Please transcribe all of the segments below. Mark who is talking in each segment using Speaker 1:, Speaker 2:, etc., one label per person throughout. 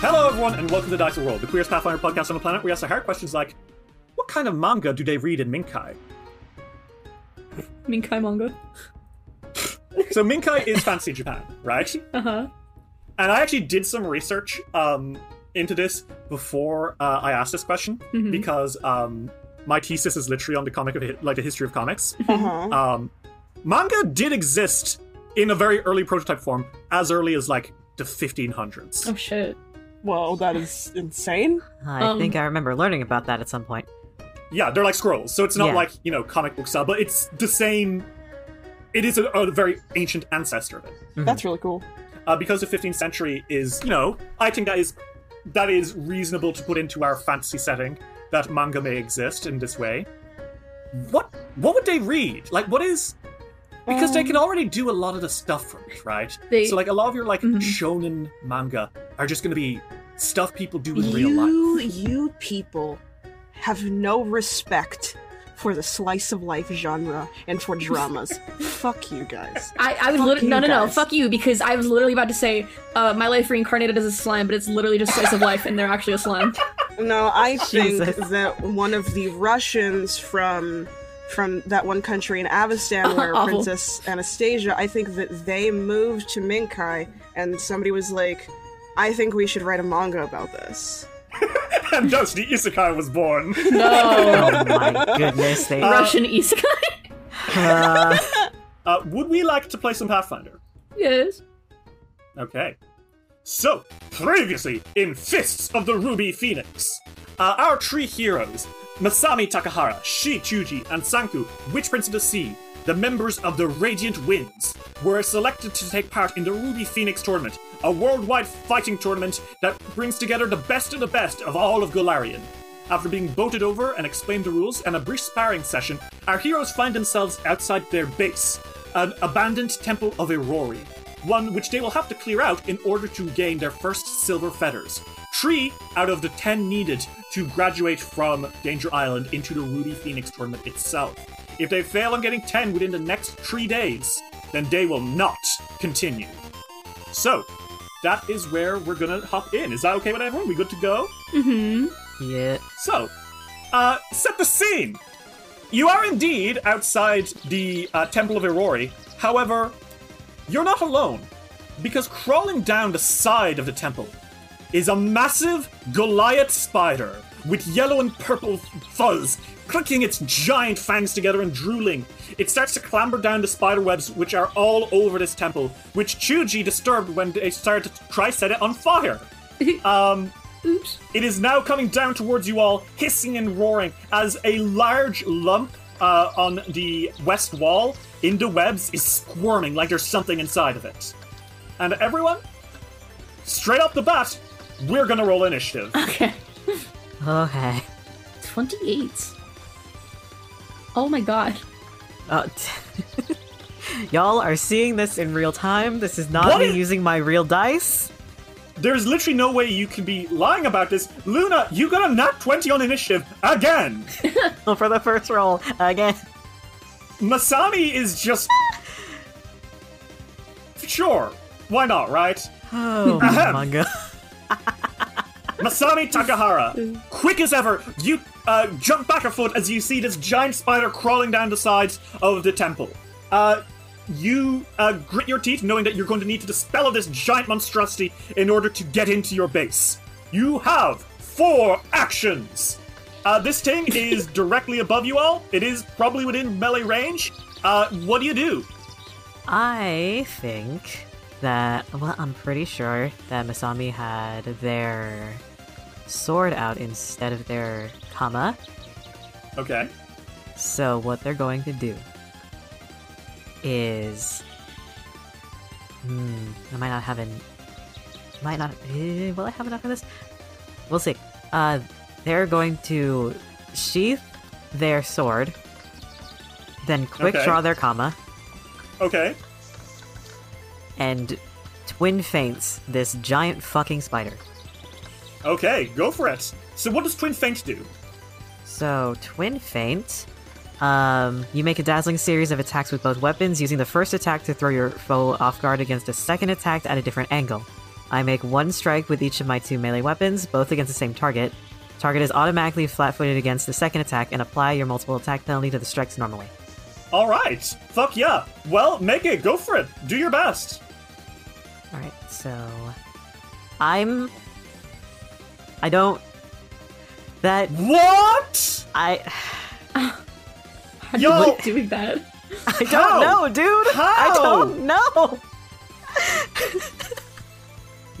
Speaker 1: Hello, everyone, and welcome to Dice of the World, the queerest Pathfinder podcast on the planet. We ask the hard questions like, what kind of manga do they read in Minkai?
Speaker 2: Minkai manga.
Speaker 1: So Minkai is fancy Japan, right?
Speaker 2: Uh huh.
Speaker 1: And I actually did some research um, into this before uh, I asked this question because um, my thesis is literally on the comic of hi- like the history of comics.
Speaker 3: Uh-huh.
Speaker 1: Um, manga did exist in a very early prototype form, as early as like the 1500s.
Speaker 2: Oh shit.
Speaker 3: Whoa, that is insane.
Speaker 1: Mm-hmm.
Speaker 4: I
Speaker 2: Um,
Speaker 4: think I remember learning about that at some point.
Speaker 1: Yeah, they're like scrolls, so it's not
Speaker 4: Yeah.
Speaker 1: like you know comic book style, but it's the same. It is a, a very ancient ancestor of it,
Speaker 3: That's really cool.
Speaker 1: uh, because the 15th century is you know I think that is that is reasonable to put into our fantasy setting that manga may exist in this way. What what would they read? Like what is because they
Speaker 3: Um,
Speaker 1: can already do a lot of the stuff from it, right?
Speaker 2: They-
Speaker 1: so like a lot of your like
Speaker 2: Mhm.
Speaker 1: shonen manga are just going to be stuff people do in real life.
Speaker 3: You, you people have no respect for the slice of life genre and for dramas. Fuck you guys.
Speaker 2: I, I was
Speaker 3: Fuck
Speaker 2: literally
Speaker 3: you
Speaker 2: no no no
Speaker 3: guys.
Speaker 2: fuck you because I was literally about to say uh, my life reincarnated as a slime but it's literally just slice of life and they're actually a slime.
Speaker 3: No, I think
Speaker 4: Jesus.
Speaker 3: that one of the Russians from from that one country in Avestan where
Speaker 2: Awful.
Speaker 3: Princess Anastasia, I think that they moved to Minkai and somebody was like, I think we should write a manga about this.
Speaker 1: and thus the isekai was born.
Speaker 2: No
Speaker 4: Oh my goodness, they.
Speaker 2: Russian isekai.
Speaker 4: Uh,
Speaker 1: Uh, would we like to play some Pathfinder?
Speaker 2: yes.
Speaker 1: Okay. So, previously in Fists of the Ruby Phoenix, uh, our three heroes, Masami Takahara, Shi Chuji, and Sanku, Witch Prince of the Sea, the members of the Radiant Winds, were selected to take part in the Ruby Phoenix tournament, a worldwide fighting tournament that brings together the best of the best of all of Golarion. After being boated over and explained the rules and a brief sparring session, our heroes find themselves outside their base, an abandoned temple of Aurori, one which they will have to clear out in order to gain their first silver feathers. Three out of the ten needed to graduate from Danger Island into the Ruby Phoenix tournament itself. If they fail on getting ten within the next three days, then they will not continue. So, that is where we're gonna hop in. Is that okay with everyone? We good to go?
Speaker 2: Mm-hmm.
Speaker 4: yeah.
Speaker 1: So, uh, set the scene. You are indeed outside the uh, Temple of Irori. However, you're not alone, because crawling down the side of the temple is a massive Goliath spider with yellow and purple fuzz, clicking its giant fangs together and drooling. It starts to clamber down the spider webs, which are all over this temple, which Chuji disturbed when they started to try set it on fire. um,
Speaker 2: Oops.
Speaker 1: it is now coming down towards you all, hissing and roaring, as a large lump uh, on the west wall in the webs is squirming like there's something inside of it. And everyone, straight off the bat, we're gonna roll initiative.
Speaker 2: Okay.
Speaker 4: Okay.
Speaker 2: Twenty-eight. Oh my god.
Speaker 4: Uh, y'all are seeing this in real time. This is not
Speaker 1: What?
Speaker 4: me using my real dice.
Speaker 1: There's literally no way you can be lying about this. Luna, you got a nat 20 on initiative again.
Speaker 4: For the first roll again.
Speaker 1: Masami is just. sure. Why not, right?
Speaker 4: Oh,
Speaker 1: Ahem.
Speaker 4: manga.
Speaker 1: Masami Takahara, quick as ever, you uh, jump back a foot as you see this giant spider crawling down the sides of the temple. Uh, you uh, grit your teeth, knowing that you're going to need to dispel this giant monstrosity in order to get into your base. You have four actions. Uh, this thing is directly above you all. It is probably within melee range. Uh, what do you do?
Speaker 4: I think that, well, I'm pretty sure that Masami had their sword out instead of their kama.
Speaker 1: Okay.
Speaker 4: So, what they're going to do is. Hmm, I might not have an. Might not. eh, will I have enough of this? We'll see. Uh, they're going to sheath their sword, then quick
Speaker 1: Okay.
Speaker 4: draw their comma,
Speaker 1: Okay.
Speaker 4: and twin faints this giant fucking spider.
Speaker 1: Okay. Go for it. So, what does Twin Faint do?
Speaker 4: So, twin feint. Um, you make a dazzling series of attacks with both weapons, using the first attack to throw your foe off guard against a second attack at a different angle. I make one strike with each of my two melee weapons, both against the same target. Target is automatically flat-footed against the second attack, and apply your multiple attack penalty to the strikes normally.
Speaker 1: All right. Fuck yeah. Well, make it. Go for it. Do your best.
Speaker 4: All right, so I'm. I don't. That
Speaker 1: What?
Speaker 4: I.
Speaker 2: How do
Speaker 1: Yo!
Speaker 2: you keep doing that?
Speaker 4: I don't
Speaker 1: How?
Speaker 4: know, dude.
Speaker 1: How?
Speaker 4: I don't know.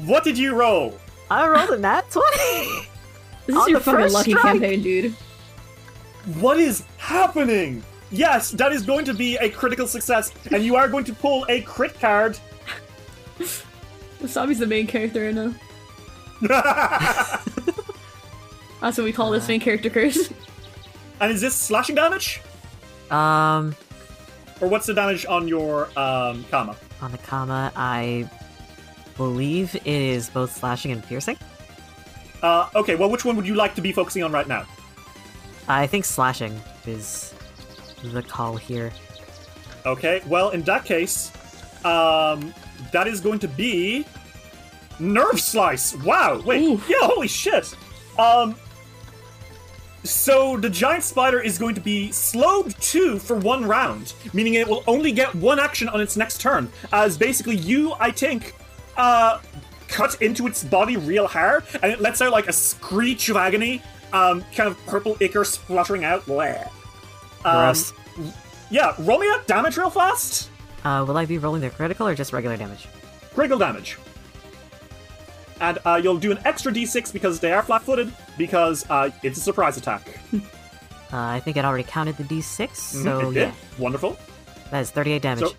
Speaker 1: What did you roll?
Speaker 4: I rolled a nat twenty.
Speaker 2: This
Speaker 4: On
Speaker 2: is your
Speaker 4: the
Speaker 2: fucking
Speaker 4: first
Speaker 2: lucky
Speaker 4: strike!
Speaker 2: campaign, dude.
Speaker 1: What is happening? Yes, that is going to be a critical success, and you are going to pull a crit card.
Speaker 2: Wasabi's the main character right now. That's what we call
Speaker 4: Uh.
Speaker 2: this main character curse.
Speaker 1: And is this slashing damage?
Speaker 4: Um,
Speaker 1: Or what's the damage on your um, comma?
Speaker 4: on the comma, I believe it is both slashing and piercing.
Speaker 1: Uh, okay, well, which one would you like to be focusing on right now?
Speaker 4: I think slashing is the call here.
Speaker 1: Okay, well, in that case, um, that is going to be Nerve Slice. Wow, wait, yeah, holy shit. Um, so the giant spider is going to be slowed two for one round, meaning it will only get one action on its next turn. As basically, you, I think, uh, cut into its body real hard, and it lets out like a screech of agony, um, kind of purple ichor spluttering out. Bleh. Um,
Speaker 4: Gross.
Speaker 1: yeah, roll me that damage real fast.
Speaker 4: Uh, will I be rolling the critical or just regular damage?
Speaker 1: Critical damage. And uh, you'll do an extra d6 because they are flat footed, because uh, it's a surprise attack.
Speaker 4: Uh, I think it already counted the d6, so
Speaker 1: Mm-hmm. it
Speaker 4: yeah,
Speaker 1: did. Wonderful.
Speaker 4: that is 38 damage.
Speaker 1: So-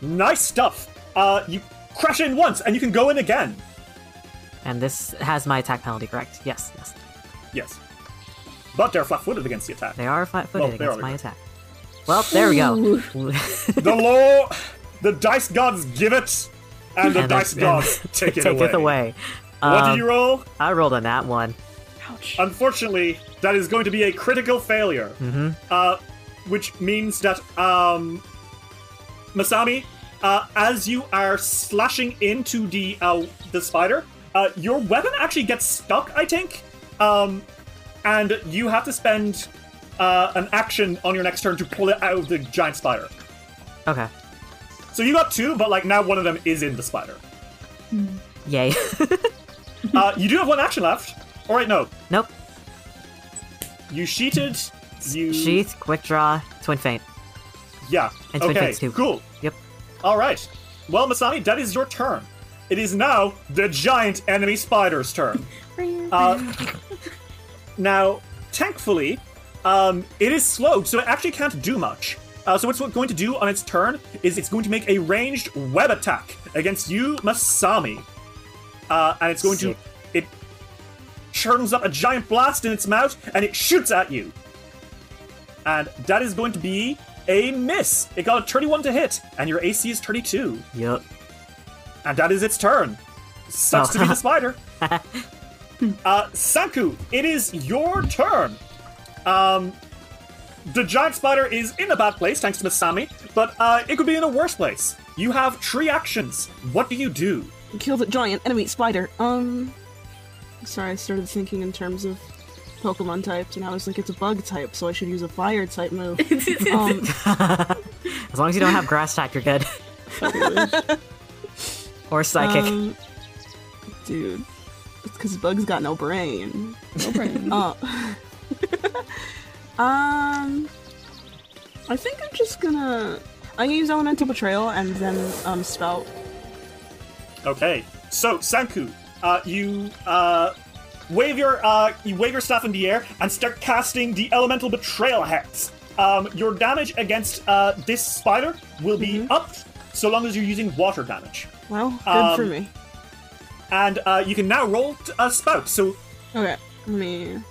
Speaker 1: Nice stuff. Uh, you crash in once and you can go in again.
Speaker 4: And this has my attack penalty, correct? Yes, yes.
Speaker 1: Yes. But they're flat footed against the attack.
Speaker 4: They are
Speaker 1: Well,
Speaker 4: flat-footed
Speaker 1: they
Speaker 4: against
Speaker 1: are
Speaker 4: my
Speaker 1: against-
Speaker 4: attack. Well, there we go.
Speaker 1: the law, the dice gods give it, and the
Speaker 4: And
Speaker 1: dice
Speaker 4: then-
Speaker 1: gods take it
Speaker 4: Take
Speaker 1: away.
Speaker 4: it away.
Speaker 1: What
Speaker 4: Um,
Speaker 1: did you roll?
Speaker 4: I rolled on that one.
Speaker 2: Ouch.
Speaker 1: Unfortunately, that is going to be a critical failure. Uh, which means that, um, Masami, uh, as you are slashing into the uh, the spider, uh, your weapon actually gets stuck, I think. Um, and you have to spend uh, an action on your next turn to pull it out of the giant spider.
Speaker 4: Okay.
Speaker 1: So you got two, but like now one of them is in the spider.
Speaker 4: Yay.
Speaker 1: uh, you do have one action left. All right, no,
Speaker 4: nope.
Speaker 1: you sheeted. You
Speaker 4: Sheath, quick draw, twin feint.
Speaker 1: Yeah.
Speaker 4: And twin
Speaker 1: okay.
Speaker 4: fakes too.
Speaker 1: Cool.
Speaker 4: Yep.
Speaker 1: All right. Well, Masami, that is your turn. It is now the giant enemy spider's turn. Uh, now, thankfully, um, it is slowed, so it actually can't do much. Uh, so what it's going to do on its turn is it's going to make a ranged web attack against you, Masami. Uh, and it's going
Speaker 4: Sick.
Speaker 1: to it churns up a giant blast in its mouth and it shoots at you. and that is going to be a miss. It got a 31 to hit, and your AC is 32,
Speaker 4: Yup.
Speaker 1: and that is its turn. Sucks to be the spider. uh, Sanku, it is your turn. Um, the giant spider is in a bad place thanks to Masami, but uh, it could be in a worse place. You have three actions. What do you do?
Speaker 3: Kill the giant enemy spider. Um, sorry, I started thinking in terms of Pokemon types, and I was like, it's a bug type, so I should use a fire type move. um,
Speaker 4: As long as you don't have grass type, you're good. or psychic.
Speaker 3: um, dude, it's because bugs got no brain. Oh. um, I think I'm just gonna. I'm gonna use Elemental Betrayal and then um, Spout.
Speaker 1: Okay. So Sanku, uh, you uh, wave your uh, you wave your staff in the air and start casting the elemental betrayal hex. Um, your damage against uh, this spider will be up, so long as you're using water damage.
Speaker 3: Well, good for
Speaker 1: Um,
Speaker 3: me.
Speaker 1: And uh, you can now roll t- a spout. So
Speaker 3: Okay, let me.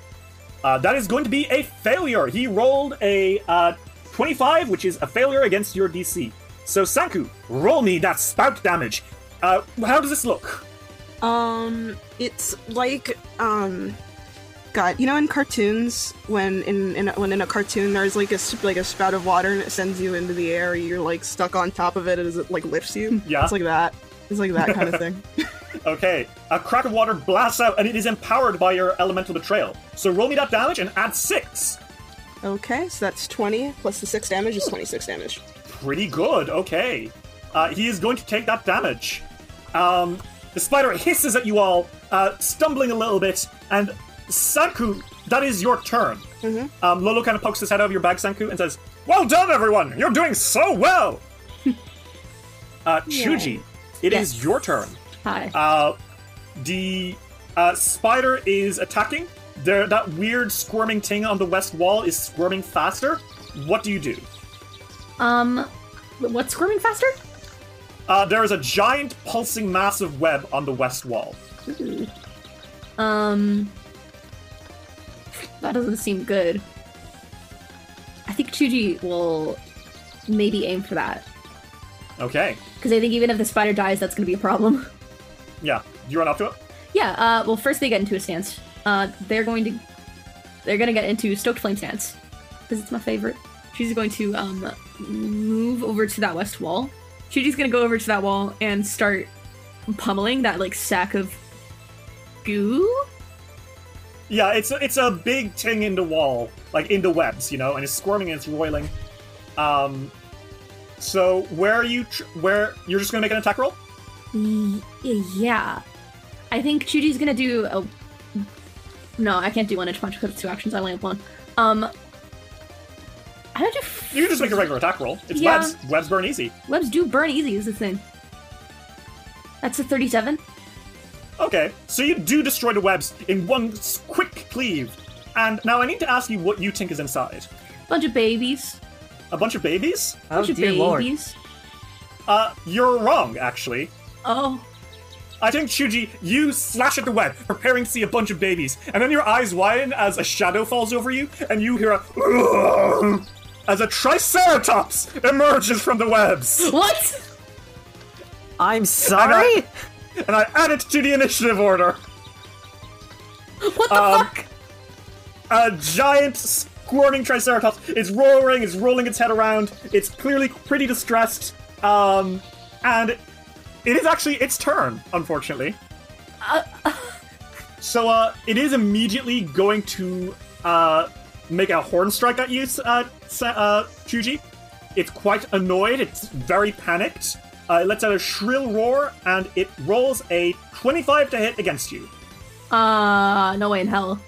Speaker 1: uh, that is going to be a failure. He rolled a uh, 25, which is a failure against your DC. So Sanku, roll me that spout damage. Uh, how does this look?
Speaker 3: Um, it's like um, God, you know, in cartoons when in, in when in a cartoon there's like a s- like a spout of water and it sends you into the air. You're like stuck on top of it as it like lifts you.
Speaker 1: Yeah.
Speaker 3: it's like that. It's like that kind of thing.
Speaker 1: Okay, a crack of water blasts out and it is empowered by your elemental betrayal. So roll me that damage and add six.
Speaker 3: Okay, so that's twenty plus the six damage is twenty-six damage.
Speaker 1: Pretty good, okay. Uh, he is going to take that damage. Um, the spider hisses at you all, uh, stumbling a little bit, and Sanku, that is your turn. Um, Lolo kind of pokes his head out of your bag, Sanku, and says, Well done, everyone! You're doing so well! uh, Chuji, it is
Speaker 2: Yes.
Speaker 1: your turn.
Speaker 2: Hi.
Speaker 1: Uh, the uh, spider is attacking. There, that weird squirming thing on the west wall is squirming faster. What do you do?
Speaker 2: Um, what's squirming faster?
Speaker 1: Uh, there is a giant pulsing mass of web on the west wall.
Speaker 2: Um, that doesn't seem good. I think Chuji will maybe aim for that
Speaker 1: Okay,
Speaker 2: because I think even if the spider dies, that's going to be a problem.
Speaker 1: yeah, you run up to it.
Speaker 2: yeah. Uh, well, first they get into a stance. Uh, they're going to they're going to get into stoked flame stance because it's my favorite. Chuji's going to um move over to that west wall. Chuji's going to go over to that wall and start pummeling that like sack of goo.
Speaker 1: Yeah, it's a, it's a big thing in the wall, like in the webs, you know, and it's squirming and it's roiling. Um, so where are you? Tr- where you're just gonna make an attack roll?
Speaker 2: Y- Mm, yeah. I think Chuji's gonna do a. No, I can't do one inch punch because it's two actions. I only have one. Um. I don't do. F-
Speaker 1: You can just make a regular attack roll. It's
Speaker 2: Yeah.
Speaker 1: webs. Webs burn easy.
Speaker 2: Webs do burn easy, is the thing. That's a 37.
Speaker 1: Okay, so you do destroy the webs in one s- quick cleave. And now I need to ask you what you think is inside.
Speaker 2: Bunch of babies.
Speaker 1: A bunch of babies?
Speaker 4: oh
Speaker 2: Bunch of
Speaker 4: dear lord.
Speaker 2: babies.
Speaker 1: Uh, you're wrong, actually.
Speaker 2: Oh.
Speaker 1: I think, Shuji, you slash at the web, preparing to see a bunch of babies, and then your eyes widen as a shadow falls over you, and you hear a. as a triceratops emerges from the webs!
Speaker 2: What?
Speaker 4: I'm sorry.
Speaker 1: And I add it to the initiative order!
Speaker 2: What the fuck?
Speaker 1: Um, a giant squirming triceratops is roaring, is rolling its head around. It's clearly pretty distressed. Um, and it is actually its turn, unfortunately. so uh, it is immediately going to uh, make a horn strike at you, uh, Sa- uh, Chuji. It's quite annoyed. It's very panicked. Uh, it lets out a shrill roar and it rolls a 25 to hit against you.
Speaker 2: Uh, no way in hell.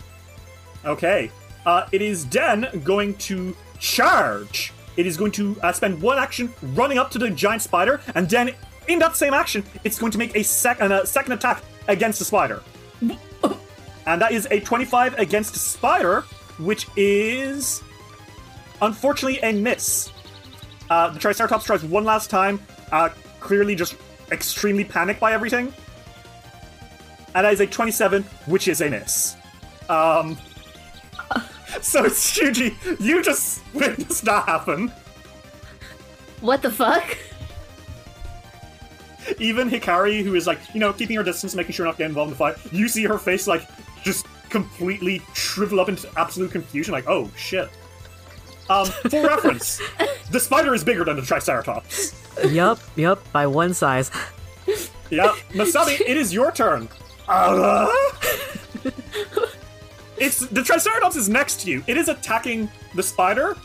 Speaker 1: Okay. Uh, it is then going to charge. It is going to uh, spend one action running up to the giant spider, and then in that same action, it's going to make a, sec- uh, second attack against the spider. And that is a 25 against the spider, which is unfortunately a miss. Uh, the Triceratops tries one last time, uh, clearly just extremely panicked by everything. And that is a 27, which is a miss. Um, So, Shuji, you just witnessed that happen.
Speaker 2: What the fuck?
Speaker 1: Even Hikari, who is like, you know, keeping her distance, making sure not to get involved in the fight, you see her face like just completely shrivel up into absolute confusion, like, oh shit. Um, for reference, the spider is bigger than the Triceratops.
Speaker 4: yup, yup, by one size.
Speaker 1: Yeah, Masami, it is your turn. Uh, it's the Triceratops is next to you. It is attacking the spider,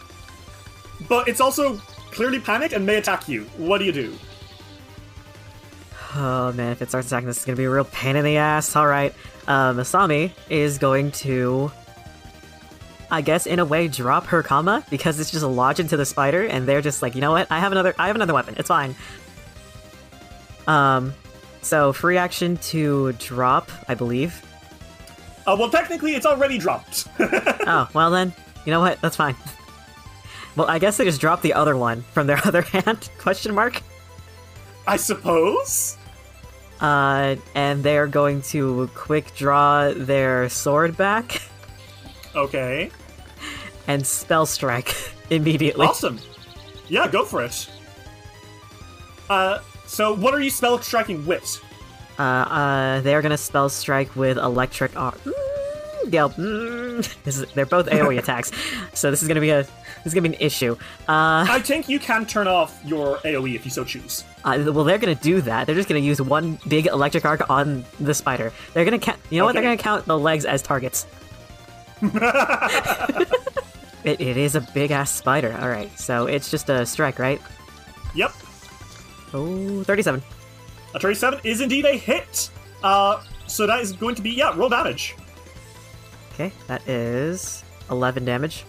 Speaker 1: but it's also clearly panicked and may attack you. What do you do?
Speaker 4: Oh man, if it starts attacking, this is gonna be a real pain in the ass. All right, uh, Masami is going to, I guess, in a way, drop her comma because it's just lodged into the spider, and they're just like, you know what? I have another. I have another weapon. It's fine. Um, so free action to drop, I believe.
Speaker 1: Uh, well, technically, it's already dropped.
Speaker 4: Oh well, then you know what? That's fine. Well, I guess they just dropped the other one from their other hand? Question mark.
Speaker 1: I suppose.
Speaker 4: Uh, and they are going to quick draw their sword back.
Speaker 1: Okay.
Speaker 4: and spell strike immediately.
Speaker 1: Awesome. Yeah, go for it. Uh, so what are you spell striking with?
Speaker 4: Uh, uh, they're gonna spell strike with electric arc. Yep. Mm. This is, they're both AoE attacks, so this is gonna be a this is gonna be an issue. Uh,
Speaker 1: I think you can turn off your AOE if you so choose.
Speaker 4: uh, well, they're gonna do that. They're just gonna use one big electric arc on the spider. They're gonna count. You know what? They're
Speaker 1: Okay.
Speaker 4: gonna count the legs as targets. it, it is a big ass spider. All right, so it's just a strike, right?
Speaker 1: Yep.
Speaker 4: Oh, 37.
Speaker 1: A 37 is indeed a hit. Uh, so that is going to be, yeah, roll damage.
Speaker 4: Okay, that is 11 damage.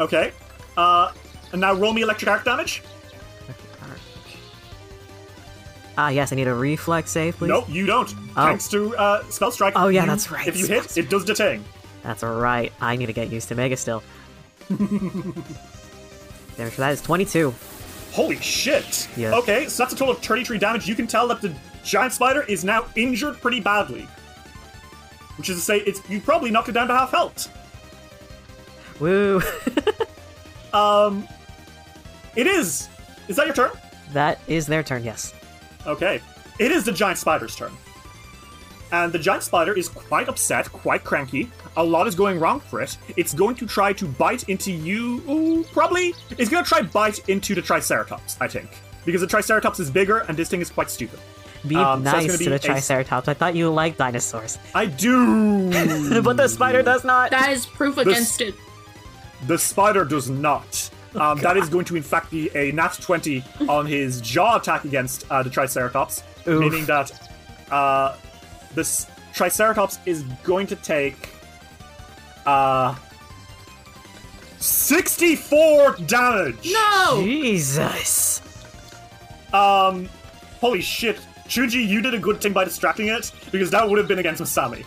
Speaker 1: Okay. Uh, and now roll me electric arc damage.
Speaker 4: Ah, yes, I need a reflex save, please.
Speaker 1: No, you don't. Thanks to uh, spell strike.
Speaker 4: Oh, yeah,
Speaker 1: you-
Speaker 4: that's right.
Speaker 1: If you hit, it does detain.
Speaker 4: That's right. I need to get used to Mega still. Damage for that is 22.
Speaker 1: Holy shit.
Speaker 4: Yeah.
Speaker 1: Okay, so that's a total of 33 damage. You can tell that the giant spider is now injured pretty badly. Which is to say, it's you probably knocked it down to half health.
Speaker 4: Woo!
Speaker 1: Um, it is. Is that your turn?
Speaker 4: that is their turn, yes.
Speaker 1: Okay. It is the giant spider's turn. And the giant spider is quite upset, quite cranky. A lot is going wrong for it. It's going to try to bite into you. Ooh, probably. It's going to try bite into the Triceratops, I think. Because the Triceratops is bigger and this thing is quite stupid.
Speaker 4: Be
Speaker 1: Um, so that's
Speaker 4: nice
Speaker 1: gonna
Speaker 4: to
Speaker 1: be
Speaker 4: the
Speaker 1: a-
Speaker 4: Triceratops. I thought you liked dinosaurs.
Speaker 1: I do.
Speaker 4: but the spider does not!
Speaker 2: That is proof against it.
Speaker 1: The spider does not. Um, that is going to, in fact, be a nat 20 on his jaw attack against uh, the Triceratops,
Speaker 4: Oof.
Speaker 1: meaning that uh, this Triceratops is going to take uh, 64 damage.
Speaker 2: No!
Speaker 4: Jesus!
Speaker 1: Um, holy shit. Chuji, you did a good thing by distracting it, because that would have been against Masami.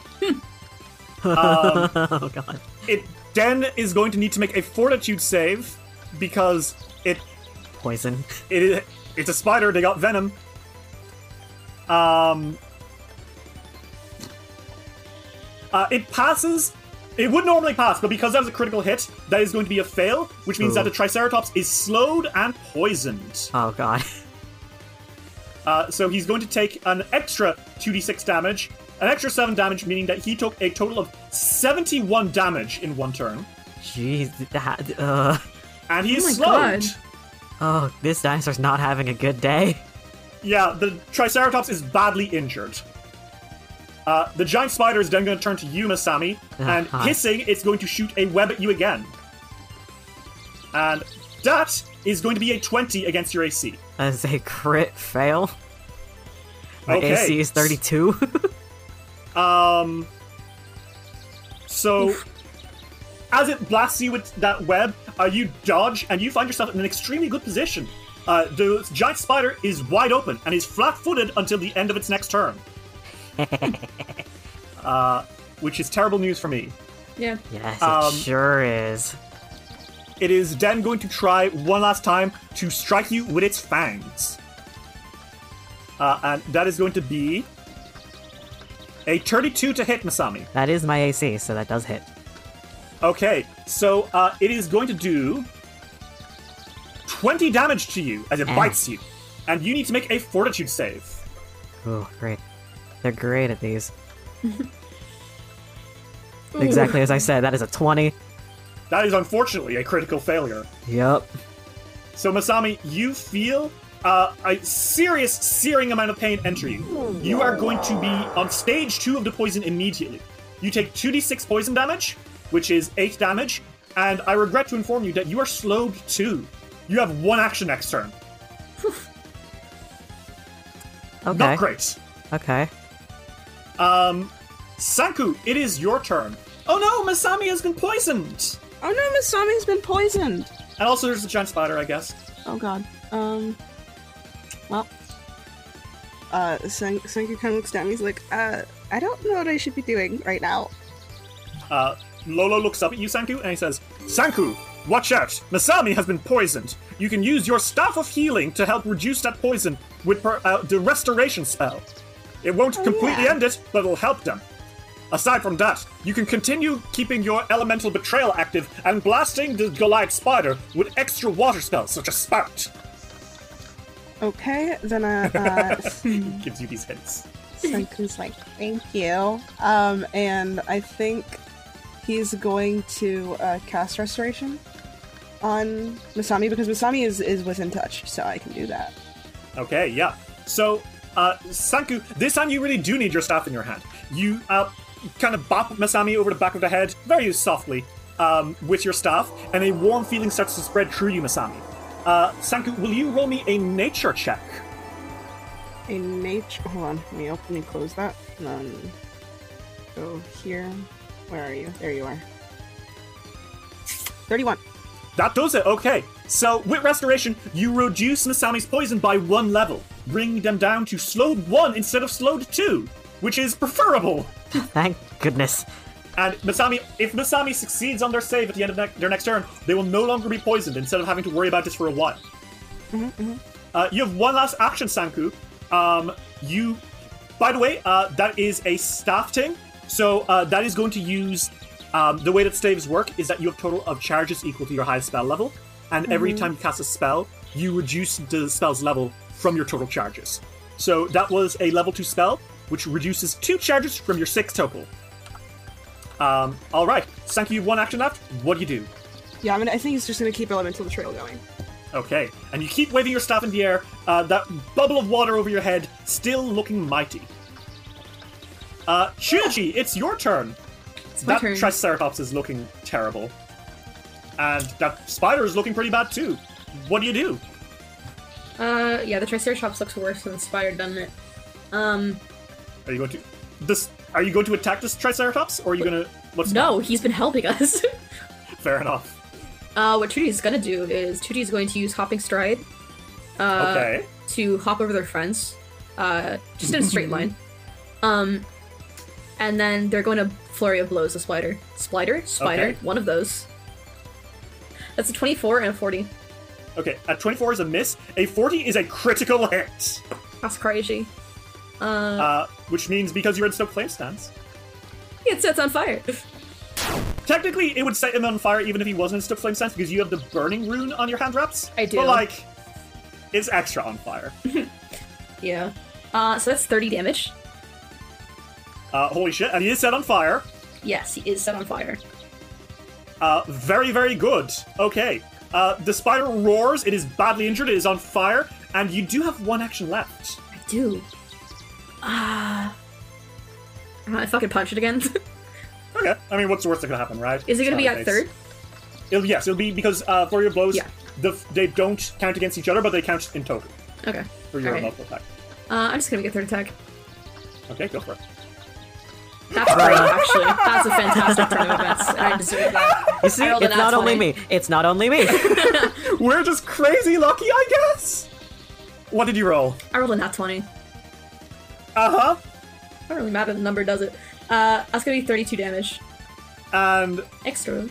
Speaker 4: Oh, God.
Speaker 1: It then is going to need to make a fortitude save, because it
Speaker 4: Poison.
Speaker 1: It is. It's a spider. They got venom. Um. Uh, it passes. It would normally pass, but because that was a critical hit, that is going to be a fail, which means
Speaker 4: Ooh.
Speaker 1: that the Triceratops is slowed and poisoned.
Speaker 4: Oh, God.
Speaker 1: Uh, so he's going to take an extra 2d6 damage, an extra 7 damage, meaning that he took a total of 71 damage in one turn.
Speaker 4: Jeez. That, uh,
Speaker 1: And he
Speaker 2: Oh my
Speaker 1: is slowed.
Speaker 2: God.
Speaker 4: oh, this dinosaur's not having a good day.
Speaker 1: Yeah, the Triceratops is badly injured. Uh, the giant spider is then going to turn to you, Masami, and
Speaker 4: hi.
Speaker 1: hissing, it's going to shoot a web at you again. And that is going to be a 20 against your AC.
Speaker 4: As a crit fail. My
Speaker 1: Okay.
Speaker 4: AC is 32.
Speaker 1: Um. So, as it blasts you with that web, uh, you dodge and you find yourself in an extremely good position. Uh, the giant spider is wide open and is flat-footed until the end of its next turn. uh, which is terrible news for me.
Speaker 2: Yeah.
Speaker 4: yes, it
Speaker 1: Um,
Speaker 4: sure is.
Speaker 1: It is then going to try one last time to strike you with its fangs. Uh, and that is going to be a 32 to hit Masami.
Speaker 4: That is my AC, so that does hit.
Speaker 1: Okay, so uh, it is going to do 20 damage to you as it
Speaker 4: Ah.
Speaker 1: bites you, and you need to make a fortitude save.
Speaker 4: Oh, great. They're great at these. exactly as I said, that is a 20.
Speaker 1: That is unfortunately a critical failure.
Speaker 4: Yep.
Speaker 1: So, Masami, you feel uh, a serious, searing amount of pain enter you. You are going to be on stage two of the poison immediately. You take 2d6 poison damage, which is 8 damage, and I regret to inform you that you are slowed too. You have one action next turn.
Speaker 4: Okay.
Speaker 1: Not great.
Speaker 4: Okay.
Speaker 1: Um, Sanku, it is your turn. Oh no, Masami has been poisoned!
Speaker 3: Oh no, Masami's been poisoned.
Speaker 1: And also, there's a giant spider, I guess.
Speaker 3: Oh god. Um. Well. Uh, Sen- Senku kind of looks down. He's like, uh, I don't know what I should be doing right now.
Speaker 1: Uh, Lolo looks up at you, Sanku, and he says, Sanku, watch out! Masami has been poisoned! You can use your Staff of Healing to help reduce that poison with per- uh, the Restoration spell. It won't completely
Speaker 3: yeah.
Speaker 1: end it, but it'll help them. Aside from that, you can continue keeping your Elemental Betrayal active and blasting the Goliath Spider with extra water spells, such as Spout.
Speaker 3: Okay, then uh, uh
Speaker 1: He gives you these hints.
Speaker 3: Senku's like, thank you. Um, and I think he's going to uh, cast Restoration on Masami because Masami is, is within touch, so I can do that.
Speaker 1: Okay, yeah. So, uh, Sanku, this time you really do need your staff in your hand. You uh, kind of bop Masami over the back of the head, very softly, um, with your staff, and a warm feeling starts to spread through you, Masami. Uh, Sanku, will you roll me a nature check?
Speaker 3: A nature. Hold on, let me open and close that. And then go here. Where are you? There you are. 31.
Speaker 1: That does it, okay. So, with restoration, you reduce Masami's poison by one level, bringing them down to slowed one instead of slowed two, which is preferable.
Speaker 4: Thank goodness.
Speaker 1: And Masami, if Masami succeeds on their save at the end of ne- their next turn, they will no longer be poisoned instead of having to worry about this for a while. Uh, you have one last action, Sanku. Um, you, by the way, uh, that is a staff thing. So uh, that is going to use um, the way that staves work is that you have total of charges equal to your highest spell level, and every time you cast a spell, you reduce the spell's level from your total charges. So that was a level two spell, which reduces two charges from your six total. Um, all right, Sanku, you have one action left. What do you do?
Speaker 3: Yeah, I mean, I think he's just gonna keep elemental trail going.
Speaker 1: Okay, and you keep waving your staff in the air, uh, that bubble of water over your head, still looking mighty. Uh, Shuji, it's your turn.
Speaker 2: my
Speaker 1: that
Speaker 2: turn.
Speaker 1: Triceratops is looking terrible. And that spider is looking pretty bad too. What do you do?
Speaker 2: Uh, yeah, the Triceratops looks worse than the spider, doesn't it? Um,
Speaker 1: Are you going to this? Are you going to attack this Triceratops, or are you gonna? What's
Speaker 2: no, he's been helping us.
Speaker 1: Fair enough.
Speaker 2: uh, what Trudy's gonna do is Trudy's going to use Hopping Stride uh,
Speaker 1: okay.
Speaker 2: to hop over their friends, uh, just in a straight line. Um, and then they're going to flurry of blows the spider, spider, spider,
Speaker 1: Okay.
Speaker 2: one of those. That's a twenty-four and a forty.
Speaker 1: Okay. A twenty-four is a miss. A forty is a critical hit,
Speaker 2: That's crazy.
Speaker 1: uh, which means because you're in Stoke Flame stance.
Speaker 2: It sets on fire.
Speaker 1: Technically, it would set him on fire even if he wasn't in Stoke Flame Sense because you have the burning rune on your hand wraps.
Speaker 2: I do.
Speaker 1: But, like, it's extra on fire.
Speaker 2: Yeah. Uh, so that's thirty damage.
Speaker 1: Uh, holy shit. And he is set on fire.
Speaker 2: Yes, he is set on fire.
Speaker 1: Uh, very, very good. Okay. Uh, the spider roars. It is badly injured. It is on fire. And you do have one action left.
Speaker 2: I do. Ah. Uh, I fucking punch it again.
Speaker 1: Okay. I mean, what's the worst that could happen, right?
Speaker 2: is it gonna be
Speaker 1: Smiley
Speaker 2: at
Speaker 1: face.
Speaker 2: third?
Speaker 1: It'll, yes, it'll be because uh, for your blows,
Speaker 2: Yeah.
Speaker 1: the, they don't count against each other, but they count in total
Speaker 2: Okay.
Speaker 1: for your
Speaker 2: Alright.
Speaker 1: multiple attack.
Speaker 2: Uh, I'm just gonna make a third attack.
Speaker 1: Okay, go for it.
Speaker 2: That's great, actually. That's a fantastic turn of events. and I deserve that.
Speaker 4: You see,
Speaker 2: I rolled an
Speaker 4: it's not
Speaker 2: nat
Speaker 4: only
Speaker 2: 20.
Speaker 4: me. It's not only me.
Speaker 1: We're just crazy lucky, I guess. What did you roll?
Speaker 2: I rolled a nat 20.
Speaker 1: Uh huh.
Speaker 2: Not really matter the number, does it? Uh, that's gonna be 32 damage.
Speaker 1: And
Speaker 2: Extra.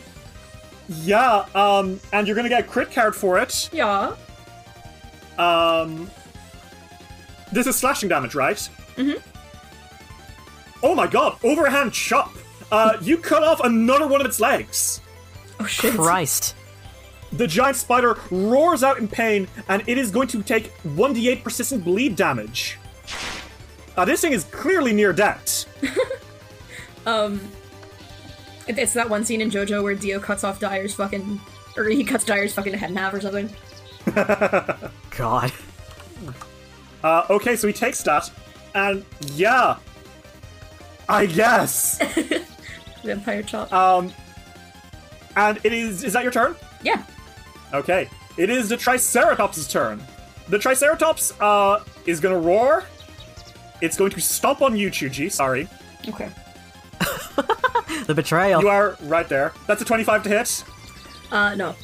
Speaker 1: yeah, um, and you're gonna get a crit card for it.
Speaker 2: Yeah.
Speaker 1: Um, this is slashing damage, right? Mm hmm. Oh my god, overhand chop! Uh, you cut off another one of its legs.
Speaker 2: Oh shit.
Speaker 4: Christ.
Speaker 1: The giant spider roars out in pain, and it is going to take 1d8 persistent bleed damage. Uh, this thing is clearly near death.
Speaker 2: Um, it- it's that one scene in JoJo where Dio cuts off Dyer's fucking, or he cuts Dyer's fucking head in half or something.
Speaker 4: God.
Speaker 1: Uh, okay, so he takes that, and yeah. I guess.
Speaker 2: Vampire chop.
Speaker 1: Um, and it is. Is that your turn?
Speaker 2: yeah.
Speaker 1: Okay. It is the Triceratops' turn. The Triceratops uh, is going to roar. It's going to stomp on you, Chuji. Sorry.
Speaker 2: Okay.
Speaker 4: The betrayal.
Speaker 1: You are right there. That's a 25 to hit.
Speaker 2: Uh, no.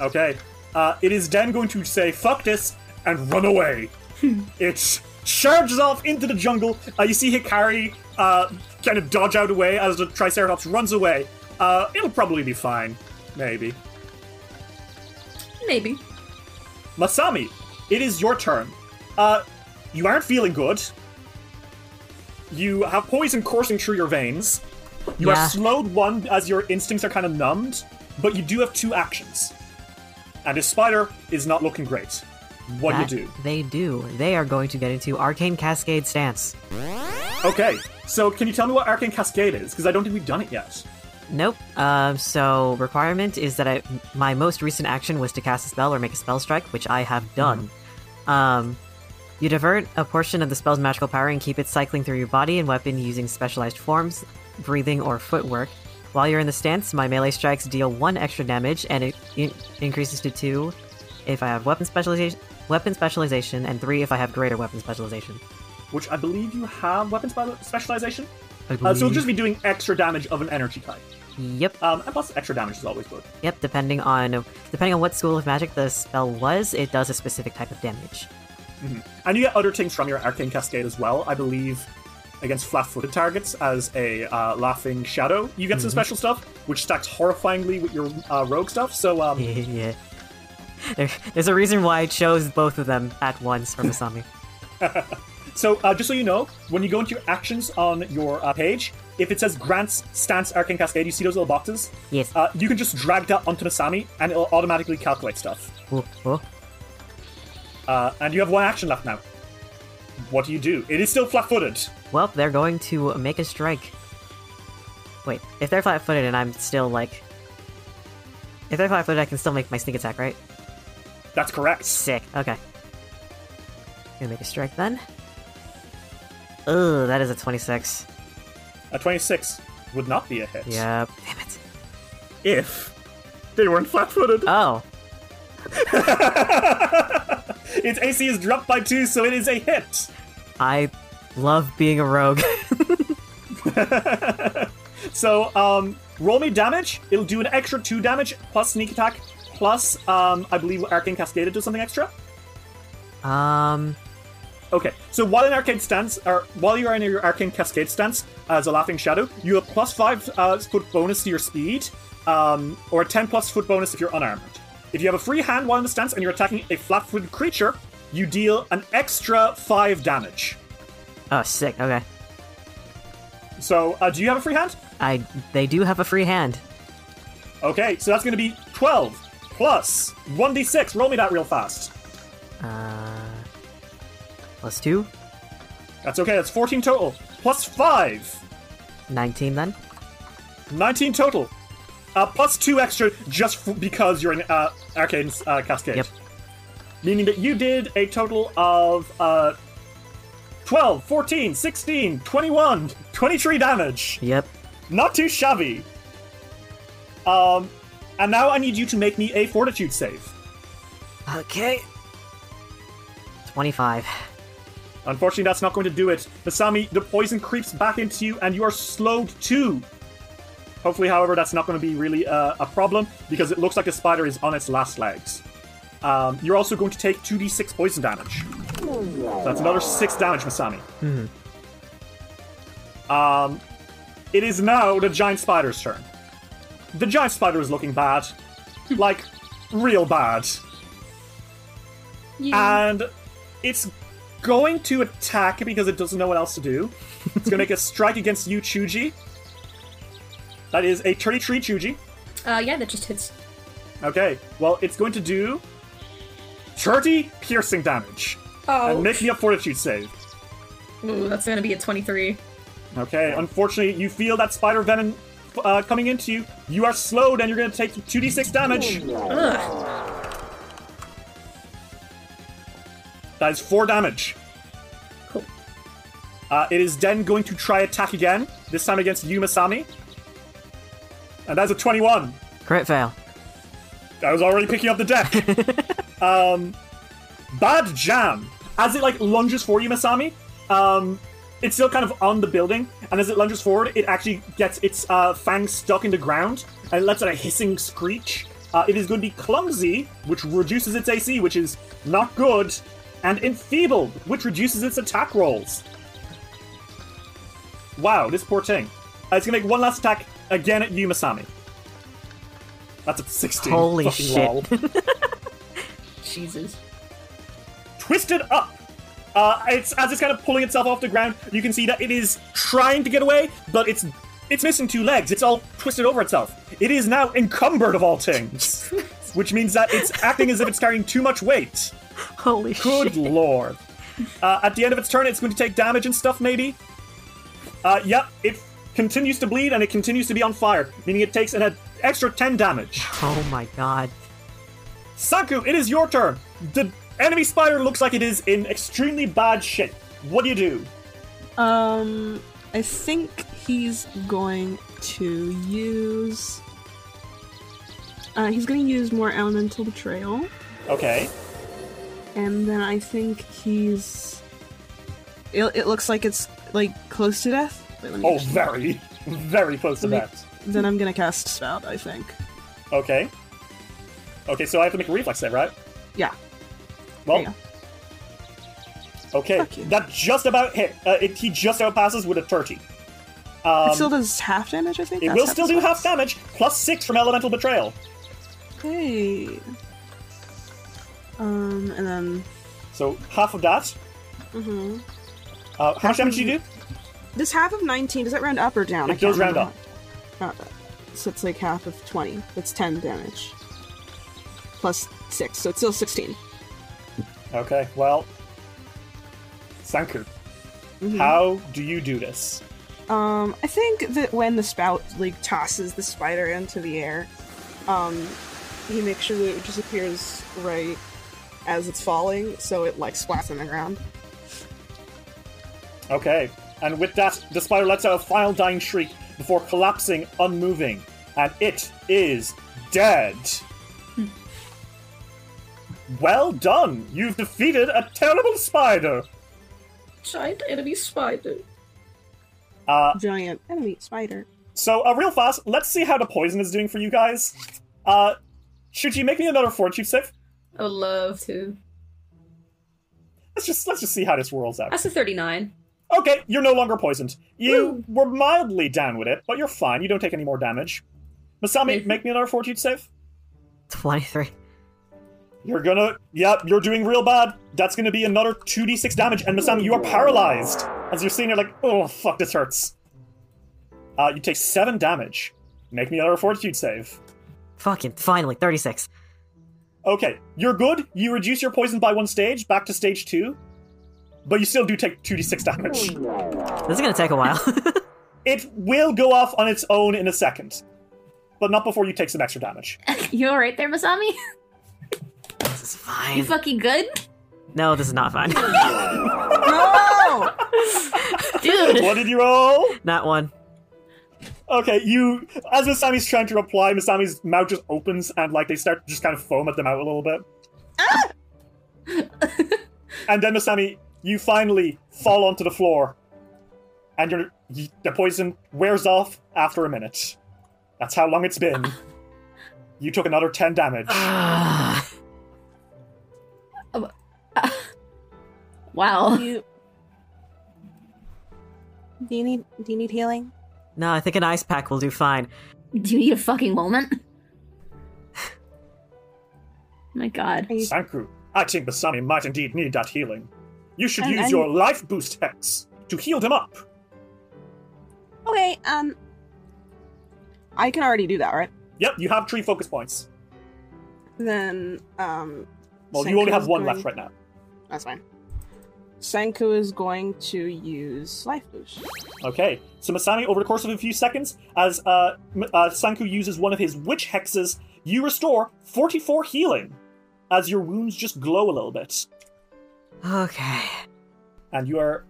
Speaker 1: Okay. Uh, it is then going to say, fuck this, and run away. it charges off into the jungle. Uh, you see Hikari uh, kind of dodge out away as the Triceratops runs away. Uh, it'll probably be fine. Maybe.
Speaker 2: Maybe.
Speaker 1: Masami, it is your turn. Uh, you aren't feeling good. You have poison coursing through your veins. You
Speaker 4: Yeah.
Speaker 1: are slowed one as your instincts are kind of numbed, but you do have two actions. And this spider is not looking great. What
Speaker 4: That
Speaker 1: do you do?
Speaker 4: They do. They are going to get into Arcane Cascade stance.
Speaker 1: Okay, so can you tell me what Arcane Cascade is? Because I don't think we've done it yet.
Speaker 4: Nope. Um, so requirement is that I, my most recent action was to cast a spell or make a spell strike, which I have done. Um, you divert a portion of the spell's magical power and keep it cycling through your body and weapon using specialized forms, breathing, or footwork. While you're in the stance, my melee strikes deal one extra damage, and it in- increases to two if I have weapon specialization, weapon specialization, and three if I have greater weapon specialization.
Speaker 1: Which I believe you have weapon spe- specialization.
Speaker 4: I
Speaker 1: Uh, so you'll
Speaker 4: believe.
Speaker 1: just be doing extra damage of an energy type.
Speaker 4: Yep.
Speaker 1: Um, and plus, extra damage is always good.
Speaker 4: Yep, depending on depending on what school of magic the spell was, it does a specific type of damage.
Speaker 1: And you get other things from your Arcane Cascade as well, I believe, against flat footed targets as a uh, Laughing Shadow. You get some
Speaker 4: Mm-hmm.
Speaker 1: special stuff, which stacks horrifyingly with your uh, Rogue stuff, so um,
Speaker 4: yeah. There, there's a reason why I chose both of them at once for Masami.
Speaker 1: So, uh, just so you know, when you go into your actions on your uh, page, if it says Grants, Stance, Arcane Cascade, you see those little boxes?
Speaker 4: Yes.
Speaker 1: Uh, you can just drag that onto Masami, and it'll automatically calculate stuff.
Speaker 4: Oh, oh.
Speaker 1: Uh, and you have one action left now. What do you do? It is still flat footed.
Speaker 4: Well, they're going to make a strike. Wait, if they're flat-footed and I'm still like, if they're flat-footed, I can still make my sneak attack, right?
Speaker 1: That's correct.
Speaker 4: Sick. Okay. Gonna make a strike then. Ugh, that is a twenty-six.
Speaker 1: A 26 would not be a hit
Speaker 4: Yep. Damn it.
Speaker 1: if they weren't flat footed.
Speaker 4: Oh,
Speaker 1: its AC is dropped by two, so it is a hit.
Speaker 4: I love being a rogue.
Speaker 1: So, um, roll me damage. It'll do an extra two damage plus sneak attack plus, um, I believe arcane cascade does something extra.
Speaker 4: um,
Speaker 1: Okay, so while in arcane stance, or while you are in your arcane cascade stance as a laughing shadow, you have plus five uh, foot bonus to your speed, um, or ten plus foot bonus if you're unarmored. If you have a free hand while in the stance and you're attacking a flat-footed creature, you deal an extra five damage.
Speaker 4: oh, sick. Okay.
Speaker 1: So, uh, do you have a free hand?
Speaker 4: I they do have a free hand.
Speaker 1: Okay, so that's going to be 12 plus 1d6. Roll me that real fast.
Speaker 4: Uh, plus two,
Speaker 1: That's okay, that's 14 total. Plus 5,
Speaker 4: 19 then.
Speaker 1: 19 total. Uh, plus 2 extra just f- because you're in uh, Arcane uh, Cascade.
Speaker 4: Yep.
Speaker 1: Meaning that you did a total of uh, 12, 14, 16, 21, 23 damage.
Speaker 4: Yep.
Speaker 1: Not too shabby. Um, and now I need you to make me a Fortitude save.
Speaker 4: Okay. 25.
Speaker 1: Unfortunately, that's not going to do it. Masami, the poison creeps back into you, and you are slowed too. Hopefully, however, that's not going to be really uh, a problem because it looks like the spider is on its last legs. Um, you're also going to take 2d6 poison damage. So that's another 6 damage, Masami. Um, it is now the giant spider's turn. The giant spider is looking bad. like, real bad
Speaker 2: Yeah.
Speaker 1: and it's going to attack because it doesn't know what else to do. It's going to make a strike against you, Chuji. That is a 33 Chuji.
Speaker 2: Uh, yeah, that just hits.
Speaker 1: Okay, well, it's going to do 30 piercing damage.
Speaker 2: Oh,
Speaker 1: And make me a fortitude save.
Speaker 2: Ooh, that's gonna be a 23.
Speaker 1: Okay, unfortunately, you feel that spider venom uh, coming into you. You are slowed and you're going to take 2d6 damage.
Speaker 2: Ugh.
Speaker 1: That is 4 damage.
Speaker 2: Cool.
Speaker 1: Uh, it is then going to try attack again, this time against you, Masami. And that's a 21.
Speaker 4: Crit fail.
Speaker 1: I was already picking up the deck. um, bad jam. As it like lunges for you, Masami, um, it's still kind of on the building, and as it lunges forward, it actually gets its uh, fangs stuck in the ground and it lets out a hissing screech. Uh, it is going to be clumsy, which reduces its AC, which is not good, and enfeebled, which reduces its attack rolls. Wow, this poor thing. Uh, it's going to make one last attack again at you, Masami. That's a 16.
Speaker 4: Holy
Speaker 1: Fucking
Speaker 4: shit.
Speaker 1: lol.
Speaker 2: Jesus.
Speaker 1: twisted up. Uh, it's as it's kind of pulling itself off the ground. You can see that it is trying to get away, but it's it's missing two legs. It's all twisted over itself. It is now encumbered of all things, which means that it's acting as if it's carrying too much weight.
Speaker 4: Holy
Speaker 1: Good
Speaker 4: shit.
Speaker 1: lord! Uh, at the end of its turn, it's going to take damage and stuff, maybe. Uh, yep, it continues to bleed and it continues to be on fire, meaning it takes an extra ten damage.
Speaker 4: Oh my god.
Speaker 1: Saku, it is your turn. The enemy spider looks like it is in extremely bad shape. What do you do?
Speaker 3: Um, I think he's going to use. Uh, he's going to use more elemental betrayal,
Speaker 1: Okay.
Speaker 3: and then I think he's. It, it looks like it's like close to death. Wait, let me
Speaker 1: Oh,
Speaker 3: just-
Speaker 1: very, very close to
Speaker 3: Let me-
Speaker 1: that.
Speaker 3: Then I'm gonna cast spout. I think.
Speaker 1: Okay. Okay, so I have to make a reflex save, right?
Speaker 3: Yeah.
Speaker 1: Well,
Speaker 3: yeah.
Speaker 1: okay,
Speaker 3: Fuck you.
Speaker 1: that just about hit. Uh, it, he just outpasses with a thirty.
Speaker 3: it still does half damage. I think.
Speaker 1: Um, It
Speaker 3: That's
Speaker 1: will still do
Speaker 3: damage.
Speaker 1: half damage, plus six from elemental betrayal.
Speaker 3: Okay. Um, and then
Speaker 1: So half of that.
Speaker 3: Mm-hmm.
Speaker 1: Uh, how much damage do you do?
Speaker 3: this half of 19, does that round up or down?
Speaker 1: It does round up.
Speaker 3: up. Uh, So it's like half of 20. That's 10 damage. Plus 6, so it's still 16.
Speaker 1: Okay, well, Sanku, how do you do this?
Speaker 3: Um, I think that when the spout, like, tosses the spider into the air, um, he makes sure that it just appears right as it's falling, so it, like, splats on the ground.
Speaker 1: Okay, and with that, the spider lets out a final dying shriek before collapsing, unmoving, and it is dead. well done! You've defeated a terrible spider!
Speaker 2: Giant enemy spider.
Speaker 1: Uh,
Speaker 3: Giant enemy spider.
Speaker 1: so, uh, real fast, let's see how the poison is doing for you guys. Uh, should you make me another fortitude save?
Speaker 2: I would love to.
Speaker 1: Let's just let's just see how this rolls out.
Speaker 2: That's a 39.
Speaker 1: Okay, you're no longer poisoned. You were mildly down with it, but you're fine. You don't take any more damage. Masami,
Speaker 2: Mhm.
Speaker 1: make me another fortitude save.
Speaker 4: 23.
Speaker 1: You're gonna. Yep, you're doing real bad. That's gonna be another 2d6 damage, and Masami, you are paralyzed. As you're seeing, you're like, oh, fuck, this hurts. Uh, you take 7 damage. Make me another fortitude save.
Speaker 4: Fucking finally, 36.
Speaker 1: Okay, you're good. You reduce your poison by one stage, back to stage 2. But you still do take 2d6 damage.
Speaker 4: This is gonna take a while.
Speaker 1: It will go off on its own in a second. But not before you take some extra damage.
Speaker 2: You alright there, Masami?
Speaker 4: this is
Speaker 2: You
Speaker 4: fine.
Speaker 2: fucking good?
Speaker 4: No, this is not fine.
Speaker 3: No!
Speaker 2: Dude!
Speaker 1: What did you roll?
Speaker 4: Not one.
Speaker 1: Okay, you. As Masami's trying to reply, Masami's mouth just opens and, like, they start to just kind of foam at the mouth a little bit. and then, Masami, you finally fall onto the floor. And your, y- the poison wears off after a minute. That's how long it's been. You took another 10 damage.
Speaker 4: Ah. Ugh.
Speaker 2: Wow.
Speaker 3: you... Do you need do you need healing?
Speaker 4: no, I think an ice pack will do fine.
Speaker 2: Do you need a fucking moment? My god.
Speaker 3: Are you
Speaker 1: Sanku, I think Masami might indeed need that healing. You should
Speaker 3: And-
Speaker 1: use
Speaker 3: and-
Speaker 1: your life boost hex to heal him up.
Speaker 3: Okay, um I can already do that, right?
Speaker 1: Yep, you have three focus points.
Speaker 3: Then, um.
Speaker 1: Well, you only
Speaker 3: Senku's
Speaker 1: have one
Speaker 3: going-
Speaker 1: left right now.
Speaker 3: That's fine. Senku is going to use life boost.
Speaker 1: Okay, so Masami, over the course of a few seconds, as uh, M- uh, Sanku uses one of his witch hexes, you restore 44 healing as your wounds just glow a little bit.
Speaker 4: Okay.
Speaker 1: And you are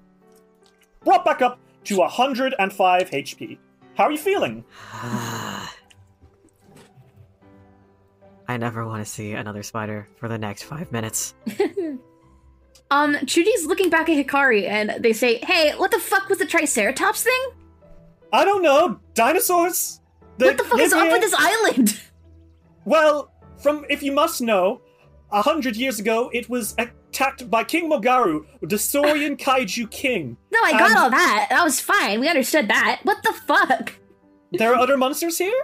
Speaker 1: brought back up to 105 HP. How are you feeling?
Speaker 4: I never want to see another spider for the next five minutes.
Speaker 2: Um, Chuji's looking back at Hikari and they say, Hey, what the fuck was the Triceratops thing?
Speaker 1: I don't know, dinosaurs? They
Speaker 2: What the fuck is
Speaker 1: live
Speaker 2: up
Speaker 1: here?
Speaker 2: with this island?
Speaker 1: Well, from if you must know, a hundred years ago it was attacked by King Mogaru, the Saurian kaiju king.
Speaker 2: No, I got
Speaker 1: Um,
Speaker 2: all that. That was fine. We understood that. What the fuck?
Speaker 1: There are other monsters here?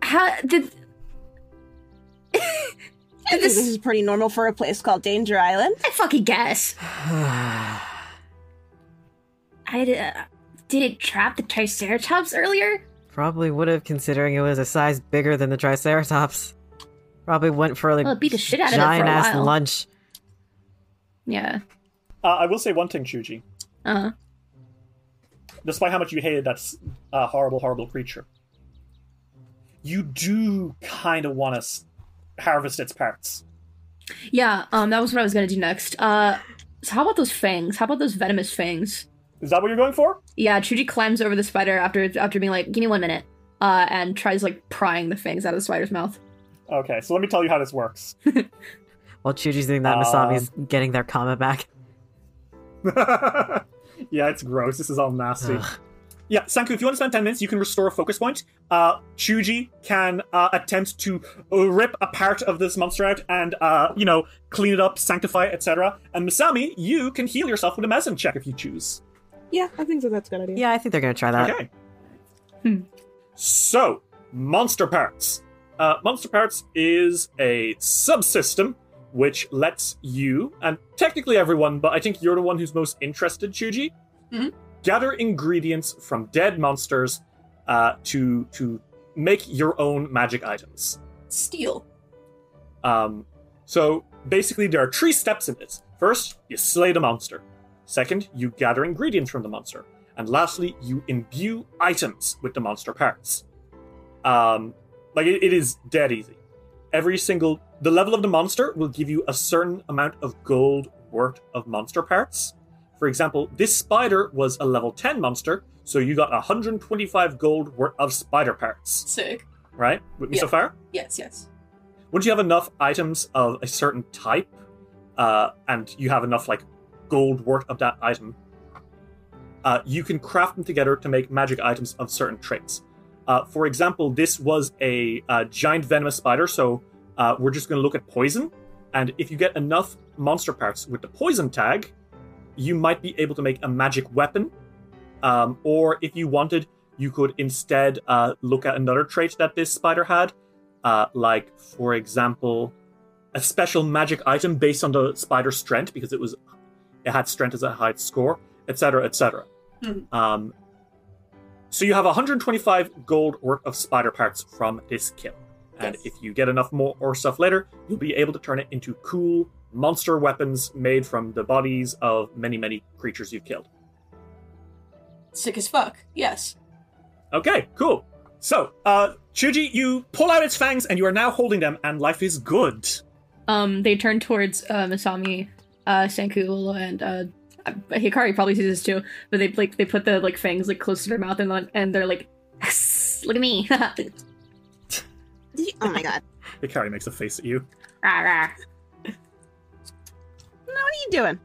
Speaker 2: How did.
Speaker 3: I think
Speaker 2: This-
Speaker 3: this is pretty normal for a place called Danger Island.
Speaker 2: I fucking guess. I did. Uh, did it trap the Triceratops earlier?
Speaker 4: Probably would have, considering it was a size bigger than the Triceratops. Probably went for like
Speaker 2: Well, it beat the shit out of it for a
Speaker 4: giant ass
Speaker 2: while.
Speaker 4: lunch.
Speaker 2: Yeah.
Speaker 1: Uh, I will say one thing, Shuji.
Speaker 2: Uh huh.
Speaker 1: Despite how much you hated that s- uh, horrible, horrible creature, you do kind of want to harvest its parts.
Speaker 2: Yeah, um, that was what I was gonna do next. Uh, so how about those fangs? How about those venomous fangs?
Speaker 1: Is that what you're going for?
Speaker 2: Yeah, Chuji climbs over the spider after after being like, "Give me one minute," uh, and tries like prying the fangs out of the spider's mouth.
Speaker 1: Okay, so let me tell you how this works.
Speaker 4: While Chuji's doing that,
Speaker 1: Um,
Speaker 4: Masami's getting their comment back.
Speaker 1: yeah, it's gross. This is all nasty.
Speaker 4: Ugh.
Speaker 1: Yeah, Sanku, if you want to spend 10 minutes, you can restore a focus point. Uh, Chuji can uh, attempt to uh, rip a part of this monster out and, uh, you know, clean it up, sanctify it, etc. And Misami, you can heal yourself with a medicine check if you choose.
Speaker 3: Yeah, I think that that's a good idea.
Speaker 4: Yeah, I think they're gonna try that.
Speaker 1: Okay.
Speaker 2: Hmm.
Speaker 1: So, monster parts. Uh, monster parts is a subsystem which lets you, and technically everyone, but I think you're the one who's most interested, Chuji,
Speaker 2: Mhm.
Speaker 1: gather ingredients from dead monsters uh, to to make your own magic items.
Speaker 2: Steel.
Speaker 1: Um, so basically, there are three steps in this. First, you slay the monster. Second, you gather ingredients from the monster. And lastly, you imbue items with the monster parts. Um, like, it- it is dead easy. Every single. The level of the monster will give you a certain amount of gold worth of monster parts. For example, this spider was a level 10 monster, so you got 125 gold worth of spider parts.
Speaker 5: Sick.
Speaker 1: Right? With me so
Speaker 5: Yeah.
Speaker 1: far?
Speaker 5: Yes, yes.
Speaker 1: once you have enough items of a certain type, uh, and you have enough like gold worth of that item, uh, you can craft them together to make magic items of certain traits. Uh, for example, this was a uh, giant venomous spider, so uh, we're just going to look at poison. And if you get enough monster parts with the poison tag, you might be able to make a magic weapon. Um, or if you wanted, you could instead uh, look at another trait that this spider had, uh, like for example a special magic item based on the spider's strength because it was it had strength as a high score etc etc
Speaker 5: Mhm.
Speaker 1: um, so you have 125 gold worth of spider parts from this kill and
Speaker 5: Yes.
Speaker 1: if you get enough more or stuff later you'll be able to turn it into cool monster weapons made from the bodies of many many creatures you've killed
Speaker 5: Sick as fuck. Yes.
Speaker 1: okay cool so uh chuji you pull out its fangs and you are now holding them and life is good
Speaker 2: Um, they turn towards uh, Masami, uh, Sanku, and uh, Hikari probably sees this too. But they like they put the like fangs like close to their mouth and like, and they're like, "Yes, "Look at me!" Rah,
Speaker 3: Oh my god.
Speaker 1: Hikari makes a face at you.
Speaker 2: rah.
Speaker 3: Now, what are you doing?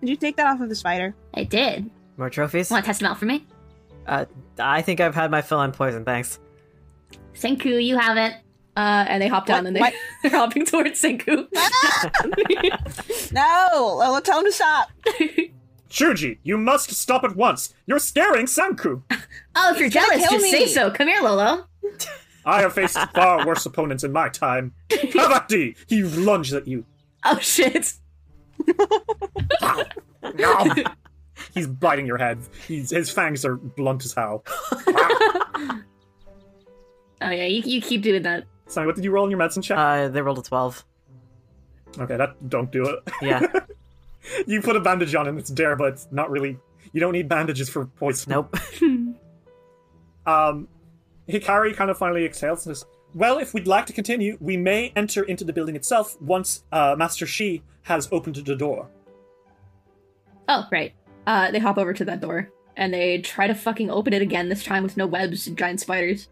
Speaker 3: Did you take that off of the spider?
Speaker 2: I did.
Speaker 4: More trophies?
Speaker 2: Want to test them out for me,
Speaker 4: Uh, I think I've had my fill on poison, thanks.
Speaker 2: Senku? You haven't. Uh, and they hop down
Speaker 3: What?
Speaker 2: and they,
Speaker 3: What?
Speaker 2: they're hopping towards Senku.
Speaker 3: No! Lola, tell him to stop!
Speaker 2: Oh,
Speaker 1: Shuji, you must stop at once. You're scaring Sanku.
Speaker 2: Oh, if you're
Speaker 3: gonna
Speaker 2: jealous,
Speaker 3: kill
Speaker 2: just
Speaker 3: me.
Speaker 2: say so. Come here, Lolo.
Speaker 1: I have faced far worse opponents in my time. Havati, he lunges at you.
Speaker 2: Oh shit.
Speaker 1: Nom. He's biting your head. He's, his fangs are blunt as hell.
Speaker 2: Oh yeah, you, you keep doing that.
Speaker 1: Sammy, what did you roll in your medicine check?
Speaker 4: Uh, they rolled a 12.
Speaker 1: okay, that don't do it.
Speaker 4: Yeah.
Speaker 1: you put a bandage on and it's there, but it's not really. You don't need bandages for poison.
Speaker 4: nope.
Speaker 1: Um, Hikari kind of finally exhales and says, Well, if we'd like to continue, we may enter into the building itself once uh, Master Shi has opened the door.
Speaker 2: Oh right. Uh, they hop over to that door and they try to fucking open it again. This time with no webs and giant spiders.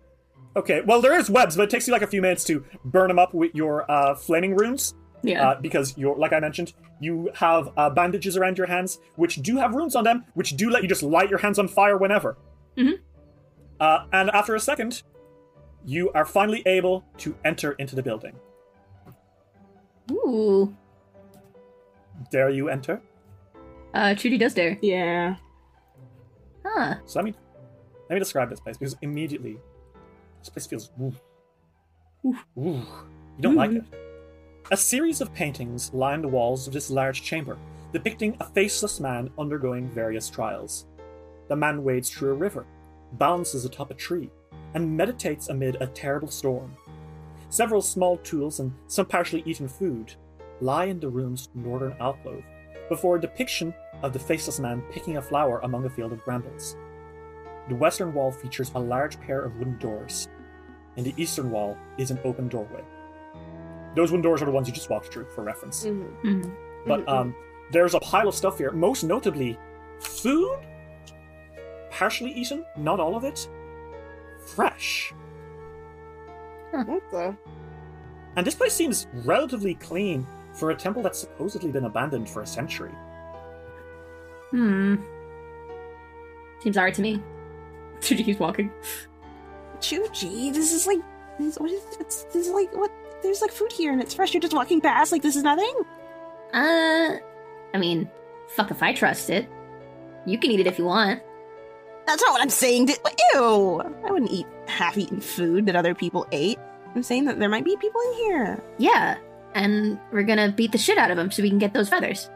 Speaker 1: Okay, well, there is webs, but it takes you like a few minutes to burn them up with your uh, flaming runes.
Speaker 2: Yeah.
Speaker 1: Uh, because you're, like I mentioned, you have uh, bandages around your hands, which do have runes on them, which do let you just light your hands on fire whenever.
Speaker 2: Mhm.
Speaker 1: Uh, and after a second, you are finally able to enter into the building.
Speaker 2: Ooh.
Speaker 1: Dare you enter?
Speaker 2: Uh, Trudy does dare.
Speaker 3: Yeah.
Speaker 2: Huh.
Speaker 1: So let me let me describe this place because immediately this place feels ooh, ooh, you don't like it. A series of paintings line the walls of this large chamber, depicting a faceless man undergoing various trials. The man wades through a river, balances atop a tree, and meditates amid a terrible storm. Several small tools and some partially eaten food lie in the room's northern alcove before a depiction of the faceless man picking a flower among a field of brambles. The western wall features a large pair of wooden doors, and the eastern wall is an open doorway. Those wooden doors are the ones you just walked through for reference.
Speaker 2: Mhm.
Speaker 1: But um, there's a pile of stuff here, most notably food, partially eaten, not all of it, fresh.
Speaker 3: What the?
Speaker 1: And this place seems relatively clean for a temple that's supposedly been abandoned for a century.
Speaker 2: Hmm. Seems alright to me. Trudy keeps walking.
Speaker 3: Chuji, this is like, this, what is, it's, this is like, what? There's like food here and it's fresh. You're just walking past, like this is nothing.
Speaker 2: Uh, I mean, fuck if I trust it. You can eat it if you want.
Speaker 3: That's not what I'm saying. Di- Ew! I wouldn't eat half-eaten food that other people ate. I'm saying that there might be people in here,
Speaker 2: Yeah, and we're gonna beat the shit out of him so we can get those feathers.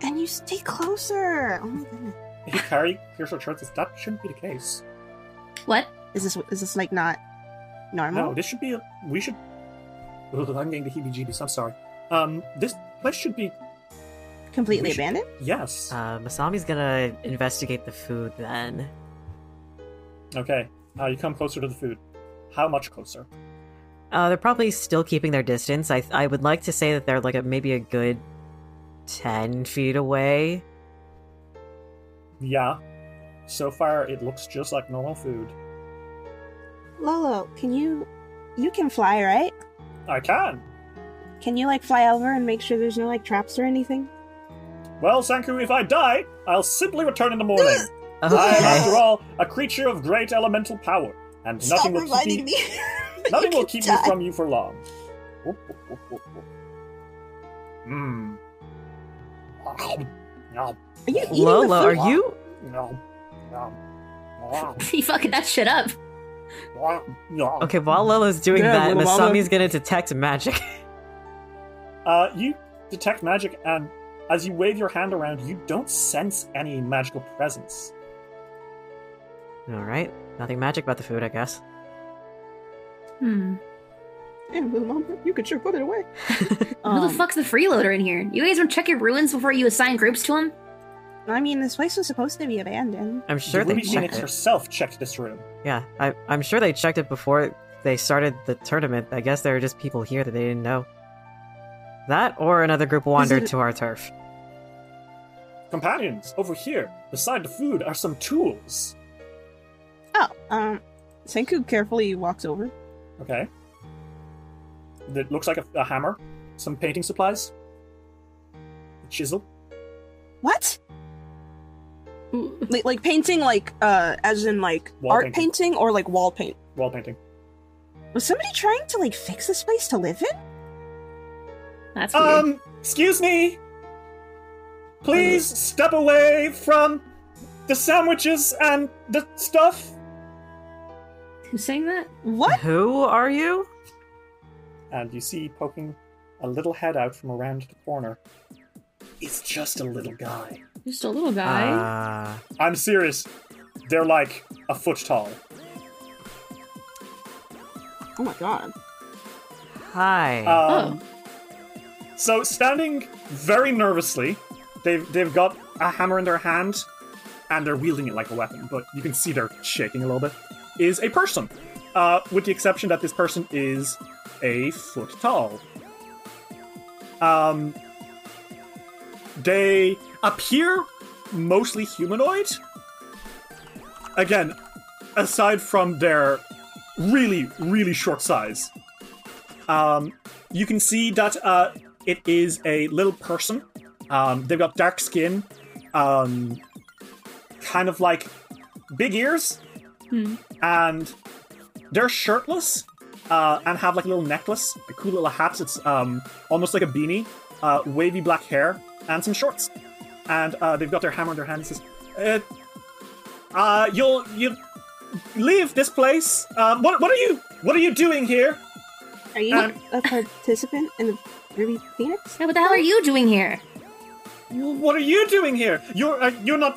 Speaker 3: and you stay closer. Oh my goodness.
Speaker 1: If you carry Pierce Church, that shouldn't be the case.
Speaker 2: What?
Speaker 3: Is this is this like not normal?
Speaker 1: No, this should be a. We should. Ugh, I'm getting the heebie-jeebies. I'm sorry. Um, this place should be
Speaker 3: Completely
Speaker 1: we should-
Speaker 3: abandoned?
Speaker 1: yes.
Speaker 4: Uh, Masami's gonna investigate the food then.
Speaker 1: okay. Uh, you come closer to the food. How much closer?
Speaker 4: Uh, they're probably still keeping their distance. I I would like to say that they're like a, maybe a good ten feet away.
Speaker 1: Yeah. So far, it looks just like normal food.
Speaker 3: Lolo, can you you can fly, right?
Speaker 1: I can.
Speaker 3: Can you like fly over and make sure there's no like traps or anything?
Speaker 1: Well, Sanku, if I die, I'll simply return in the morning. I am,
Speaker 4: Okay.
Speaker 1: after all, a creature of great elemental power, and nothing will keep me. Nothing will keep me from you for long. Whoop, whoop, whoop, whoop, whoop. Hmm. Nom,
Speaker 3: Are you eating
Speaker 4: Lola,
Speaker 3: the food?
Speaker 4: are you?
Speaker 1: nom, nom, nom,
Speaker 2: he fucking that shit up.
Speaker 1: nom, nom.
Speaker 4: Okay, while Lola's doing
Speaker 3: Yeah,
Speaker 4: that,
Speaker 3: little mama.
Speaker 4: Masami's gonna detect magic.
Speaker 1: Uh, you detect magic, and as you wave your hand around, you don't sense any magical presence.
Speaker 4: all right, nothing magic about the food, I guess.
Speaker 2: Hmm.
Speaker 3: Yeah, little mama, you could sure put it away.
Speaker 2: Who
Speaker 3: Um,
Speaker 2: the fuck's the freeloader in here? You guys don't check your ruins before you assign groups to them?
Speaker 3: I mean, this place was supposed to be abandoned.
Speaker 4: I'm sure
Speaker 1: the
Speaker 4: they
Speaker 1: Ruby Phoenix
Speaker 4: checked it.
Speaker 1: herself checked this room.
Speaker 4: Yeah, I, I'm sure they checked it before they started the tournament. I guess there were just people here that they didn't know. That or another group wandered
Speaker 3: it-
Speaker 4: to our turf.
Speaker 1: Companions, over here, beside the food, are some tools.
Speaker 3: Oh, um, Senku carefully walks over.
Speaker 1: Okay. That looks like a, a hammer, some painting supplies, a chisel.
Speaker 3: What? Like, like painting, like uh, as in like
Speaker 1: Wall
Speaker 3: art
Speaker 1: painting.
Speaker 3: painting. or like wall paint.
Speaker 1: wall painting.
Speaker 3: Was somebody trying to like fix this place to live in?
Speaker 2: That's weird.
Speaker 1: Um, excuse me. Please step away from the sandwiches and the stuff.
Speaker 2: Who's saying that?
Speaker 3: What?
Speaker 4: Who are you?
Speaker 1: And you see poking a little head out from around the corner. It's just a little guy.
Speaker 2: Just a little guy.
Speaker 4: Uh,
Speaker 1: I'm serious. They're like a foot tall.
Speaker 3: Oh my god.
Speaker 4: Uh, hi.
Speaker 3: Uh,
Speaker 1: Um, So standing very nervously, they've they've got a hammer in their hand, and they're wielding it like a weapon. But you can see they're shaking a little bit. Is a person, uh, with the exception that this person is a foot tall. Um, they appear mostly humanoid. Again, aside from their really really short size. Um, you can see that uh, it is a little person. Um, they've got dark skin, um, kind of like big ears,
Speaker 2: Hmm.
Speaker 1: and they're shirtless uh, and have like a little necklace, a cool little hat. It's um, almost like a beanie, uh, wavy black hair, and some shorts. And uh, they've got their hammer in their hand. It says, uh, uh, "You'll you leave this place. Um, what what are you what are you doing here?"
Speaker 3: Are you
Speaker 1: Um,
Speaker 3: a participant in the Ruby Phoenix?
Speaker 6: Yeah, what the hell are you doing here?
Speaker 1: W- What are you doing here? You're uh, you're not.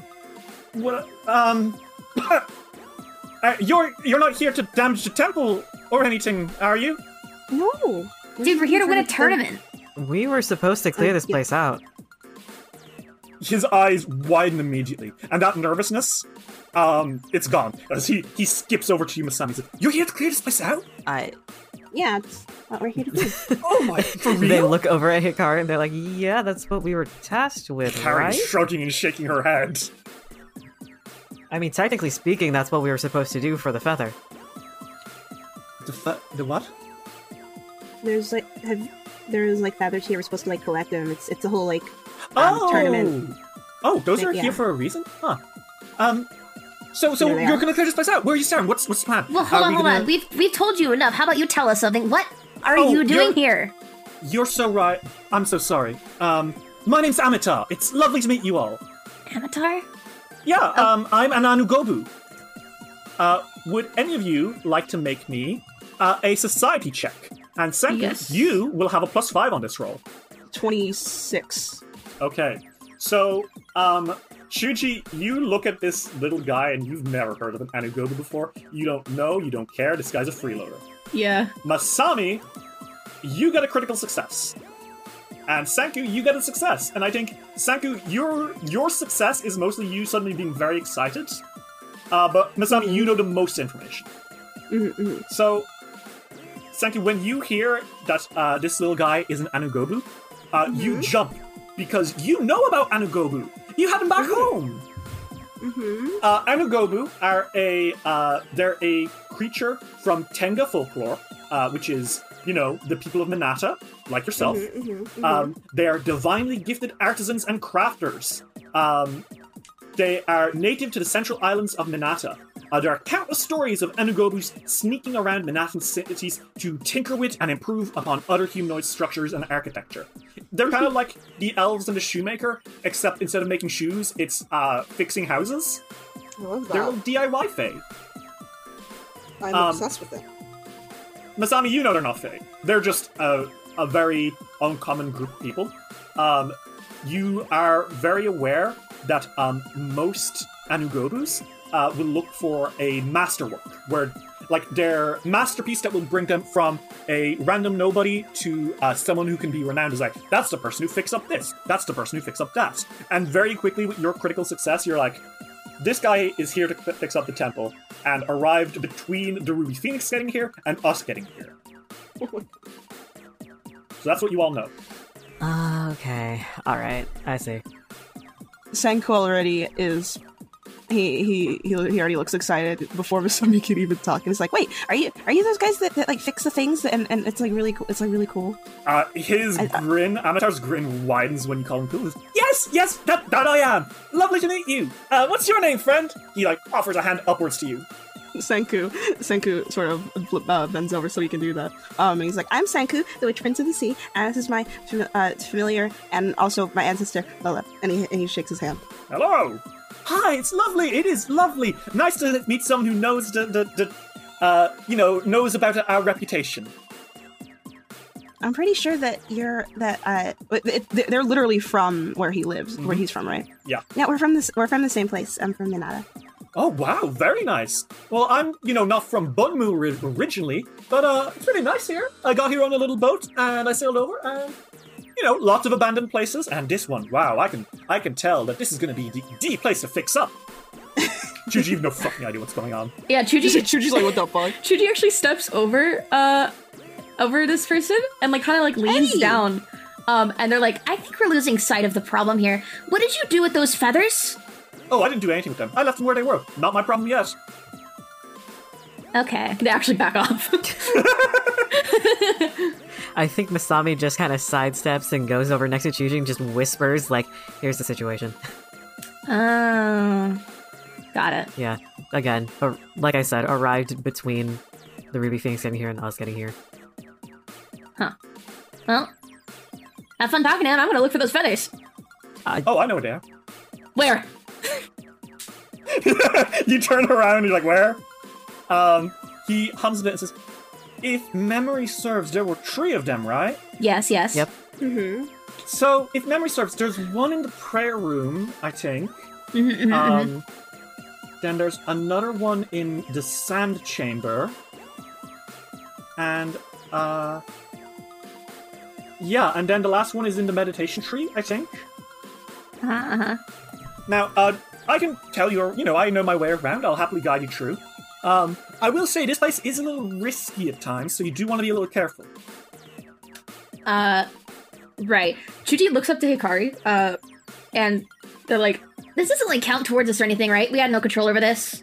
Speaker 1: What, um, uh, you're you're not here to damage the temple or anything, are you?
Speaker 3: No.
Speaker 6: Dude, we're here to win a tournament.
Speaker 4: we were supposed to clear this
Speaker 3: yeah.
Speaker 4: place out.
Speaker 1: His eyes widen immediately, and that nervousness, um, it's gone. As he he skips over to you, Masami. He says, "You're here to clear this place out."
Speaker 4: I.
Speaker 3: Yeah, it's what we're here to do.
Speaker 1: Oh my! For
Speaker 4: They
Speaker 1: real?
Speaker 4: look over at Hikaru and they're like, "Yeah, that's what we were tasked with,
Speaker 1: Karen
Speaker 4: right?"
Speaker 1: shrugging and shaking her head.
Speaker 4: I mean, technically speaking, that's what we were supposed to do for the feather.
Speaker 1: The fu- the what?
Speaker 3: There's like have there's like feathers here. We're supposed to like collect them. It's it's a whole like um, tournament.
Speaker 1: Oh, those
Speaker 3: Like,
Speaker 1: are
Speaker 3: yeah.
Speaker 1: here for a reason, huh? Um, so so
Speaker 3: There they
Speaker 1: you're
Speaker 3: are.
Speaker 1: gonna clear this place out? Where are you starting? What's what's the plan?
Speaker 6: Well, hold
Speaker 1: Are
Speaker 6: on,
Speaker 1: we
Speaker 6: hold
Speaker 1: gonna-
Speaker 6: on. We've we've told you enough. How about you tell us something? What are
Speaker 1: Oh,
Speaker 6: you doing
Speaker 1: you're-
Speaker 6: here?
Speaker 1: You're so right. I'm so sorry. Um, my name's Amitar. It's lovely to meet you all.
Speaker 6: Avatar?
Speaker 1: Yeah, um, I'm Ananu Gobu. Uh, would any of you like to make me uh, a society check? And second,
Speaker 2: Yes.
Speaker 1: you will have a plus five on this roll.
Speaker 3: Twenty six.
Speaker 1: Okay. So, um, Shuji, you look at this little guy and you've never heard of an Anugobu before. You don't know, you don't care. This guy's a freeloader.
Speaker 2: yeah.
Speaker 1: Masami, you got a critical success. And Sanku, you got a success. And I think Sanku, your your success is mostly you suddenly being very excited. Uh, but Masami, you know the most information.
Speaker 3: Mm-hmm.
Speaker 1: So, Sanku, when you hear that uh, this little guy is an Anugobu, uh,
Speaker 3: Mm-hmm.
Speaker 1: you jump because you know about Anugobu. You had him back home.
Speaker 3: Mm-hmm.
Speaker 1: Uh, Anugobu are a uh, they're a creature from Tenga folklore, uh, which is you know the people of Manata, like yourself.
Speaker 3: Mm-hmm,
Speaker 1: Um, they are divinely gifted artisans and crafters. Um, they are native to the central islands of Manata. Uh, there are countless stories of Anugobus sneaking around Manatan cities to tinker with and improve upon other humanoid structures and architecture. They're kind of like the elves and the shoemaker, except instead of making shoes, it's uh, fixing houses.
Speaker 3: I love
Speaker 1: They're a little DIY fey.
Speaker 3: I'm
Speaker 1: um,
Speaker 3: obsessed with it.
Speaker 1: Masami, you know they're not fey. They're just a, a very uncommon group of people. Um, you are very aware that um, most Anugobus uh, will look for a masterwork, where like their masterpiece that will bring them from a random nobody to uh, someone who can be renowned is like that's the person who fixed up this, that's the person who fixed up that, and very quickly with your critical success, you're like, this guy is here to f- fix up the temple and arrived between the Ruby Phoenix getting here and us getting here. so that's what you all know.
Speaker 4: Ah, okay. All right. I see.
Speaker 3: Senku already is. He, he he he already looks excited before Masami can even talk. And he's like, "Wait, are you are you those guys that, that like fix the things?" And, and it's like really cool. It's like really cool.
Speaker 1: Uh, his
Speaker 3: I- I-
Speaker 1: grin, Amatar's grin widens when you call him cool. Yes, yes, that, that I am. Lovely to meet you. Uh, what's your name, friend? He like offers a hand upwards to you.
Speaker 3: Senku Senku sort of flip, uh, bends over so he can do that. Um, and he's like, "I'm Senku, the Witch Prince of the Sea, and this is my fam- uh, familiar and also my ancestor Lola." And he and he shakes his hand.
Speaker 1: Hello. Hi, it's lovely. It is lovely. Nice to meet someone who knows the the, the uh, you know knows about our reputation.
Speaker 3: I'm pretty sure that you're that uh, it, it, they're- they're literally from where he lives, where he's from, right?
Speaker 1: Yeah.
Speaker 3: Yeah, we're from this. We're from the same place. I'm from Minata.
Speaker 1: Oh wow, very nice. Well, I'm you know not from Bunmu ri- originally, but uh, it's really nice here. I got here on a little boat and I sailed over, and you know lots of abandoned places, and this one. Wow, I can I can tell that this is going to be the, the place to fix up. Juju, you've no fucking idea what's going on.
Speaker 2: Yeah, Chuji.
Speaker 3: Chuji's like, what the fuck?
Speaker 2: Chuji actually steps over, uh, over this person and like kind of like leans
Speaker 3: Hey!
Speaker 2: down. Um, and they're like,
Speaker 6: I think we're losing sight of the problem here. What did you do with those feathers?
Speaker 1: Oh, I didn't do anything with them. I left them where they were. Not my problem yet.
Speaker 6: Okay.
Speaker 2: they actually back off.
Speaker 4: I think Masami just kind of sidesteps and goes over next to Chuji and just whispers, like, here's the situation.
Speaker 2: Um,
Speaker 6: Oh. Got it.
Speaker 4: yeah, again, ar- like I said, arrived between the Ruby Phoenix getting here and us getting here.
Speaker 6: Well,
Speaker 2: Have fun talking to him. I'm gonna look for those feathers.
Speaker 1: Oh, I know where they are.
Speaker 2: Where?
Speaker 1: you turn around and you're like, where? Um, he hums a bit and says, if memory serves, there were three of them, right?
Speaker 6: yes, yes.
Speaker 4: Yep.
Speaker 3: Mm-hmm.
Speaker 1: So, if memory serves, there's one in the prayer room, I think. um, Then there's another one in the sand chamber. And, uh. Yeah, and then the last one is in the meditation tree, I think.
Speaker 6: Uh-huh, uh-huh.
Speaker 1: Now, uh, I can tell you, you know, I know my way around. I'll happily guide you through. Um, I will say this place is a little risky at times, so you do want to be a little careful.
Speaker 2: Uh, right. Chuji looks up to Hikari, uh, and they're like,
Speaker 6: This doesn't like count towards us or anything, right? We had no control over this.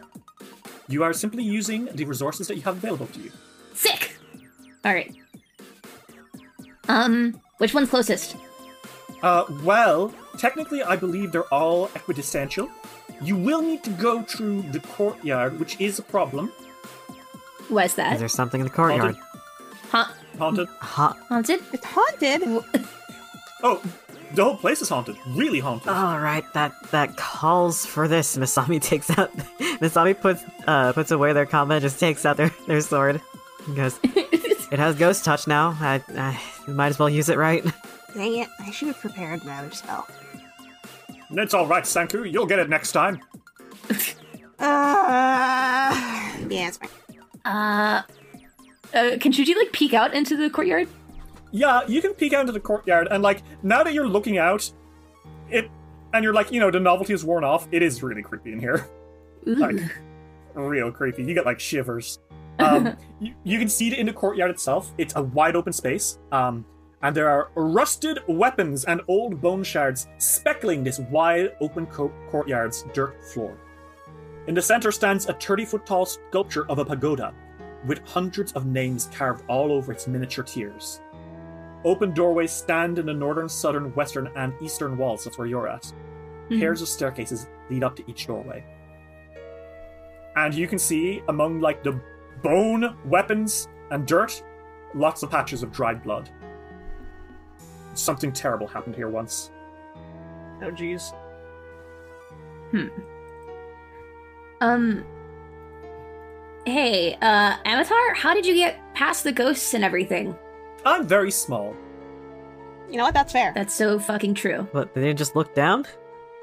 Speaker 1: You are simply using the resources that you have available to you.
Speaker 6: Sick. All right. Um, which one's closest?
Speaker 1: Uh, well, technically, I believe they're all equidistantly. You will need to go through the courtyard, which is a problem.
Speaker 6: Was
Speaker 2: Uh,
Speaker 4: Is
Speaker 6: that?
Speaker 4: there something in the courtyard?
Speaker 6: Huh?
Speaker 1: Haunted.
Speaker 4: Ha-
Speaker 6: Haunted?
Speaker 3: It's haunted.
Speaker 1: Oh, the whole place is haunted. Really haunted.
Speaker 4: All right, that that calls for this. Masami takes out. Masami puts uh puts away their combat, just takes out their their sword. And goes. it has ghost touch now. I, I might as well use it, right?
Speaker 3: Dang it! I should have prepared my other spell.
Speaker 1: It's all right, Sanku. You'll get it next time.
Speaker 3: Uh, yeah, it's fine.
Speaker 6: Uh,
Speaker 2: uh, can Chuji like peek out into the courtyard?
Speaker 1: Yeah, you can peek out into the courtyard, and like now that you're looking out, it and you're like, you know, the novelty is worn off. It is really creepy in here, like real creepy. You get like shivers. Um, you, you can see it in the courtyard itself. It's a wide open space, um, and there are rusted weapons and old bone shards speckling this wide open co- courtyard's dirt floor. In the center stands a 30 foot tall sculpture of a pagoda, with hundreds of names carved all over its miniature tiers. Open doorways stand in the northern, southern, western, and eastern walls. That's where you're at.
Speaker 2: Hmm.
Speaker 1: Pairs of staircases lead up to each doorway. And you can see among like the bone, weapons, and dirt, lots of patches of dried blood. Something terrible happened here once.
Speaker 3: Oh jeez.
Speaker 6: um. Hey, uh, Amatar, how did you get past the ghosts and everything?
Speaker 1: I'm very small.
Speaker 3: You know what? That's fair.
Speaker 6: That's so fucking true.
Speaker 4: But they didn't just look down.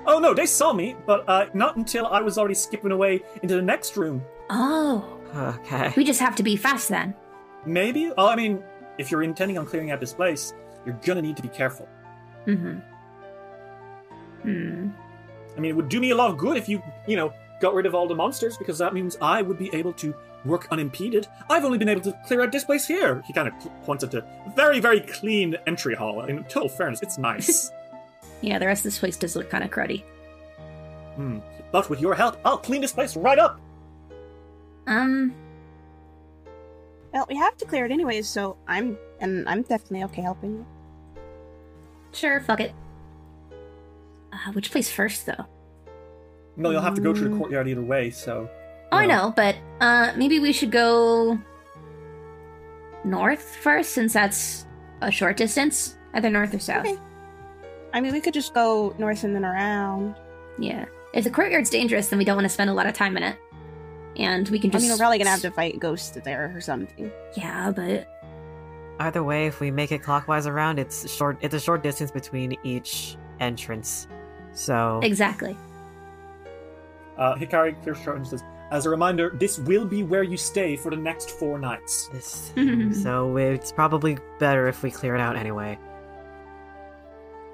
Speaker 1: Oh no, they saw me, but uh, not until I was already skipping away into the next room.
Speaker 6: Oh,
Speaker 4: Okay.
Speaker 6: we just have to be fast then.
Speaker 1: Maybe? Oh, I mean, if you're intending on clearing out this place, you're gonna need to be careful.
Speaker 6: Mm-hmm. Hmm.
Speaker 1: I mean, it would do me a lot of good if you, you know, got rid of all the monsters because that means I would be able to work unimpeded. I've only been able to clear out this place here. He kind of p- points at the very, very clean entry hall. In total fairness, it's nice.
Speaker 6: Yeah, the rest of this place does look kind of cruddy.
Speaker 1: Hmm. But with your help, I'll clean this place right up.
Speaker 6: Um,
Speaker 3: Well, we have to clear it anyways, so I'm and I'm definitely okay helping you.
Speaker 6: sure, fuck it. Uh, which place first, though?
Speaker 1: No, you'll have to go through the courtyard either way. So,
Speaker 6: Oh, I
Speaker 1: Yeah.
Speaker 6: know, but uh, maybe we should go north first, since that's a short distance. Either north or south.
Speaker 3: Okay. I mean, we could just go north and then around.
Speaker 6: Yeah. If the courtyard's dangerous, then we don't want to spend a lot of time in it. And we can
Speaker 3: I
Speaker 6: just.
Speaker 3: mean, we're probably gonna have to fight ghosts there or something.
Speaker 6: Yeah, but
Speaker 4: Either way, if we make it clockwise around, it's short. It's a short distance between each entrance. So
Speaker 6: Exactly.
Speaker 1: Uh, Hikari clears her throat and says, "As a reminder, this will be where you stay for the next four nights."
Speaker 4: this. so it's probably better if we clear it out anyway.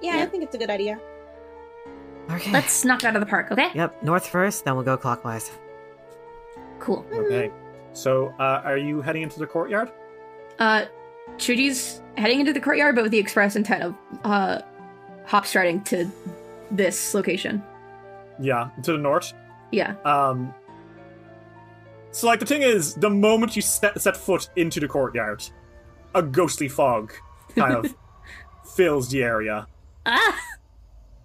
Speaker 7: Yeah, I think it's a good idea.
Speaker 4: Okay.
Speaker 6: Let's knock it out of the park, okay?
Speaker 4: Yep. North first, then we'll go clockwise.
Speaker 6: Cool.
Speaker 3: Mm.
Speaker 1: Okay. So, uh, are you heading into the courtyard?
Speaker 2: Uh, Chuji's heading into the courtyard, but with the express intent of uh, hopstriding to this location.
Speaker 1: Yeah, to the north.
Speaker 2: Yeah.
Speaker 1: Um. So, like, the thing is, the moment you set, set foot into the courtyard, a ghostly fog kind of fills the area.
Speaker 6: Ah!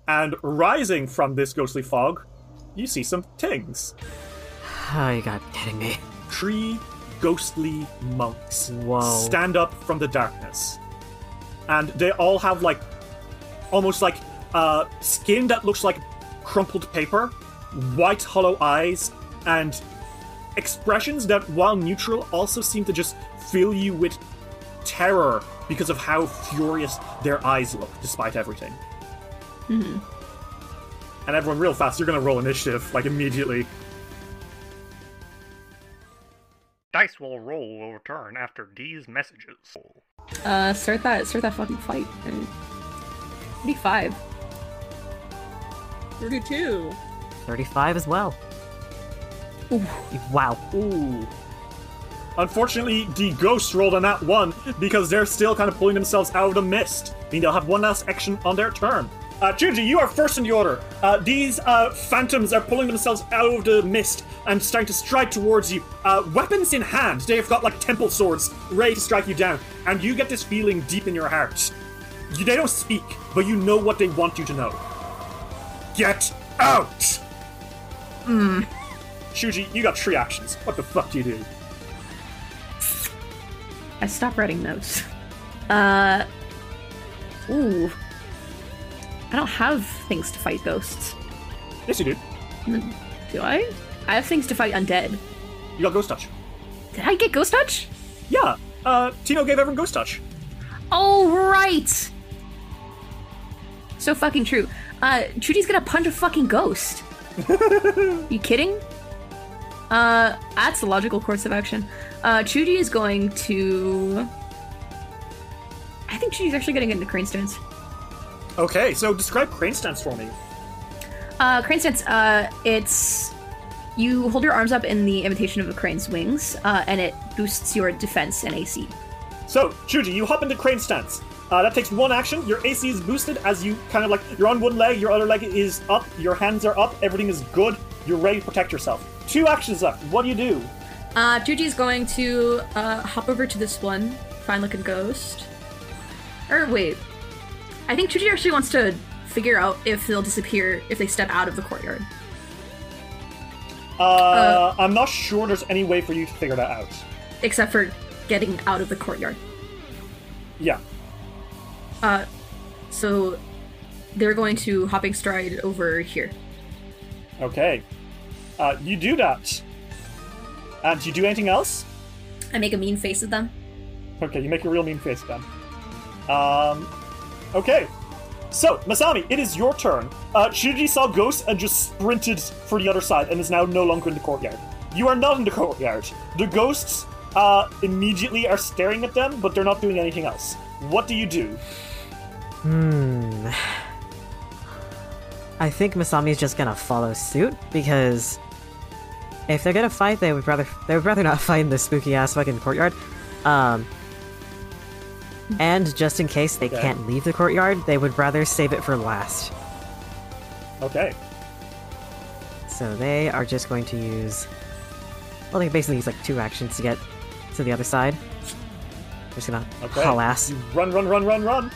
Speaker 1: And rising from this ghostly fog, you see some things.
Speaker 4: Oh, you got kidding me.
Speaker 1: Three ghostly monks
Speaker 4: Whoa.
Speaker 1: stand up from the darkness. And they all have, like, almost like uh, skin that looks like crumpled paper, white hollow eyes, and expressions that, while neutral, also seem to just fill you with terror because of how furious their eyes look, despite everything. And everyone, real fast, you're gonna roll initiative, like, immediately.
Speaker 8: Dice will roll will return after these messages.
Speaker 2: Uh, start that. Start that fucking fight. And- Thirty-five.
Speaker 3: 32.
Speaker 4: Thirty-five as well. Wow.
Speaker 1: Ooh. Unfortunately, the ghosts rolled on that one because they're still kind of pulling themselves out of the mist. I mean, they'll have one last action on their turn. Uh, Chuji, you are first in the order. Uh, these uh, phantoms are pulling themselves out of the mist and starting to stride towards you. Uh, weapons in hand, they've got like temple swords ready to strike you down, and you get this feeling deep in your heart. You, they don't speak, but you know what they want you to know. Get out! Shuji, you got three actions. What the fuck do you do?
Speaker 2: I stopped writing notes. Uh, ooh. I don't have things to fight ghosts.
Speaker 1: Yes, you do.
Speaker 2: Do I? I have things to fight undead.
Speaker 1: You got ghost touch.
Speaker 2: Did I get ghost touch?
Speaker 1: Yeah. Uh, Tino gave everyone ghost touch.
Speaker 2: Oh right. So fucking true. Uh, Trudy's gonna punch a fucking ghost. you kidding? Uh, that's the logical course of action. Uh, Trudy is going to. I think Trudy's actually gonna get into crane stance.
Speaker 1: Okay, so describe crane stance for me.
Speaker 2: Uh, crane stance. Uh, it's you hold your arms up in the imitation of a crane's wings, uh, and it boosts your defense and AC.
Speaker 1: So, Shuji, you hop into crane stance. Uh, that takes one action. Your AC is boosted as you kind of like you're on one leg, your other leg is up, your hands are up, everything is good. You're ready to protect yourself. Two actions left. What do you do?
Speaker 2: Uh, Juji's going to uh, hop over to this one fine looking ghost. Or wait. I think Juji actually wants to figure out if they'll disappear if they step out of the courtyard.
Speaker 1: Uh, I'm not sure there's any way for you to figure that out.
Speaker 2: Except for getting out of the courtyard.
Speaker 1: Yeah.
Speaker 2: So they're going to hopping stride over here.
Speaker 1: Okay. Uh, you do that. And you do anything else?
Speaker 6: I make a mean face at them.
Speaker 1: Okay, you make a real mean face, Ben. Um, okay. So, Masami, it is your turn. Uh, Shuji saw ghosts and just sprinted for the other side and is now no longer in the courtyard. You are not in the courtyard. The ghosts uh, immediately are staring at them, but they're not doing anything else. What do you do?
Speaker 4: Hmm. I think Masami's just gonna follow suit because if they're gonna fight, they would rather they would rather not fight in the spooky ass fucking courtyard. Um. And just in case they
Speaker 1: Okay.
Speaker 4: can't leave the courtyard, they would rather save it for last.
Speaker 1: Okay.
Speaker 4: So they are just going to use. Well, they basically use like two actions to get to the other side. They're just gonna
Speaker 1: Okay.
Speaker 4: haul ass.
Speaker 1: You run, run, run, run, run.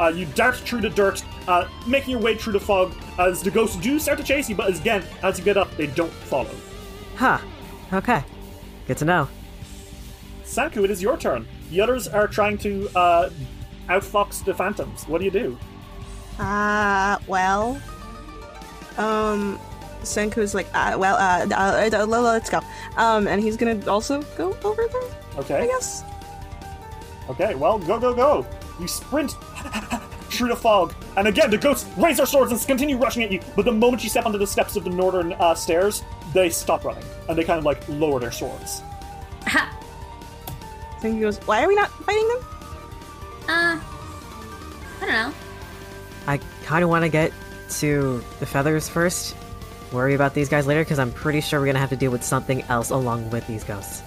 Speaker 1: Uh, you dart through the dirt, uh, making your way through the fog as the ghosts do start to chase you, but as- again, as you get up, they don't follow.
Speaker 4: Huh. Okay. Good to know.
Speaker 1: Sanku, it is your turn. The others are trying to uh, outfox the phantoms. What do you do?
Speaker 3: Ah, well. Um, Senku is like, ah, well, uh, uh, uh, let's go. Um, and he's gonna also go over there, I
Speaker 1: Okay.
Speaker 3: guess.
Speaker 1: Okay, well, go, go, go! You sprint through the fog, and again the ghosts raise their swords and continue rushing at you. But the moment you step onto the steps of the northern uh, stairs, they stop running and they kind of like lower their swords.
Speaker 6: Ha!
Speaker 3: Sangu goes, Why are we not fighting them?
Speaker 6: Uh, I don't know.
Speaker 4: I kind of want to get to the feathers first. Worry about these guys later, because I'm pretty sure we're gonna have to deal with something else along with these ghosts.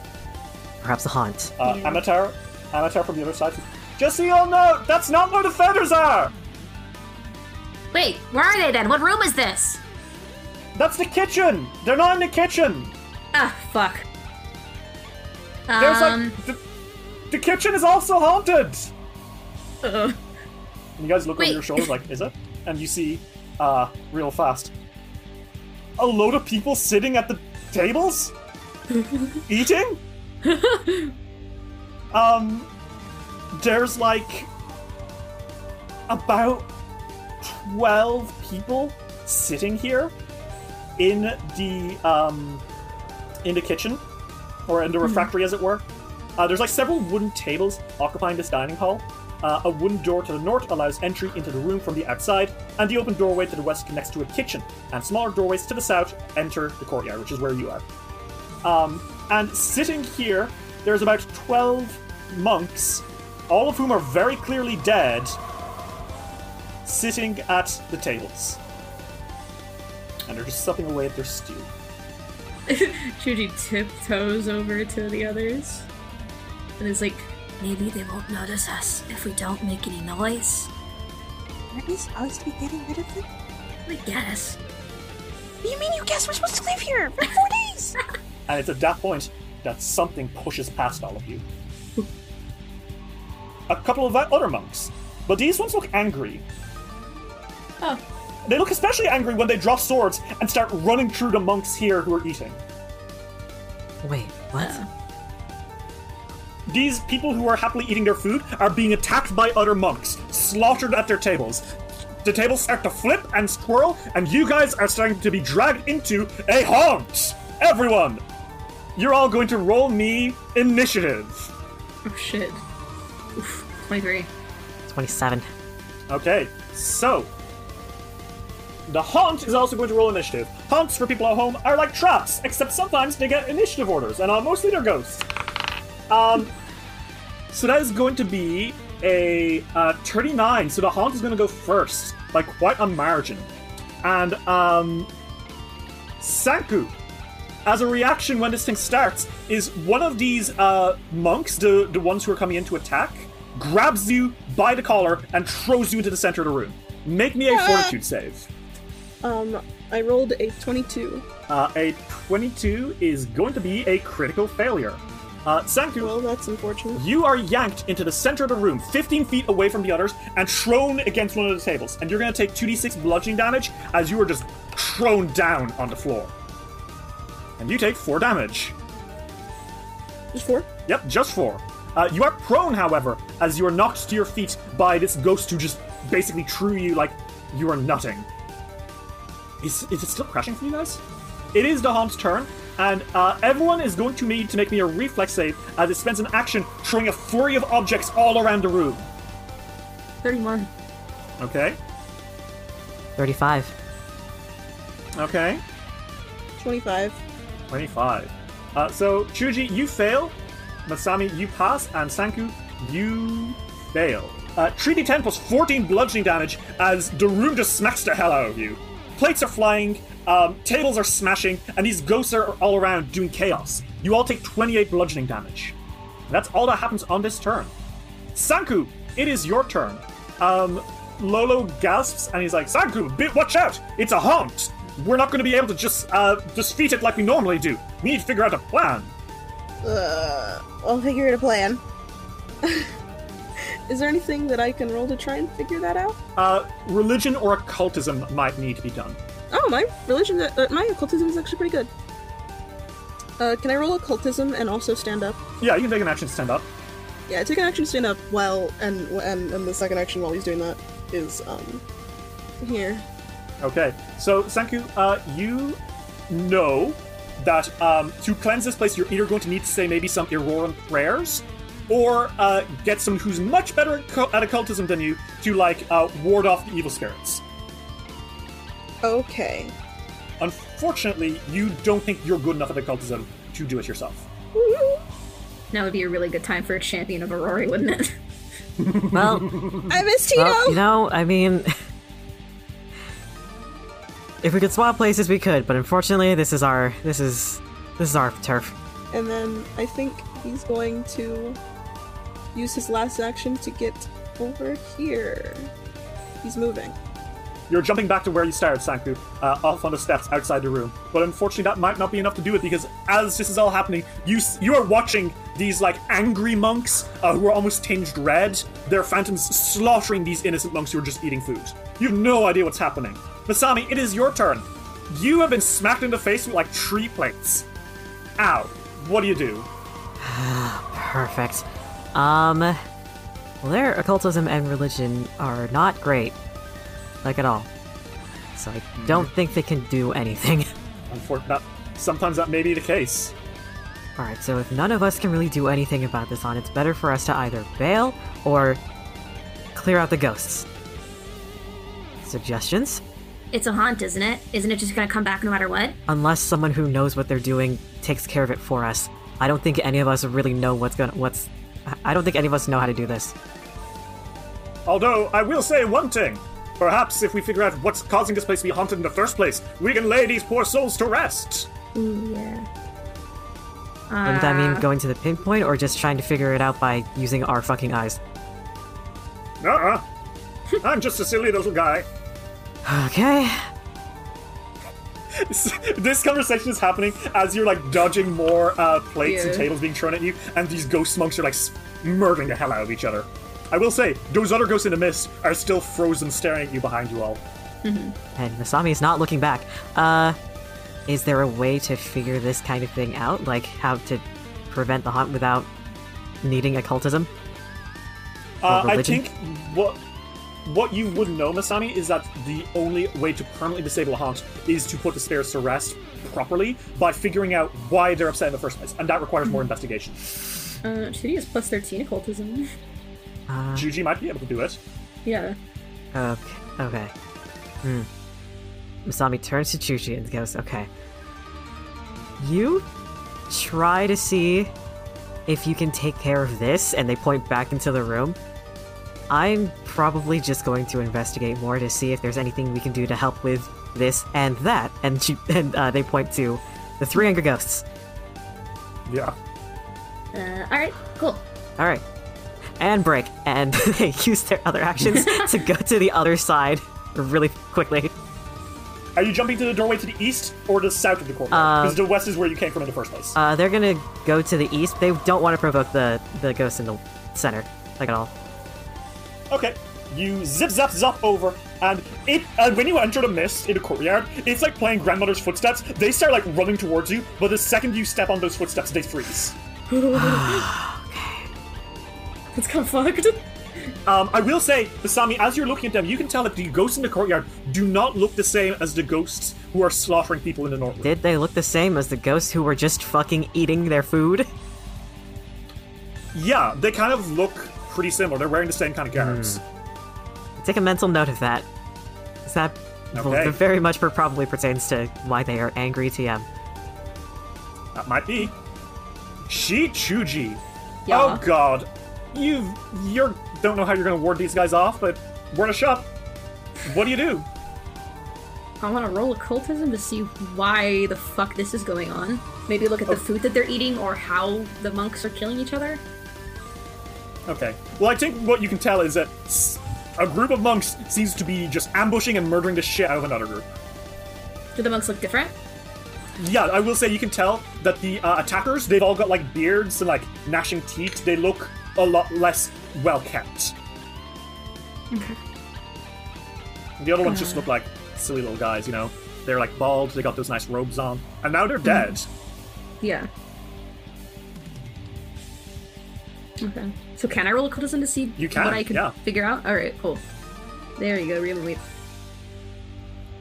Speaker 4: Perhaps a haunt.
Speaker 1: Uh, Amatar, Amatar from the other side. says, Just so you all know, that's not where the feathers are.
Speaker 6: Wait, where are they then? What room is this?
Speaker 1: That's the kitchen. They're not in the kitchen.
Speaker 6: Ah, fuck.
Speaker 1: There's
Speaker 6: Um,
Speaker 1: like the, the kitchen is also haunted. And you guys look over
Speaker 6: Wait.
Speaker 1: your shoulders like, is it? And you see, uh, real fast, a load of people sitting at the tables, eating. um, there's like about twelve people sitting here in the um in the kitchen or in the refectory, as it were. Uh, there's like several wooden tables occupying this dining hall. Uh, a wooden door to the north allows entry into the room from the outside, and the open doorway to the west connects to a kitchen, and smaller doorways to the south enter the courtyard, which is where you are. Um, and sitting here, there's about 12 monks, all of whom are very clearly dead, sitting at the tables. And they're just supping away at their stew.
Speaker 2: Shuji tiptoes over to the others and is like,
Speaker 6: Maybe they won't notice us if we don't make any noise.
Speaker 7: Aren't we supposed to be getting rid of them?
Speaker 6: I guess.
Speaker 7: What do you mean you guess we're supposed to live here for four days?
Speaker 1: And it's at that point that something pushes past all of you. A couple of other monks, but these ones look angry.
Speaker 5: Oh.
Speaker 1: They look especially angry when they drop swords and start running through the monks here who are eating.
Speaker 4: Wait, what?
Speaker 1: These people who are happily eating their food are being attacked by other monks, slaughtered at their tables. The tables start to flip and swirl, and you guys are starting to be dragged into a haunt! Everyone! You're all going to roll me initiative.
Speaker 2: oh shit. Oof, 23.
Speaker 4: 27.
Speaker 1: Okay, so the haunt is also going to roll initiative. Haunts for people at home are like traps, except sometimes they get initiative orders, and uh, mostly they're ghosts. Um, so that is going to be a uh, 39. So the haunt is going to go first by quite a margin, and um, Sanku, as a reaction when this thing starts, is one of these uh, monks, the, the ones who are coming in to attack, grabs you by the collar and throws you into the center of the room. Make me a fortitude save.
Speaker 3: Um, I rolled a 22.
Speaker 1: Uh, a 22 is going to be a critical failure. Uh, Sanku,
Speaker 3: Well, that's unfortunate.
Speaker 1: you are yanked into the center of the room, 15 feet away from the others, and thrown against one of the tables. And you're going to take 2d6 bludgeoning damage as you are just thrown down on the floor. And you take 4 damage.
Speaker 3: Just four?
Speaker 1: Yep, just four. Uh, you are prone, however, as you are knocked to your feet by this ghost who just basically threw you like you are nothing. Is, is it still crashing for you guys? It is the haunt's turn, and uh, everyone is going to need to make me a reflex save as it spends an action throwing a flurry of objects all around the room.
Speaker 2: 31.
Speaker 1: Okay,
Speaker 4: 35.
Speaker 1: okay.
Speaker 3: 25.
Speaker 1: 25. Uh, so, Chuji, you fail. Masami, you pass. And Sanku, you fail. Uh, 3d10 plus 14 bludgeoning damage as the room just smacks the hell out of you. Plates are flying, um, tables are smashing, and these ghosts are all around doing chaos. You all take 28 bludgeoning damage. That's all that happens on this turn. Sanku, it is your turn. Um, Lolo gasps and he's like, Sanku, bi- watch out! It's a haunt! We're not going to be able to just uh, defeat it like we normally do. We need to figure out a plan.
Speaker 3: Uh, I'll figure out a plan. Is there anything that I can roll to try and figure that out?
Speaker 1: Uh, religion or occultism might need to be done.
Speaker 3: Oh, my religion, uh, my occultism is actually pretty good. Uh, can I roll occultism and also stand up?
Speaker 1: Yeah, you can take an action to stand up.
Speaker 3: Yeah, I take an action to stand up while, and, and and the second action while he's doing that is um here.
Speaker 1: Okay, so Sanku, uh, you know that um, to cleanse this place, you're either going to need to say maybe some Auroran prayers, or uh, get someone who's much better at, co- at occultism than you to like uh, ward off the evil spirits.
Speaker 3: Okay.
Speaker 1: Unfortunately, you don't think you're good enough at occultism to do it yourself.
Speaker 2: Now would be a really good time for a champion of Aurori, wouldn't it?
Speaker 4: Well,
Speaker 3: I miss Tino.
Speaker 4: well, you know, I mean, if we could swap places, we could. But unfortunately, this is our this is this is our turf.
Speaker 3: and then I think he's going to use his last action to get over here. He's moving.
Speaker 1: You're jumping back to where you started, Sanku, uh, off on the steps outside the room. But unfortunately, that might not be enough to do it because as this is all happening, you s- you are watching these like angry monks uh, who are almost tinged red. Their phantoms slaughtering these innocent monks who are just eating food. You have no idea what's happening. Masami, it is your turn. You have been smacked in the face with like tree plates. Ow! What do you do?
Speaker 4: Perfect. Um, well, their occultism and religion are not great, like at all. So I don't think they can do anything.
Speaker 1: Unfortunately, sometimes that may be the case.
Speaker 4: All right, so if none of us can really do anything about this on, it's better for us to either bail or clear out the ghosts. Suggestions?
Speaker 6: It's a haunt, isn't it? Isn't it just gonna come back no matter what?
Speaker 4: Unless someone who knows what they're doing takes care of it for us. I don't think any of us really know what's going to what's I- I don't think any of us know how to do this.
Speaker 1: Although I will say one thing. Perhaps if we figure out what's causing this place to be haunted in the first place, we can lay these poor souls to rest.
Speaker 6: Yeah.
Speaker 4: Wouldn't
Speaker 2: Uh.
Speaker 4: that mean going to the pinpoint or just trying to figure it out by using our fucking eyes?
Speaker 1: Uh-uh. I'm just a silly little guy.
Speaker 4: Okay.
Speaker 1: this conversation is happening as you're like dodging more uh, plates and
Speaker 2: Yeah.
Speaker 1: tables being thrown at you, and these ghost monks are like s- murdering the hell out of each other. I will say, those other ghosts in the mist are still frozen staring at you behind you all.
Speaker 4: And Masami is not looking back. Uh, is there a way to figure this kind of thing out? Like how to prevent the haunt without needing occultism?
Speaker 1: Uh, I
Speaker 4: religion?
Speaker 1: think what what you would know, Masami, is that the only way to permanently disable a haunt is to put the spirits to rest properly by figuring out why they're upset in the first place, and that requires more investigation.
Speaker 2: Uh, should he use plus 13 occultism?
Speaker 4: Uh,
Speaker 1: Juji might be able to do it.
Speaker 2: Yeah.
Speaker 4: okay. Okay. Hmm. Masami turns to Chuchi and goes, "Okay, you try to see if you can take care of this." And they point back into the room. I'm probably just going to investigate more to see if there's anything we can do to help with this and that. And she and uh, they point to the three angry ghosts.
Speaker 1: Yeah.
Speaker 6: Uh, all right, cool.
Speaker 4: All right, and break. And they use their other actions to go to the other side really quickly.
Speaker 1: Are you jumping to the doorway to the east or the south of the courtyard? Because the west is where you came from in the first place.
Speaker 4: Uh, they're gonna go to the east. They don't want to provoke the the ghost in the center, like at all.
Speaker 1: okay. You zip zap zap over, and it and when you enter the mist in the courtyard, it's like playing grandmother's footsteps. They start like running towards you, but the second you step on those footsteps, they freeze.
Speaker 2: It's kind of fucked.
Speaker 1: Um, I will say, Basami, as you're looking at them, you can tell that the ghosts in the courtyard do not look the same as the ghosts who are slaughtering people in the north.
Speaker 4: Did they look the same as the ghosts who were just fucking eating their food?
Speaker 1: Yeah, they kind of look pretty similar. They're wearing the same kind of garbs.
Speaker 4: Take a mental note of that. Is that
Speaker 1: Okay.
Speaker 4: very much per- probably pertains to why they are angry TM.
Speaker 1: That might be. She Chuji.
Speaker 2: Yeah.
Speaker 1: Oh god. You you're don't know how you're gonna ward these guys off, but we're in a shop. What do you do?
Speaker 2: I want to roll occultism to see why the fuck this is going on. Maybe look at
Speaker 1: Oh.
Speaker 2: the food that they're eating or how the monks are killing each other.
Speaker 1: Okay. Well, I think what you can tell is that s- a group of monks seems to be just ambushing and murdering the shit out of another group.
Speaker 2: Do the monks look different?
Speaker 1: Yeah, I will say you can tell that the uh, attackers, they've all got like beards and like gnashing teeth. They look a lot less well kept. The other ones just look like silly little guys, you know? They're like bald, they got those nice robes on, and now they're dead.
Speaker 2: Yeah. Okay. So can I roll occultism to see
Speaker 1: You can,
Speaker 2: what I can
Speaker 1: yeah.
Speaker 2: figure out? All right, cool. There you go, Reevaweep.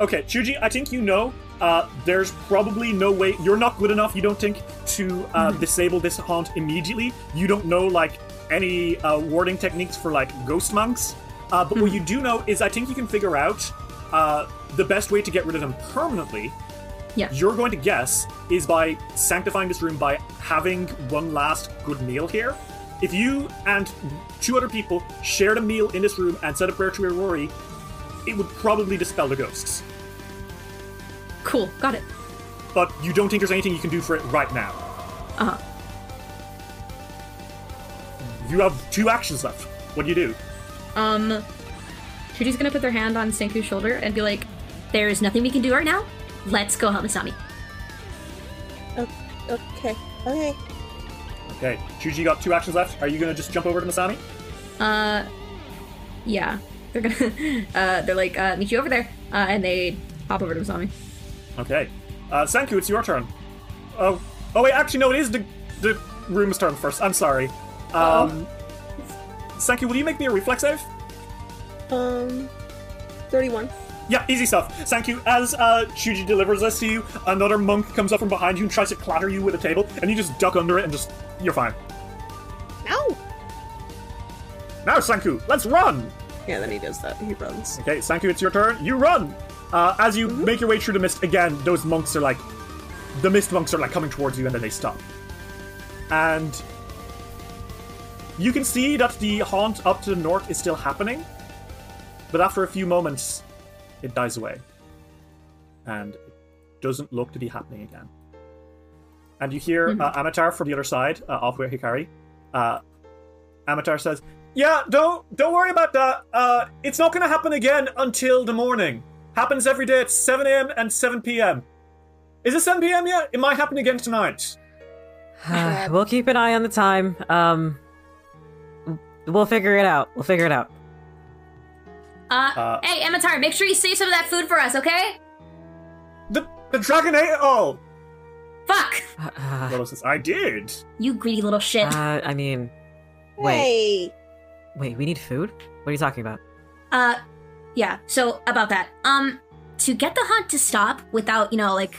Speaker 1: Okay, Chuji, I think you know. Uh, there's probably no way you're not good enough. You don't think to uh, disable this haunt immediately. You don't know like any uh, warding techniques for like ghost monks. Uh, but what you do know is I think you can figure out uh, the best way to get rid of them permanently.
Speaker 2: Yeah.
Speaker 1: You're going to guess is by sanctifying this room by having one last good meal here. If you and two other people shared a meal in this room and said a prayer to Irori, it would probably dispel the ghosts.
Speaker 2: Cool. Got it.
Speaker 1: But you don't think there's anything you can do for it right now.
Speaker 2: Uh huh.
Speaker 1: You have two actions left. What do you do?
Speaker 2: Um, Chuji's gonna put their hand on Senku's shoulder and be like,
Speaker 6: There is nothing we can do right now. Let's go help Masami.
Speaker 3: Oh,
Speaker 7: Okay. Okay.
Speaker 1: Okay, Chuji got two actions left. Are you gonna just jump over to Masami?
Speaker 2: uh, yeah. They're gonna, uh, they're like, uh, meet you over there. Uh, and they hop over to Masami.
Speaker 1: Okay. Uh, Sanku, it's your turn. Oh, oh wait, actually, no, it is the, the room's turn first. I'm sorry. Um, Sanku, will you make me a reflex save?
Speaker 3: Um, 31.
Speaker 1: Yeah, easy stuff. Sanku, as uh, Shuji delivers this to you, another monk comes up from behind you and tries to clatter you with a table, and you just duck under it and just. You're fine.
Speaker 3: No!
Speaker 1: Now, Sanku, let's run!
Speaker 3: Yeah, then he does that. He runs.
Speaker 1: Okay, Sanku, it's your turn. You run. Uh, as you make your way through the mist again, those monks are like, the mist monks are like coming towards you, and then they stop. And you can see that the haunt up to the north is still happening, but after a few moments, it dies away, and it doesn't look to be happening again. And you hear uh, Amatar from the other side, uh, off where Hikari. Uh, Amatar says, "Yeah, don't don't worry about that. Uh, it's not going to happen again until the morning. Happens every day at 7 a.m. and 7 p.m. Is it 7 p.m. yet? It might happen again tonight.
Speaker 4: we'll keep an eye on the time. Um, we'll figure it out. We'll figure it out.
Speaker 6: Uh, hey, Amatar, make sure you save some of that food for us, okay?
Speaker 1: The the dragon ate it all.
Speaker 6: Fuck!
Speaker 1: Lola says, "I did."
Speaker 6: You greedy little shit.
Speaker 4: Uh, I mean, wait,
Speaker 7: Hey.
Speaker 4: wait. We need food. What are you talking about?
Speaker 6: Uh, yeah. So about that, um, to get the hunt to stop without you know like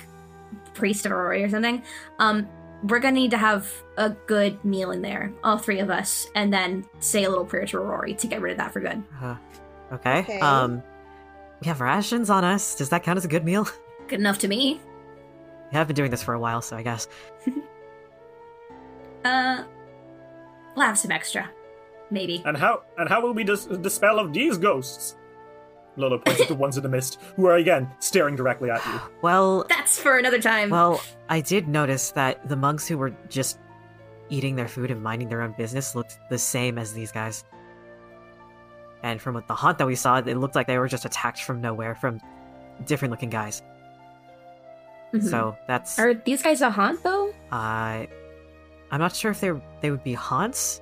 Speaker 6: priest or Rory or something, um, we're gonna need to have a good meal in there, all three of us, and then say a little prayer to Rory to get rid of that for good.
Speaker 4: Uh, okay.
Speaker 7: Okay.
Speaker 4: Um, we have rations on us. Does that count as a good meal?
Speaker 6: Good enough to me.
Speaker 4: Yeah, I've been doing this for a while, so I guess.
Speaker 6: Uh, we'll have some extra, maybe.
Speaker 1: And how and how will we dis- dispel of these ghosts? Lola points at the ones in the mist, who are again staring directly at you.
Speaker 4: Well,
Speaker 6: That's for another time.
Speaker 4: well, I did notice that the monks who were just eating their food and minding their own business looked the same as these guys. And from what the haunt that we saw, it looked like they were just attacked from nowhere from different looking guys.
Speaker 6: Mm-hmm.
Speaker 2: Mhm.
Speaker 4: So that's
Speaker 2: Are these guys a haunt though?
Speaker 4: I I'm not sure if they they would be haunts.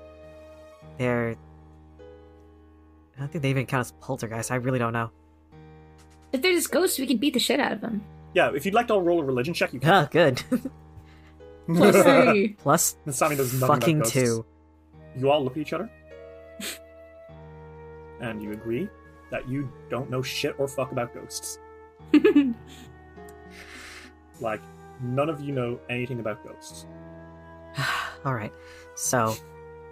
Speaker 4: They're I don't think they even count as poltergeists. I really don't know.
Speaker 2: If they're just ghosts, we can beat the shit out of them.
Speaker 1: Yeah, if you'd like to roll a religion check, you can.
Speaker 4: Ah, good.
Speaker 2: Plus three.
Speaker 4: Plus
Speaker 1: Masami does nothing about
Speaker 4: fucking
Speaker 1: ghosts.
Speaker 4: two.
Speaker 1: You all look at each other, and you agree that you don't know shit or fuck about ghosts. Like none of you know anything about ghosts.
Speaker 4: All right. So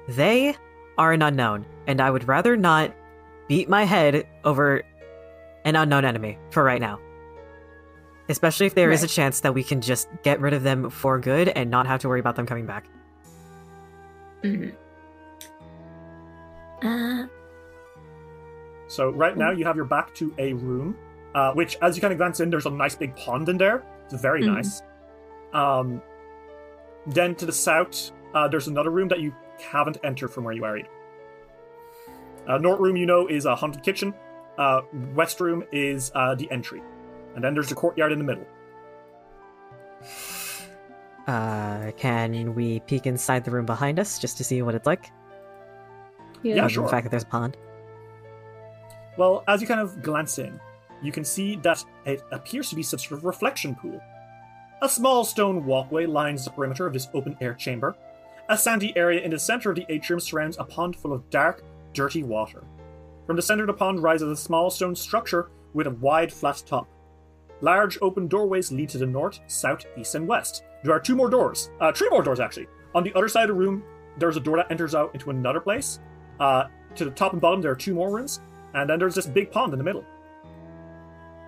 Speaker 4: they are an unknown, and I would rather not beat my head over an unknown enemy for right now. Especially if there is a chance that we can just get rid of them for good and not have to worry about them coming back.
Speaker 6: Mm-hmm. uh,
Speaker 1: So right now you have your back to a room, uh, which as you kind of glance in, there's a nice big pond in there. It's very
Speaker 2: Mhm.
Speaker 1: nice. Um, then to the south, uh, there's another room that you haven't entered from where you are. Either. Uh, north room you know is a haunted kitchen. Uh, west room is uh, the entry, and then there's the courtyard in the middle.
Speaker 4: Uh, can we peek inside the room behind us just to see what it's like?
Speaker 1: Yeah,
Speaker 4: Other than
Speaker 1: sure.
Speaker 4: The fact that there's a pond.
Speaker 1: Well, as you kind of glance in, you can see that it appears to be some sort of reflection pool. A small stone walkway lines the perimeter of this open air chamber. A sandy area in the center of the atrium surrounds a pond full of dark, dirty water. From the center of the pond rises a small stone structure with a wide, flat top. Large open doorways lead to the north, south, east, and west. There are two more doors, uh, three more doors actually, on the other side of the room there's a door that enters out into another place. Uh, to the top and bottom, there are two more rooms, and then there's this big pond in the middle.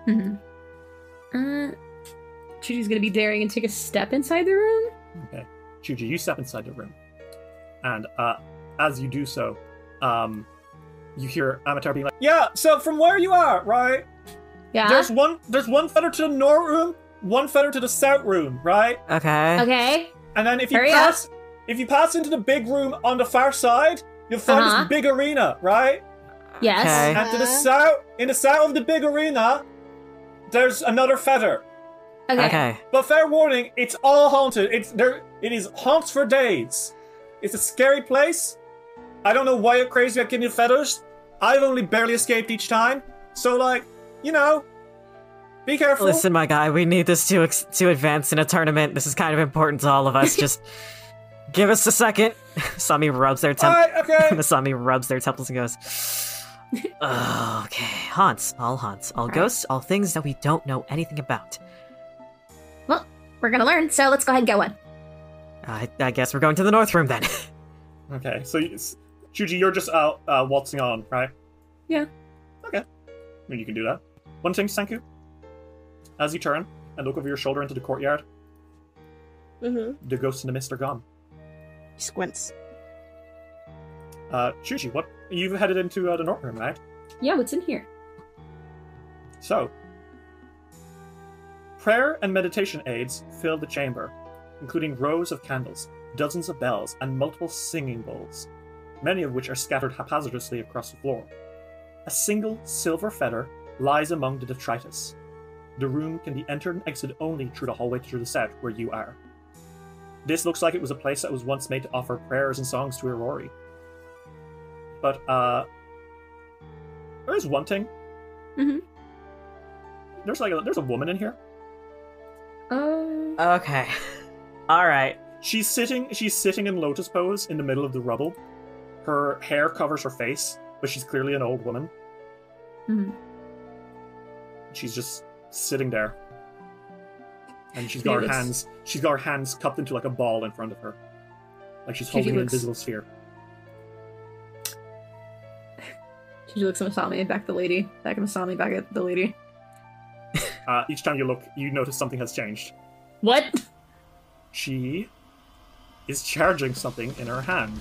Speaker 2: Mm-hmm. Uh, Chuji's gonna be daring and take a step inside the room.
Speaker 1: Okay, Chuji, you step inside the room, and uh, as you do so, um, you hear Amatar being like, "Yeah, so from where you are, right?
Speaker 2: Yeah.
Speaker 1: There's one. There's one feather to the north room, one feather to the south room, right?
Speaker 4: Okay.
Speaker 6: Okay.
Speaker 1: And then if you
Speaker 6: Hurry up.
Speaker 1: pass, if you pass into the big room on the far side, you'll find
Speaker 6: Uh-huh.
Speaker 1: this big arena, right?
Speaker 6: Yes.
Speaker 4: Okay.
Speaker 1: And to the
Speaker 3: Uh-huh.
Speaker 1: south, in the south of the big arena, there's another feather.
Speaker 6: Okay.
Speaker 4: Okay.
Speaker 1: But fair warning, it's all haunted. It's there. It is haunts for days. It's a scary place. I don't know why you're crazy about getting feathers. I've only barely escaped each time. So like, you know, be careful.
Speaker 4: Listen, my guy, we need this to ex- to advance in a tournament. This is kind of important to all of us. Just give us a second. Sami rubs their
Speaker 1: all
Speaker 4: temp-
Speaker 1: right, okay.
Speaker 4: Masami rubs their temples and goes, "Ugh, "Okay, haunts, all haunts, all ghosts, all things that we don't know anything about.
Speaker 6: Well, we're gonna learn, so let's go ahead and get one.
Speaker 4: I, I guess we're going to the north room then."
Speaker 1: Okay, so you- s- Chuji, you're just out uh, waltzing on, right?
Speaker 2: Yeah.
Speaker 1: Okay. I mean, you can do that. One thing, Sanku. As you turn and look over your shoulder into the courtyard,
Speaker 3: Mm-hmm.
Speaker 1: the ghosts in the mist are gone.
Speaker 3: Squints.
Speaker 1: Uh, Chuji, what? You've headed into uh, the north room, right?
Speaker 2: Yeah, what's in here?
Speaker 1: So, prayer and meditation aids fill the chamber, including rows of candles, dozens of bells, and multiple singing bowls, many of which are scattered haphazardly across the floor. A single silver feather lies among the detritus. The room can be entered and exited only through the hallway to the south, where you are. This looks like it was a place that was once made to offer prayers and songs to Aurori. But, uh, there is one thing
Speaker 2: Mm-hmm.
Speaker 1: there's like a, there's a woman in here.
Speaker 2: Uh,
Speaker 4: okay, all right.
Speaker 1: She's sitting she's sitting in lotus pose in the middle of the rubble. Her hair covers her face, but she's clearly an old woman.
Speaker 6: mm-hmm.
Speaker 2: Mhm.
Speaker 1: She's just sitting there. And she's
Speaker 2: She
Speaker 1: got her
Speaker 2: looks-
Speaker 1: hands she's got her hands cupped into like a ball in front of her. Like she's
Speaker 2: She
Speaker 1: holding an
Speaker 2: looks-
Speaker 1: invisible sphere.
Speaker 2: Chuji looks at Masami, back at the lady, back at Masami, back at the lady.
Speaker 1: Uh, each time you look, you notice something has changed.
Speaker 2: What?
Speaker 1: She is charging something in her hand.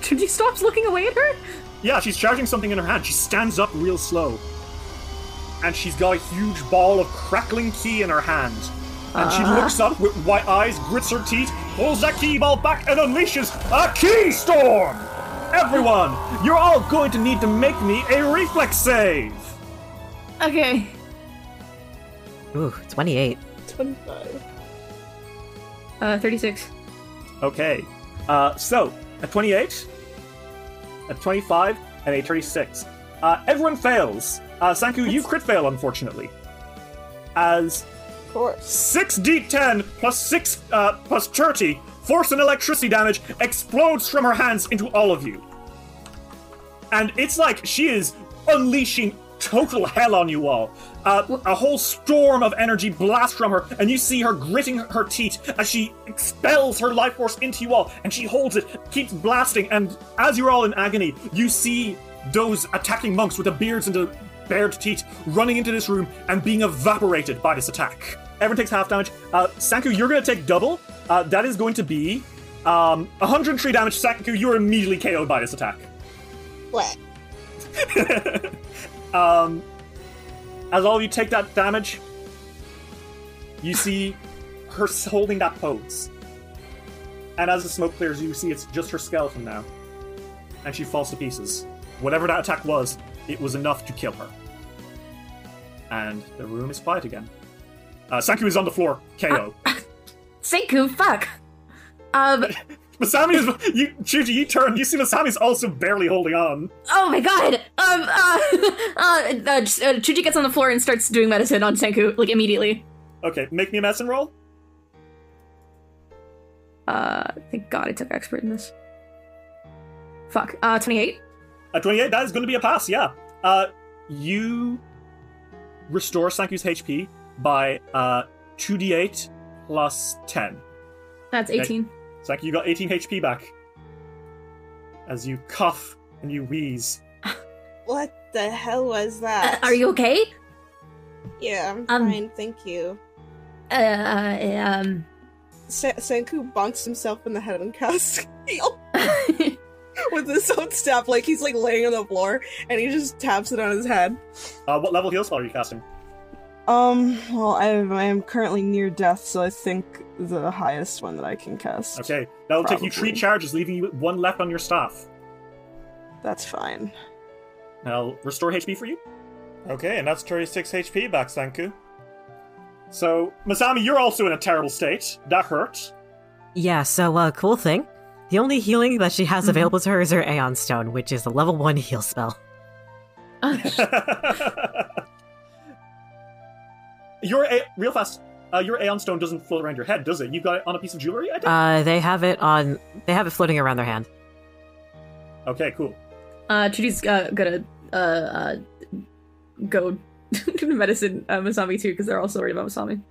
Speaker 2: Chuji stops looking away at her.
Speaker 1: Yeah, she's charging something in her hand. She stands up real slow. And she's got a huge ball of crackling key in her hand. And she looks up with white eyes, grits her teeth, pulls that key ball back, and unleashes a key storm! Everyone, you're all going to need to make me a reflex save!
Speaker 2: Okay.
Speaker 4: Ooh, twenty-eight.
Speaker 3: 25.
Speaker 2: Uh, 36.
Speaker 1: Okay, uh, so a 28, a 25, and a 36. Uh, everyone fails. Uh, Sanku, you crit fail, unfortunately. As
Speaker 3: Of course.
Speaker 1: Six D10 plus six uh, plus thirty force and electricity damage explodes from her hands into all of you, and it's like she is unleashing total hell on you all. Uh, a whole storm of energy blasts from her, and you see her gritting her teeth as she expels her life force into you all, and she holds it, keeps blasting, and as you're all in agony, you see those attacking monks with the beards and the bared teeth running into this room and being evaporated by this attack. Everyone takes half damage. Uh, Sanku, you're going to take double. Uh, that is going to be um, 103 damage. Sanku, you're immediately KO'd by this attack.
Speaker 3: What?
Speaker 1: um, as all of you take that damage, you see her s- holding that pose. And as the smoke clears, you see it's just her skeleton now. And she falls to pieces. Whatever that attack was, it was enough to kill her. And the room is quiet again. Uh, Sanku is on the floor, KO.
Speaker 6: Senku, fuck. Um.
Speaker 1: Masami is. You, Chuji, you turn. You see Masami's also barely holding on.
Speaker 6: Oh my god.
Speaker 2: Um, uh, uh, uh, just, uh, Chuji gets on the floor and starts doing medicine on Senku, like, immediately.
Speaker 1: Okay, make me a medicine roll.
Speaker 2: Uh, thank god I took expert in this. Fuck. Uh, 28.
Speaker 1: A 28, that is going to be a pass, yeah. Uh, you restore Sanku's HP by uh, 2d8 plus 10.
Speaker 2: That's 18.
Speaker 1: Zach, you got 18 HP back. As you cough and you wheeze.
Speaker 9: What the hell was that?
Speaker 6: Uh, are you okay?
Speaker 9: Yeah, I'm
Speaker 6: Um,
Speaker 9: fine, thank you.
Speaker 6: Uh, uh, um,
Speaker 9: Sa- Sanku bonks himself in the head and casts heal with his own staff. Like he's like laying on the floor and he just taps it on his head.
Speaker 1: Uh, what level heal spell are you casting?
Speaker 3: Um, well, I'm, I'm currently near death, so I think the highest one that I can cast.
Speaker 1: Okay, that'll take you three
Speaker 3: Probably.
Speaker 1: charges, leaving you with one left on your staff.
Speaker 3: That's fine.
Speaker 1: And I'll restore HP for you. Okay, and that's 36 HP back, Sanku. So, Masami, you're also in a terrible state. That hurt.
Speaker 4: Yeah, so uh, cool thing. The only healing that she has available to her is her Aeon Stone, which is a level one heal spell.
Speaker 2: Oh,
Speaker 1: Your a- real fast. Uh, your Aeon Stone doesn't float around your head, does it? You've got it on a piece of jewelry. I think.
Speaker 4: Uh, they have it on. They have it floating around their hand.
Speaker 1: okay, cool.
Speaker 2: Uh, Trudy's uh, gonna uh, uh go to medicine uh, Masami too because they're all worried about Masami.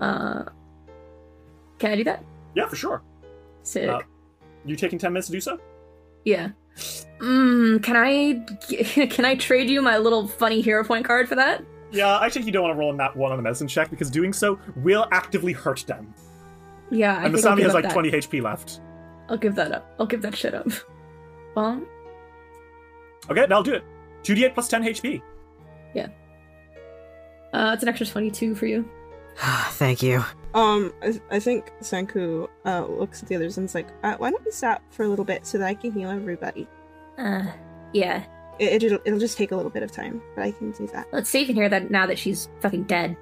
Speaker 2: Uh, can I do that?
Speaker 1: Yeah, for sure.
Speaker 2: Sick.
Speaker 1: Uh, you taking ten minutes to do so?
Speaker 2: Yeah. Mm, can I can I trade you my little funny hero point card for that?
Speaker 1: Yeah, I think you don't want to roll on that one on the medicine check because doing so will actively hurt them.
Speaker 2: Yeah, I
Speaker 1: and
Speaker 2: think I'll
Speaker 1: Masami
Speaker 2: give
Speaker 1: has
Speaker 2: up
Speaker 1: like
Speaker 2: that.
Speaker 1: 20 HP left.
Speaker 2: I'll give that up. I'll give that shit up. Well,
Speaker 1: Okay, that'll do it. 2d8 plus 10 HP.
Speaker 2: uh, it's an extra twenty-two for you.
Speaker 4: Thank you.
Speaker 3: Um, I, I think Sanku uh, looks at the others and is like, uh, why don't we stop for a little bit so that I can heal everybody?
Speaker 6: uh, yeah.
Speaker 3: It, it, will it'll just take a little bit of time, but I can do that.
Speaker 6: Let's save in here that now that she's fucking dead.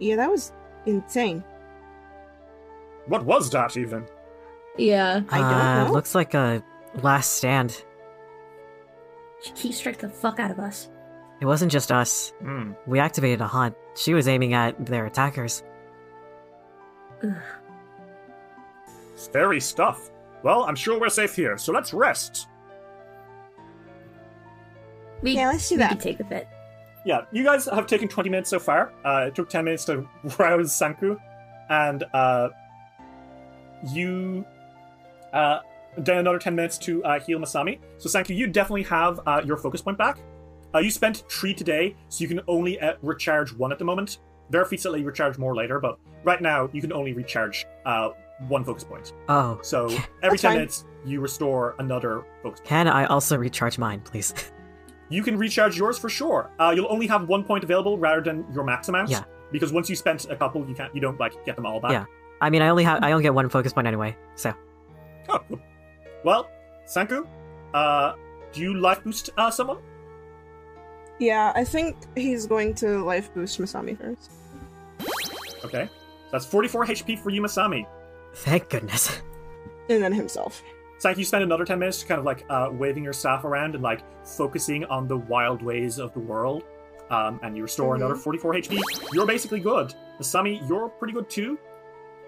Speaker 3: Yeah, that was insane.
Speaker 1: What was that even?
Speaker 2: Yeah.
Speaker 3: I don't
Speaker 4: uh,
Speaker 3: know.
Speaker 4: Looks like a last stand.
Speaker 6: She heat struck the fuck out of us.
Speaker 4: It wasn't just us.
Speaker 1: Hmm.
Speaker 4: We activated a haunt. She was aiming at their attackers.
Speaker 6: Ugh.
Speaker 1: Scary stuff. Well, I'm sure we're safe here, so let's rest.
Speaker 6: We,
Speaker 9: Yeah, let's do
Speaker 6: we
Speaker 9: that.
Speaker 6: can take with it.
Speaker 1: Yeah, you guys have taken 20 minutes so far. Uh, it took 10 minutes to rouse Sanku. And uh, you. Uh, then another 10 minutes to uh, heal Masami. So, Sanku, you definitely have uh, your focus point back. Uh, you spent three today, so you can only uh, recharge one at the moment. There are feats that let you recharge more later, but right now you can only recharge uh, one focus point.
Speaker 4: Oh,
Speaker 1: So every
Speaker 3: That's
Speaker 1: 10
Speaker 3: fine.
Speaker 1: minutes, you restore another focus point.
Speaker 4: can I also recharge mine, please?
Speaker 1: You can recharge yours for sure. Uh, you'll only have one point available rather than your max amount.
Speaker 4: Yeah.
Speaker 1: Because once you spent a couple, you can't. You don't like get them all back.
Speaker 4: Yeah. I mean, I only have. I only get one focus point anyway. So
Speaker 1: Oh, cool. Well, Sanku, uh, do you life boost uh, someone?
Speaker 3: Yeah, I think he's going to life boost Masami first.
Speaker 1: Okay. So that's 44 HP for you, Masami.
Speaker 4: thank goodness.
Speaker 3: And then himself.
Speaker 1: Sanku, you spend another 10 minutes just kind of like uh, waving your staff around and like focusing on the wild ways of the world. Um, and you restore another 44 HP. You're basically good. Masami, you're pretty good too.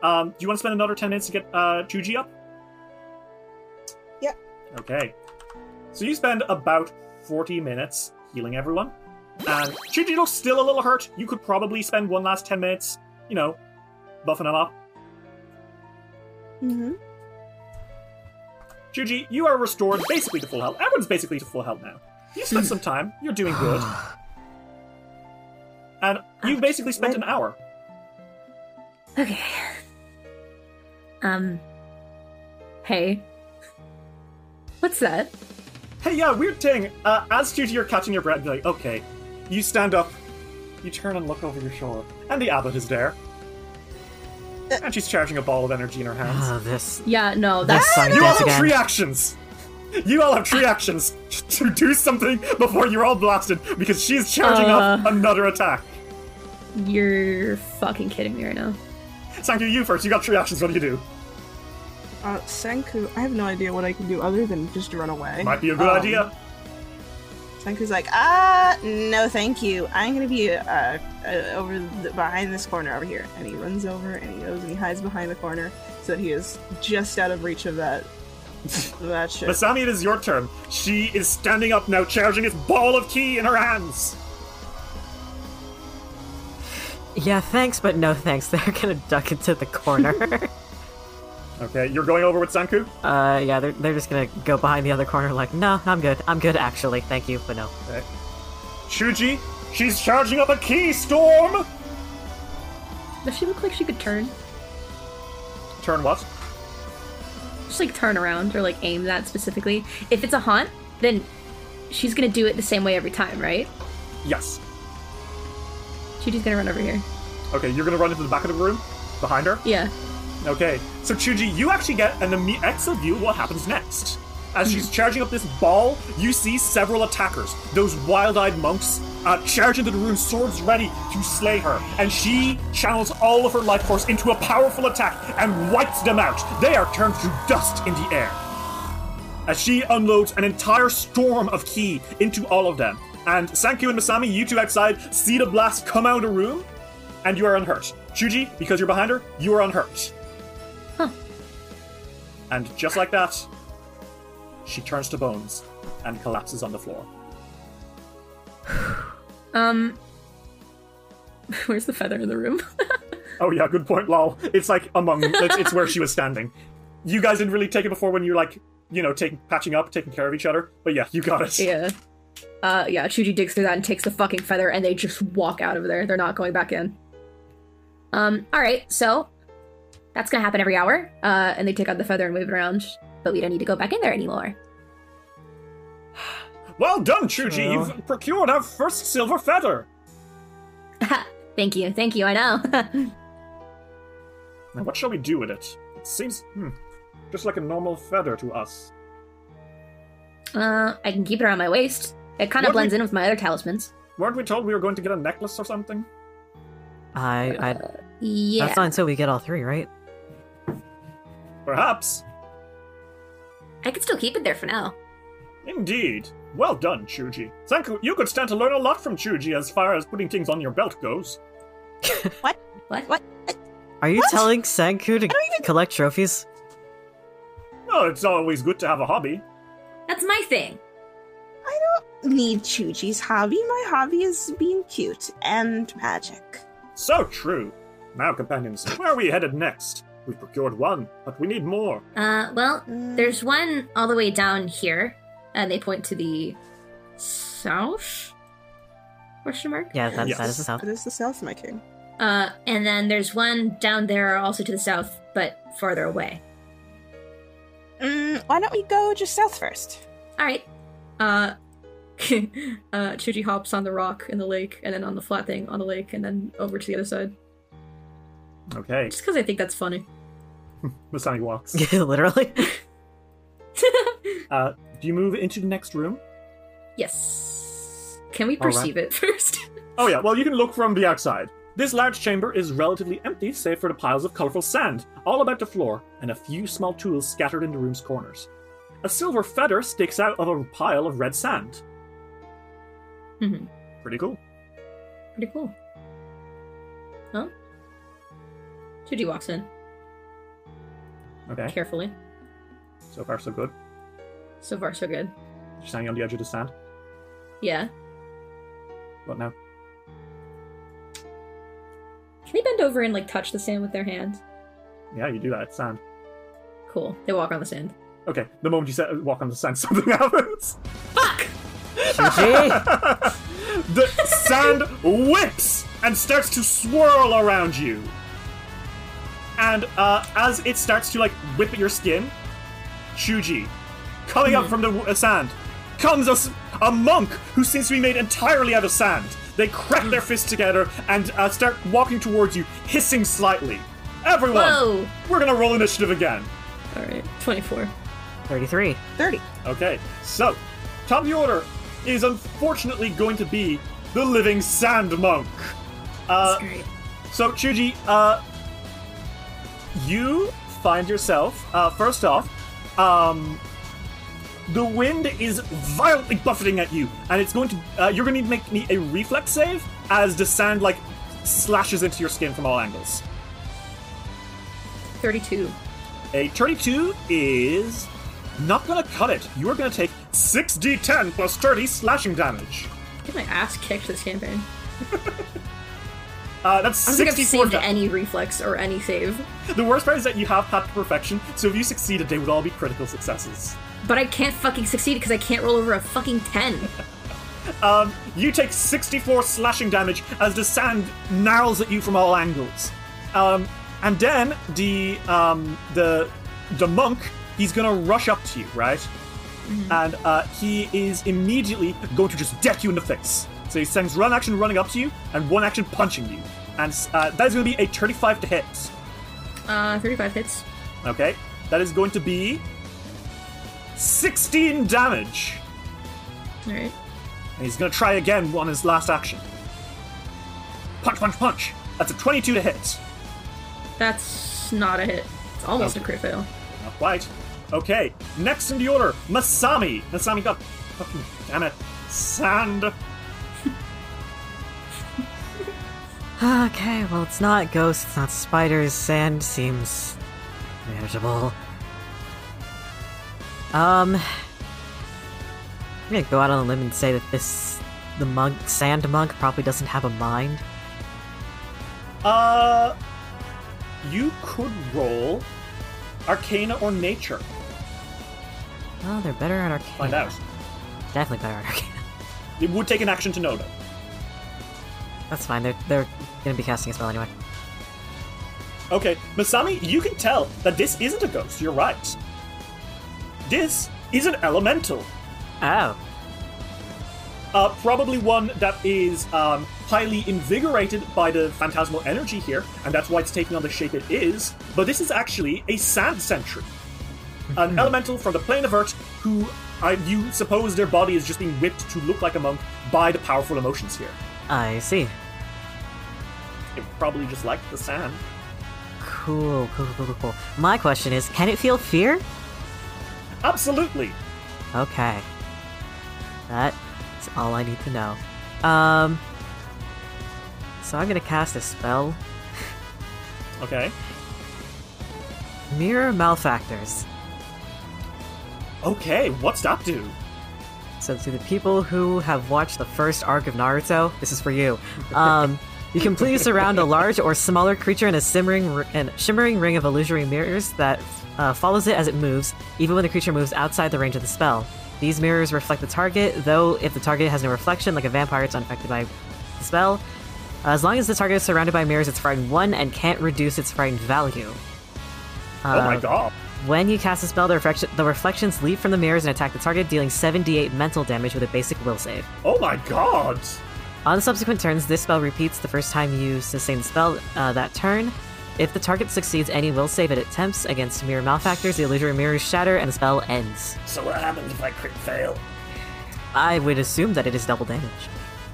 Speaker 1: Um, do you want to spend another 10 minutes to get uh, Chuji up?
Speaker 9: Yep.
Speaker 1: Okay. So you spend about 40 minutes healing everyone. And Chuji looks still a little hurt. You could probably spend one last 10 minutes, you know, buffing him up.
Speaker 3: Mm-hmm.
Speaker 1: Juji, you are restored basically to full health. Everyone's basically to full health now. You spent some time. You're doing good. And you basically spent an hour.
Speaker 6: Okay. Um,
Speaker 2: Hey, what's that?
Speaker 1: Hey, yeah, weird thing. Uh, as Juji, you're catching your breath, you're like, okay. You stand up. You turn and look over your shoulder. And the abbot is there. And she's charging a ball of energy in her hands.
Speaker 4: Oh, this.
Speaker 2: Yeah, no,
Speaker 4: This
Speaker 2: that's
Speaker 4: song
Speaker 1: You all
Speaker 4: dance
Speaker 1: have three
Speaker 4: again.
Speaker 1: actions. You all have three actions to do something before you're all blasted because she's charging up
Speaker 2: Uh.
Speaker 1: another attack.
Speaker 2: you're fucking kidding me right now.
Speaker 1: Sanku, you first. You got three actions. What do you do?
Speaker 3: Uh, Sanku, I have no idea what I can do other than just run away.
Speaker 1: Might be a good
Speaker 3: Um,
Speaker 1: idea.
Speaker 3: Sanku's like, ah, no, thank you. I'm gonna be uh, uh, over the, behind this corner over here, and he runs over and he goes and he hides behind the corner so that he is just out of reach of that that shit.
Speaker 1: Masami, it is your turn. She is standing up now, charging this ball of ki in her hands.
Speaker 4: Yeah, thanks, but no thanks. They're gonna duck into the corner.
Speaker 1: Okay, you're going over with Sanku?
Speaker 4: Uh, yeah, they're, they're just gonna go behind the other corner, like, no, I'm good. I'm good, actually. Thank you, but no.
Speaker 1: Okay. Shuji, she's charging up a key storm!
Speaker 2: Does she look like she could turn?
Speaker 1: Turn what?
Speaker 2: Just like turn around or like aim that specifically. If it's a haunt, then she's gonna do it the same way every time, right?
Speaker 1: Yes.
Speaker 2: Chuji's gonna run over here.
Speaker 1: Okay, you're gonna run into the back of the room? Behind her?
Speaker 2: Yeah.
Speaker 1: Okay, so Chuji, you actually get an imme- excellent view of what happens next. As she's charging up this ball, you see several attackers, those wild eyed monks, uh, charge into the room, swords ready to slay her. And she channels all of her life force into a powerful attack and wipes them out. They are turned to dust in the air. As she unloads an entire storm of ki into all of them. And Sanku and Masami, you two outside, see the blast come out of the room, and you are unhurt. Shuji, because you're behind her, you are unhurt.
Speaker 2: Huh.
Speaker 1: And just like that, she turns to bones and collapses on the floor.
Speaker 2: Um. Where's the feather in the room?
Speaker 1: Oh yeah, good point, lol. It's like among it's, it's where she was standing. You guys didn't really take it before when you're like, you know, taking patching up, taking care of each other. But yeah, you got it.
Speaker 2: yeah. Uh, yeah, Chuji digs through that and takes the fucking feather, and they just walk out of there. They're not going back in. Um, alright, so that's gonna happen every hour. Uh, and they take out the feather and wave it around, but we don't need to go back in there anymore.
Speaker 1: Well done, Chuji. You've procured our first silver feather.
Speaker 6: Thank you, thank you, I know.
Speaker 1: Now, what shall we do with it? It seems hmm, just like a normal feather to us.
Speaker 6: uh, I can keep it around my waist. It kind
Speaker 1: What
Speaker 6: of
Speaker 1: do
Speaker 6: blends
Speaker 1: you-
Speaker 6: in with my other talismans.
Speaker 1: Weren't we told we were going to get a necklace or something?
Speaker 4: I, I.
Speaker 6: Yeah.
Speaker 4: That's not until we get all three, right?
Speaker 1: Perhaps.
Speaker 6: I could still keep it there for now.
Speaker 1: Indeed. Well done, Chuji. Sanku, you could stand to learn a lot from Chuji as far as putting things on your belt goes.
Speaker 6: What?
Speaker 3: What?
Speaker 4: Are you
Speaker 3: What?
Speaker 4: telling Sanku to collect trophies?
Speaker 1: Well, Oh, it's always good to have a hobby.
Speaker 6: That's my thing.
Speaker 3: I don't need Chuji's hobby. My hobby is being cute and magic.
Speaker 1: So true. Now, companions, where are we headed next? We've procured one, but we need more.
Speaker 6: Uh, well,
Speaker 1: Mm.
Speaker 6: there's one all the way down here, and they point to the south. Question mark.
Speaker 4: Yeah, that, that is the
Speaker 1: Yes.
Speaker 4: sound.
Speaker 3: It is the south, my king.
Speaker 6: Uh, and then there's one down there also to the south, but farther away.
Speaker 3: Mm, why don't we go just south first?
Speaker 6: All right.
Speaker 2: Uh, uh, Chuji hops on the rock in the lake, and then on the flat thing on the lake, and then over to the other side.
Speaker 1: Okay,
Speaker 2: Just because I think that's funny.
Speaker 1: Masami walks.
Speaker 4: Literally.
Speaker 1: Uh, do you move into the next room?
Speaker 2: Yes. Can we
Speaker 1: All right.
Speaker 2: perceive it first?
Speaker 1: Oh, yeah, well, you can look from the outside. This large chamber is relatively empty, save for the piles of colorful sand all about the floor and a few small tools scattered in the room's corners. A silver feather sticks out of a pile of red sand.
Speaker 2: hmm
Speaker 1: Pretty cool.
Speaker 2: Pretty cool. Huh? Chuji walks in
Speaker 1: Okay,
Speaker 2: carefully.
Speaker 1: so far so good.
Speaker 2: So far, so good.
Speaker 1: Just hanging on the edge of the sand.
Speaker 2: Yeah.
Speaker 1: What now?
Speaker 2: Can they bend over and like touch the sand with their hand?
Speaker 1: Yeah, you do that. It's sand.
Speaker 2: Cool. They walk on the sand.
Speaker 1: Okay, the moment you set, walk on the sand, something happens.
Speaker 4: GG!
Speaker 1: The sand whips and starts to swirl around you. And uh, as it starts to like whip at your skin, Shuji, coming up from the w- uh, sand, comes a, s- a monk who seems to be made entirely out of sand. They crack their fists together and uh, start walking towards you, hissing slightly. Everyone,
Speaker 6: Whoa.
Speaker 1: we're gonna roll initiative again.
Speaker 2: All right. Twenty-four.
Speaker 4: 33.
Speaker 3: 30.
Speaker 1: Okay, so top of the order is unfortunately going to be the living sand monk. Uh,
Speaker 6: great.
Speaker 1: so Chuji, uh, you find yourself uh, first off, um, the wind is violently buffeting at you, and it's going to uh, you're going to need to make me a reflex save as the sand like slashes into your skin from all angles.
Speaker 2: Thirty-two.
Speaker 1: A 32 is not gonna cut it. You are gonna take 6d10 plus 30 slashing damage.
Speaker 2: Get my ass kicked this campaign.
Speaker 1: Uh, that's
Speaker 2: I don't think I've
Speaker 1: 64
Speaker 2: saved
Speaker 1: death.
Speaker 2: any reflex or any save,
Speaker 1: The worst part is that you have path to perfection, so if you succeeded, they would all be critical successes.
Speaker 6: but I can't fucking succeed because I can't roll over a fucking 10.
Speaker 1: Um, you take 64 slashing damage as the sand gnarls at you from all angles. Um, and then the um, the the monk he's gonna rush up to you, right? And uh, he is immediately going to just deck you in the face. So he sends run action running up to you and one action punching you, and uh, that is gonna be a 35 to hit.
Speaker 2: uh, 35 hits.
Speaker 1: Okay, that is going to be 16 damage.
Speaker 2: Alright.
Speaker 1: And he's going to try again on his last action. Punch, punch, punch. That's a 22 to hit.
Speaker 2: That's not a hit. It's almost a crit fail.
Speaker 1: Not quite. Okay, next in the order, Masami. Masami got fucking damn it, sand.
Speaker 4: Okay, well, it's not ghosts, it's not spiders. Sand seems manageable. Um, I'm gonna go out on a limb and say that this, the monk, sand monk, probably doesn't have a mind.
Speaker 1: Uh, you could roll Arcana or Nature.
Speaker 4: Oh, they're better at arcana.
Speaker 1: Find out.
Speaker 4: Definitely better at arcana.
Speaker 1: It would take an action to know though.
Speaker 4: That's fine. They're they're gonna be casting a spell anyway.
Speaker 1: Okay, Masami, you can tell that this isn't a ghost, you're right. This is an elemental.
Speaker 4: Oh.
Speaker 1: Uh, probably one that is um, highly invigorated by the phantasmal energy here, and that's why it's taking on the shape it is. But this is actually a sand sentry, an elemental from the plane of Earth, who uh, you suppose their body is just being whipped to look like a monk by the powerful emotions here.
Speaker 4: I see.
Speaker 1: It probably just liked the sand.
Speaker 4: Cool, cool, cool, cool, cool. My question is, can it feel fear?
Speaker 1: Absolutely.
Speaker 4: Okay. That is all I need to know. Um. So I'm gonna cast a spell,
Speaker 1: Okay.
Speaker 4: Mirror Malefactors.
Speaker 1: Okay, what's that do?
Speaker 4: So to the people who have watched the first arc of Naruto, this is for you. Um, you completely surround a large or smaller creature in a simmering ri- and shimmering ring of illusory mirrors that uh, follows it as it moves, even when the creature moves outside the range of the spell. These mirrors reflect the target, though if the target has no reflection, like a vampire, it's unaffected by the spell. Uh, As long as the target is surrounded by mirrors, it's frightened one and can't reduce its frightened value.
Speaker 1: oh my
Speaker 4: Uh,
Speaker 1: god.
Speaker 4: when you cast a spell, the, reflection, the reflections leap from the mirrors and attack the target, dealing 78 mental damage with a basic will save.
Speaker 1: Oh my god.
Speaker 4: On subsequent turns, this spell repeats the first time you sustain the spell uh, that turn. If the target succeeds any will save it attempts against mirror malefactors, the illusory mirrors shatter and the spell ends.
Speaker 1: So what happens if I crit fail?
Speaker 4: I would assume that it is double damage.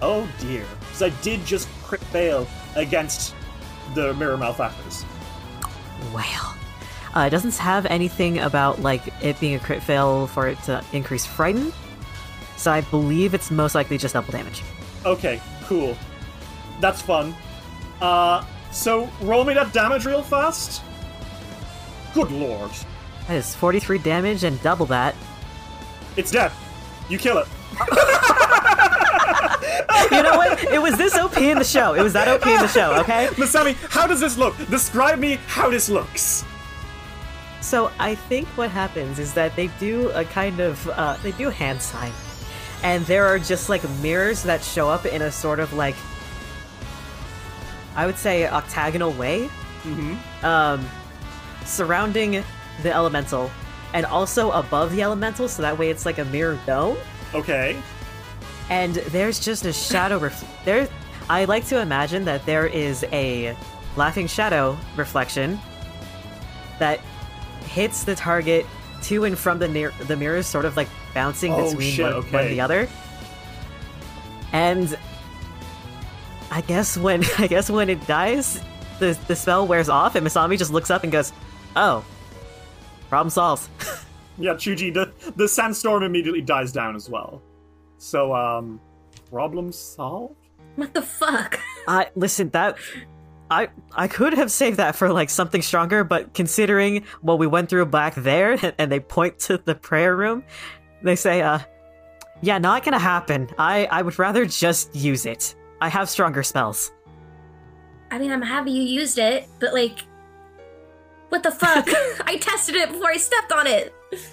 Speaker 1: Oh dear. So I did just crit fail against the mirror malefactors.
Speaker 4: Well. Uh, it doesn't have anything about like it being a crit fail for it to increase frighten, so I believe it's most likely just double damage.
Speaker 1: Okay, cool. That's fun. Uh, so roll me that damage real fast. Good lord.
Speaker 4: That is 43 damage and double that.
Speaker 1: It's dead. You kill it.
Speaker 4: you know what? It was this OP in the show. It was that OP in the show, okay?
Speaker 1: Masami, how does this look? Describe me how this looks.
Speaker 4: So I think what happens is that they do a kind of uh, they do hand sign, and there are just like mirrors that show up in a sort of like I would say octagonal way, mm-hmm. um, surrounding the elemental, and also above the elemental. So that way it's like a mirror dome.
Speaker 1: Okay.
Speaker 4: and there's just a shadow ref- there i like to imagine that there is a laughing shadow reflection that hits the target to and from the near the mirrors sort of like bouncing
Speaker 1: Oh,
Speaker 4: between
Speaker 1: shit,
Speaker 4: one, one
Speaker 1: okay.
Speaker 4: and the other and i guess when i guess when it dies the the spell wears off and masami just looks up and goes oh problem solved
Speaker 1: Yeah, Chuji, the, the sandstorm immediately dies down as well. So, um, problem solved?
Speaker 6: What the fuck?
Speaker 4: I listen that I I could have saved that for like something stronger, but considering what we went through back there, and they point to the prayer room, they say, "Uh, yeah, not gonna happen. I I would rather just use it. I have stronger spells."
Speaker 6: I mean, I'm happy you used it, but like, what the fuck? I tested it before I stepped on it. This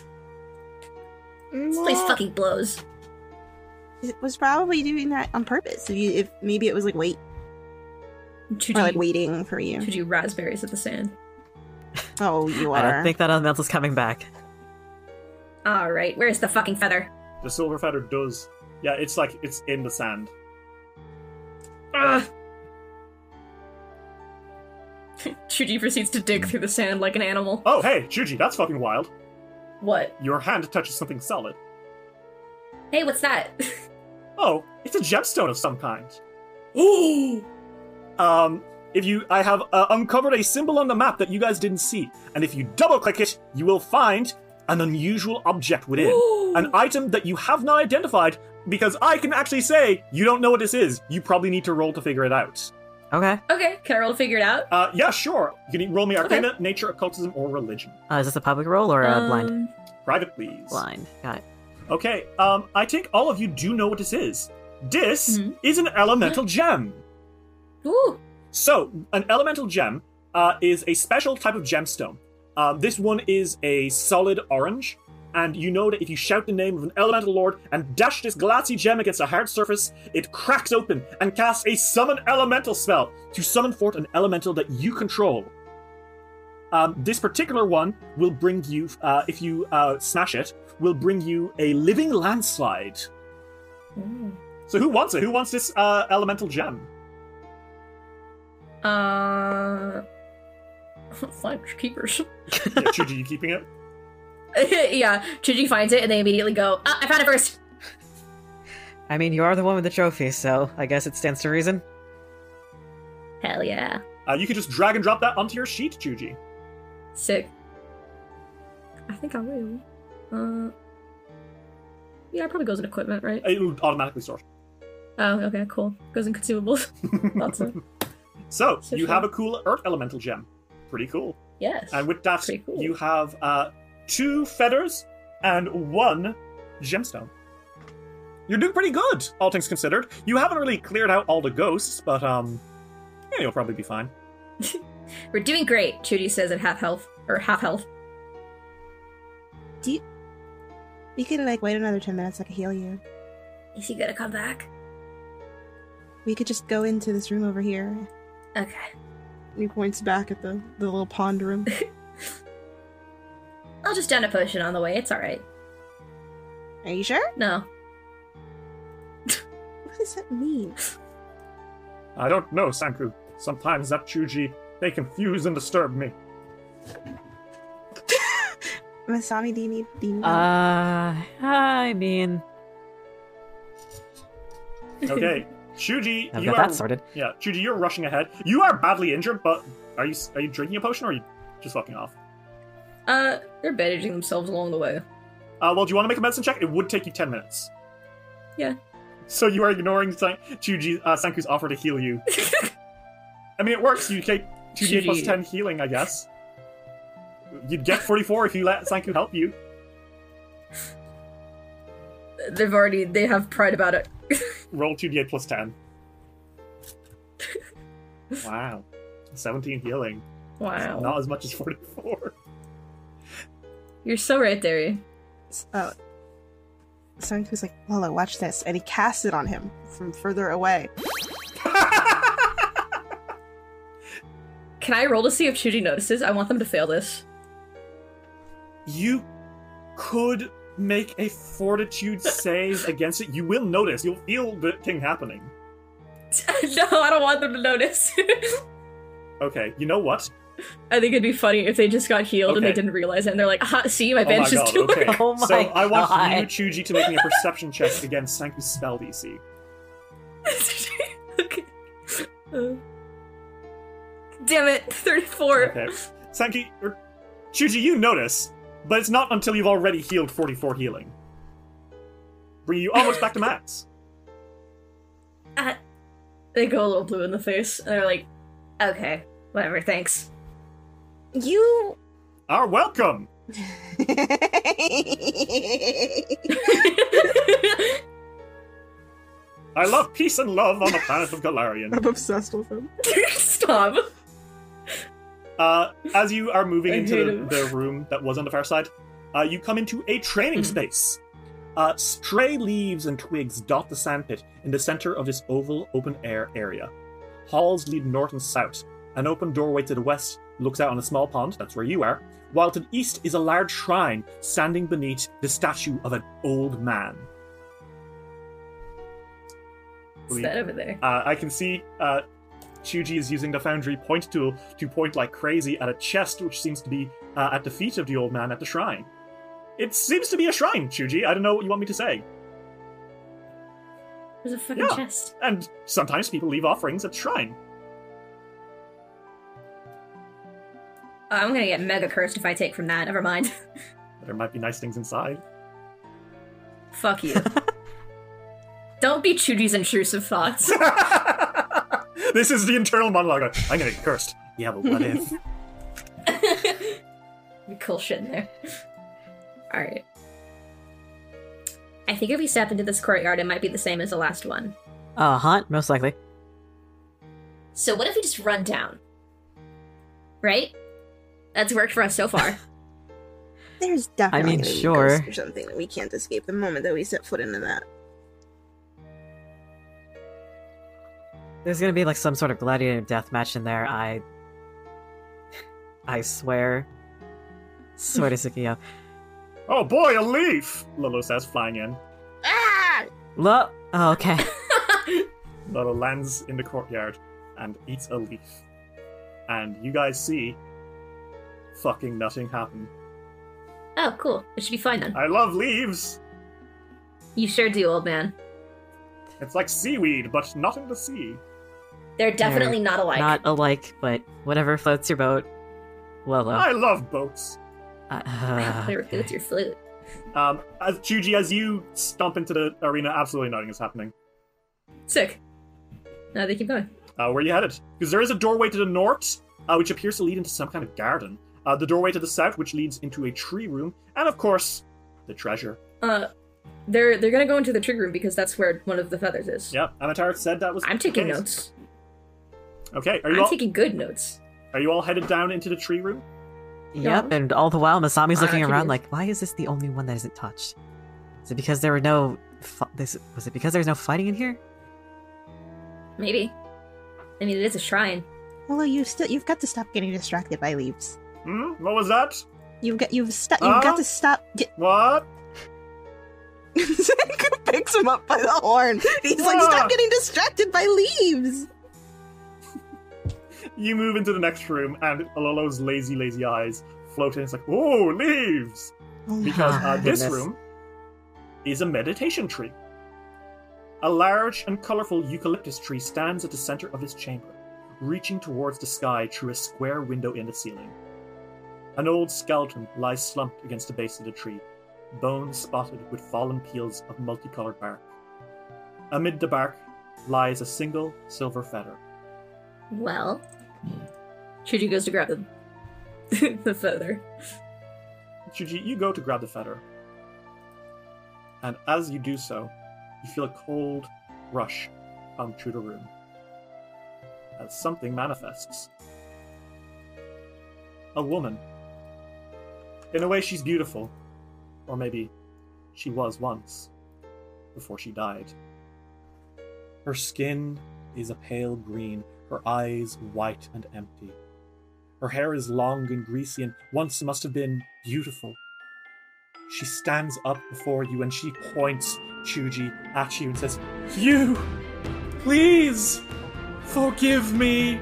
Speaker 6: place
Speaker 3: Mm,
Speaker 6: fucking blows.
Speaker 3: It was probably doing that on purpose. If you, if maybe it was like wait,
Speaker 6: Chuji,
Speaker 3: or like waiting for you.
Speaker 6: Chuji raspberries at the sand.
Speaker 3: Oh, you
Speaker 4: I
Speaker 3: are.
Speaker 4: don't think that elemental's coming back.
Speaker 6: All right, where's the fucking feather?
Speaker 1: The silver feather does. Yeah, it's like it's in the sand.
Speaker 6: Ugh.
Speaker 2: Chuji proceeds to dig through the sand like an animal.
Speaker 1: Oh, hey, Juji, that's fucking wild.
Speaker 2: What?
Speaker 1: Your hand touches something solid.
Speaker 6: Hey, what's that?
Speaker 1: Oh, it's a gemstone of some kind.
Speaker 6: Ooh.
Speaker 1: Um, if you, I have uh, uncovered a symbol on the map that you guys didn't see, and if you double-click it, you will find an unusual object within, an item that you have not identified. Because I can actually say you don't know what this is. You probably need to roll to figure it out.
Speaker 4: Okay.
Speaker 6: Okay, can I roll to figure it out?
Speaker 1: Uh, yeah, sure. You can roll me Arcana, Nature, Occultism, or Religion.
Speaker 4: Uh, is this a public roll or a blind?
Speaker 6: Um,
Speaker 1: Private, please.
Speaker 4: Blind. Got it.
Speaker 1: Okay, um, I think all of you do know what this is. This is an elemental gem.
Speaker 6: Ooh.
Speaker 1: So, an elemental gem uh, is a special type of gemstone. Uh, this one is a solid orange, and you know that if you shout the name of an elemental lord and dash this glassy gem against a hard surface, it cracks open and casts a summon elemental spell to summon forth an elemental that you control. Um, this particular one will bring you, uh, if you uh, smash it, will bring you a living landslide. So who wants it? Who wants this uh, elemental gem?
Speaker 6: Uh, finders keepers.
Speaker 1: Yeah, Chuji, you keeping it?
Speaker 6: yeah, Chuji finds it and they immediately go, ah, I found it first.
Speaker 4: I mean, you are the one with the trophy, so I guess it stands to reason.
Speaker 6: Hell yeah.
Speaker 1: Uh, you can just drag and drop that onto your sheet, Chuji.
Speaker 6: Sick. I think I will. Uh, yeah, it probably goes in equipment, right?
Speaker 1: It'll automatically sort.
Speaker 6: Oh, okay, cool. Goes in consumables. Lots of
Speaker 1: So,
Speaker 6: So
Speaker 1: you
Speaker 6: sure.
Speaker 1: have a cool Earth Elemental gem. Pretty cool.
Speaker 6: yes.
Speaker 1: And with that,
Speaker 6: Pretty cool.
Speaker 1: you have uh, two feathers and one gemstone. You're doing pretty good, all things considered. You haven't really cleared out all the ghosts, but um, yeah, you'll probably be fine.
Speaker 6: We're doing great. Chuji says at half health or half health.
Speaker 3: Do you, we could like wait another ten minutes. I could heal you.
Speaker 6: Is he gonna come back?
Speaker 3: We could just go into this room over here.
Speaker 6: Okay.
Speaker 3: And he points back at the the little pond room.
Speaker 6: I'll just down a potion on the way. It's all right.
Speaker 3: Are you sure?
Speaker 6: No.
Speaker 3: What does that mean?
Speaker 1: I don't know, Sanku. Sometimes that Chuji, they confuse and disturb me.
Speaker 3: Masami, do you need? Do you need
Speaker 4: Uh, I mean,
Speaker 1: Okay, Chuji,
Speaker 4: I've
Speaker 1: you
Speaker 4: got
Speaker 1: are
Speaker 4: that sorted.
Speaker 1: yeah, Chuji, you're rushing ahead. You are badly injured, but are you are you drinking a potion or are you just fucking off?
Speaker 2: Uh, they're bandaging themselves along the way.
Speaker 1: Uh, well, do you want to make a medicine check? It would take you ten minutes.
Speaker 2: Yeah.
Speaker 1: So you are ignoring San- Chuji uh, Sanku's offer to heal you. I mean, it works. You take two D
Speaker 2: Chuji.
Speaker 1: plus ten healing, I guess. You'd get forty four if you let Sanku help you.
Speaker 2: They've already they have pride about it.
Speaker 1: Roll two D8 plus ten. Wow, seventeen healing.
Speaker 2: Wow.
Speaker 1: Not as much as forty four.
Speaker 2: You're so right, Derry.
Speaker 3: Oh. Sanku's like, Lola, watch this. And he casts it on him from further away.
Speaker 2: Can I roll to see if Chuji notices? I want them to fail this.
Speaker 1: You could make a fortitude save against it. You will notice. You'll feel the thing happening.
Speaker 2: no, I don't want them to notice.
Speaker 1: Okay, you know what?
Speaker 2: I think it'd be funny if they just got healed and they
Speaker 1: Okay.
Speaker 2: didn't realize it, and they're like, "Ah, see, my
Speaker 1: Oh my
Speaker 2: bandage is
Speaker 1: god,
Speaker 2: too
Speaker 1: okay.
Speaker 4: Oh my
Speaker 1: so I want
Speaker 4: God.
Speaker 1: you, Chuji, to make me a perception check against Sanku's spell DC.
Speaker 2: okay. Uh, damn it, 34.
Speaker 1: Okay. Sanku, or Chuji, you notice, but it's not until you've already healed 44 healing. Bringing you almost back to max.
Speaker 6: Uh,
Speaker 2: They go a little blue in the face, and they're like,
Speaker 6: okay. Whatever. Thanks.
Speaker 7: You
Speaker 1: Are Ah, welcome!
Speaker 7: Wait,
Speaker 1: I love peace and love on the planet of Galarian.
Speaker 3: I'm obsessed with him.
Speaker 2: Stop.
Speaker 1: Uh, as you are moving
Speaker 2: I hate
Speaker 1: into
Speaker 2: him. Mm-hmm.
Speaker 1: the, the room that was on the far side, uh, you come into a training space. Uh, stray leaves and twigs dot the sandpit in the center of this oval open air area. Halls lead north and south. An open doorway to the west looks out on a small pond, that's where you are, while to the east is a large shrine standing beneath the statue of an old man.
Speaker 2: It's that over there.
Speaker 1: Uh, I can see uh, Chuji is using the Foundry point tool to point like crazy at a chest, which seems to be uh, at the feet of the old man at the shrine. It seems to be a shrine, Chuji. I don't know what you want me to say.
Speaker 6: There's a fucking
Speaker 1: Yeah.
Speaker 6: chest.
Speaker 1: And sometimes people leave offerings at the shrine.
Speaker 6: Uh, I'm gonna get mega cursed if I take from that. Never mind.
Speaker 1: There might be nice things inside.
Speaker 6: Fuck you. Don't be Chudi's intrusive thoughts.
Speaker 1: This is the internal monologue. of, I'm gonna get cursed. Yeah, but what if?
Speaker 6: Be cool shit in there. Alright. I think if we step into this courtyard, it might be the same as the last one.
Speaker 4: Uh, haunt, most likely.
Speaker 6: So what if we just run down? Right? That's worked for us so far.
Speaker 3: There's definitely
Speaker 4: mean,
Speaker 3: gonna be
Speaker 4: sure.
Speaker 3: ghosts or something that we can't escape the moment that we set foot into that.
Speaker 4: There's gonna be like some sort of gladiator death match in there. I, I swear, swear to Sukiyo.
Speaker 1: Oh boy, a leaf! Lolo says, flying in.
Speaker 3: Ah!
Speaker 4: Lo. Oh, okay.
Speaker 1: Lolo lands in the courtyard and eats a leaf. And you guys see fucking nothing happen.
Speaker 6: oh, cool. It should be fine then.
Speaker 1: I love leaves!
Speaker 6: You sure do, old man.
Speaker 1: It's like seaweed, but not in the sea.
Speaker 6: They're definitely
Speaker 4: They're
Speaker 6: not alike.
Speaker 4: Not alike, but whatever floats your boat. Lolo.
Speaker 1: I love boats.
Speaker 4: Uh,
Speaker 6: Play with your flute.
Speaker 1: Um, as Chuji, as you stomp into the arena, absolutely nothing is happening.
Speaker 6: Sick. No, they keep going.
Speaker 1: Uh, where are you headed? Because there is a doorway to the north, uh, which appears to lead into some kind of garden. Uh, the doorway to the south, which leads into a tree room, and of course, the treasure.
Speaker 2: Uh, they're they're gonna go into the trick room because that's where one of the feathers is.
Speaker 1: Yeah, Avatar said that was.
Speaker 2: I'm taking
Speaker 1: the case.
Speaker 2: notes.
Speaker 1: Okay, are you
Speaker 2: I'm
Speaker 1: all
Speaker 2: taking good notes.
Speaker 1: are you all headed down into the tree room?
Speaker 4: Yep, and all the while Masami's
Speaker 2: I
Speaker 4: looking
Speaker 2: actually
Speaker 4: around
Speaker 2: did.
Speaker 4: like, why is this the only one that isn't touched? Is it because there were no fi- this was it because there was no fighting in here?
Speaker 6: Maybe. I mean, it is a shrine.
Speaker 7: Hello, you still you've got to stop getting distracted by leaves.
Speaker 1: Hmm. What was that?
Speaker 7: You've got you've stu- you've
Speaker 1: Huh?
Speaker 7: got to stop. Get-
Speaker 1: What?
Speaker 3: Senku picks him up by the horn. He's like,
Speaker 1: Ah.
Speaker 3: stop getting distracted by leaves.
Speaker 1: You move into the next room, and Alolo's lazy, lazy eyes float in. It's like, oh, leaves.
Speaker 7: Oh
Speaker 1: Because
Speaker 4: Ah,
Speaker 1: uh, this
Speaker 4: goodness.
Speaker 1: room is a meditation tree. A large and colorful eucalyptus tree stands at the center of this chamber, reaching towards the sky through a square window in the ceiling. An old skeleton lies slumped against the base of the tree, bones spotted with fallen peels of multicolored bark. Amid the bark lies a single silver feather.
Speaker 6: Well, Chuji goes to grab the the feather.
Speaker 1: Chuji, you go to grab the feather. And as you do so, you feel a cold rush come through the room. As something manifests. A woman. In a way, she's beautiful. Or maybe she was once, before she died. Her skin is a pale green, her eyes white and empty. Her hair is long and greasy and once must have been beautiful. She stands up before you and she points Chuji at you and says, You! Please! Forgive me!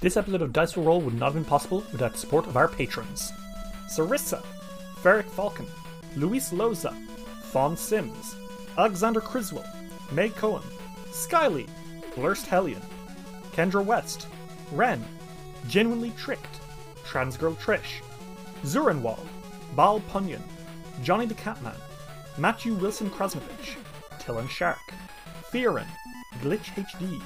Speaker 1: This episode of Dice Will Roll would not have been possible without the support of our patrons Sarissa, Ferric Falcon, Luis Loza, Fawn Sims, Alexander Criswell, Meg Cohen, Skylee, Blurst Hellion, Kendra West, Ren, Genuinely Tricked, Transgirl Trish, Zurinwald, Bal Punyan, Johnny the Catman, Matthew Wilson Krasnovich, Tillen Shark, Theorin, Glitch HD,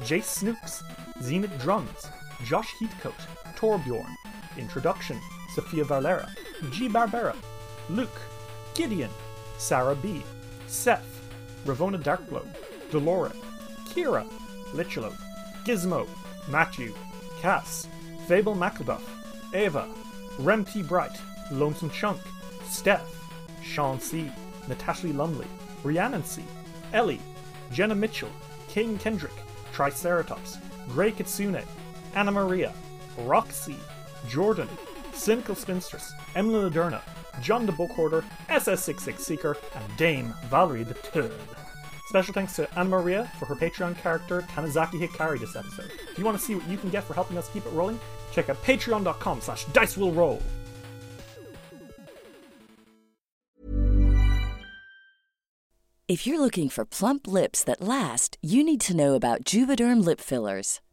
Speaker 1: Jace Snooks, Zenith Drums, Josh Heathcote, Torbjorn, Introduction, Sophia Valera, G. Barbera, Luke, Gideon, Sarah B., Seth, Ravona Darkblow, Delora, Kira, Lichelo, Gizmo, Matthew, Cass, Fable McElduff, Ava, Rem T. Bright, Lonesome Chunk, Steph, Sean C., Natasha Lumley, Rhiannon C., Ellie, Jenna Mitchell, King Kendrick, Triceratops, Grey Kitsune, Anna Maria, Roxy, Jordan, Cynical Spinstress, Emily Laderna, John the Bookhoarder, SS66 Seeker, and Dame Valerie the Turd. Special thanks to Anna Maria for her Patreon character Tanizaki Hikari this episode. If you want to see what you can get for helping us keep it rolling, check out patreon.com slash dicewillroll.
Speaker 10: If you're looking for plump lips that last, you need to know about Juvederm lip fillers.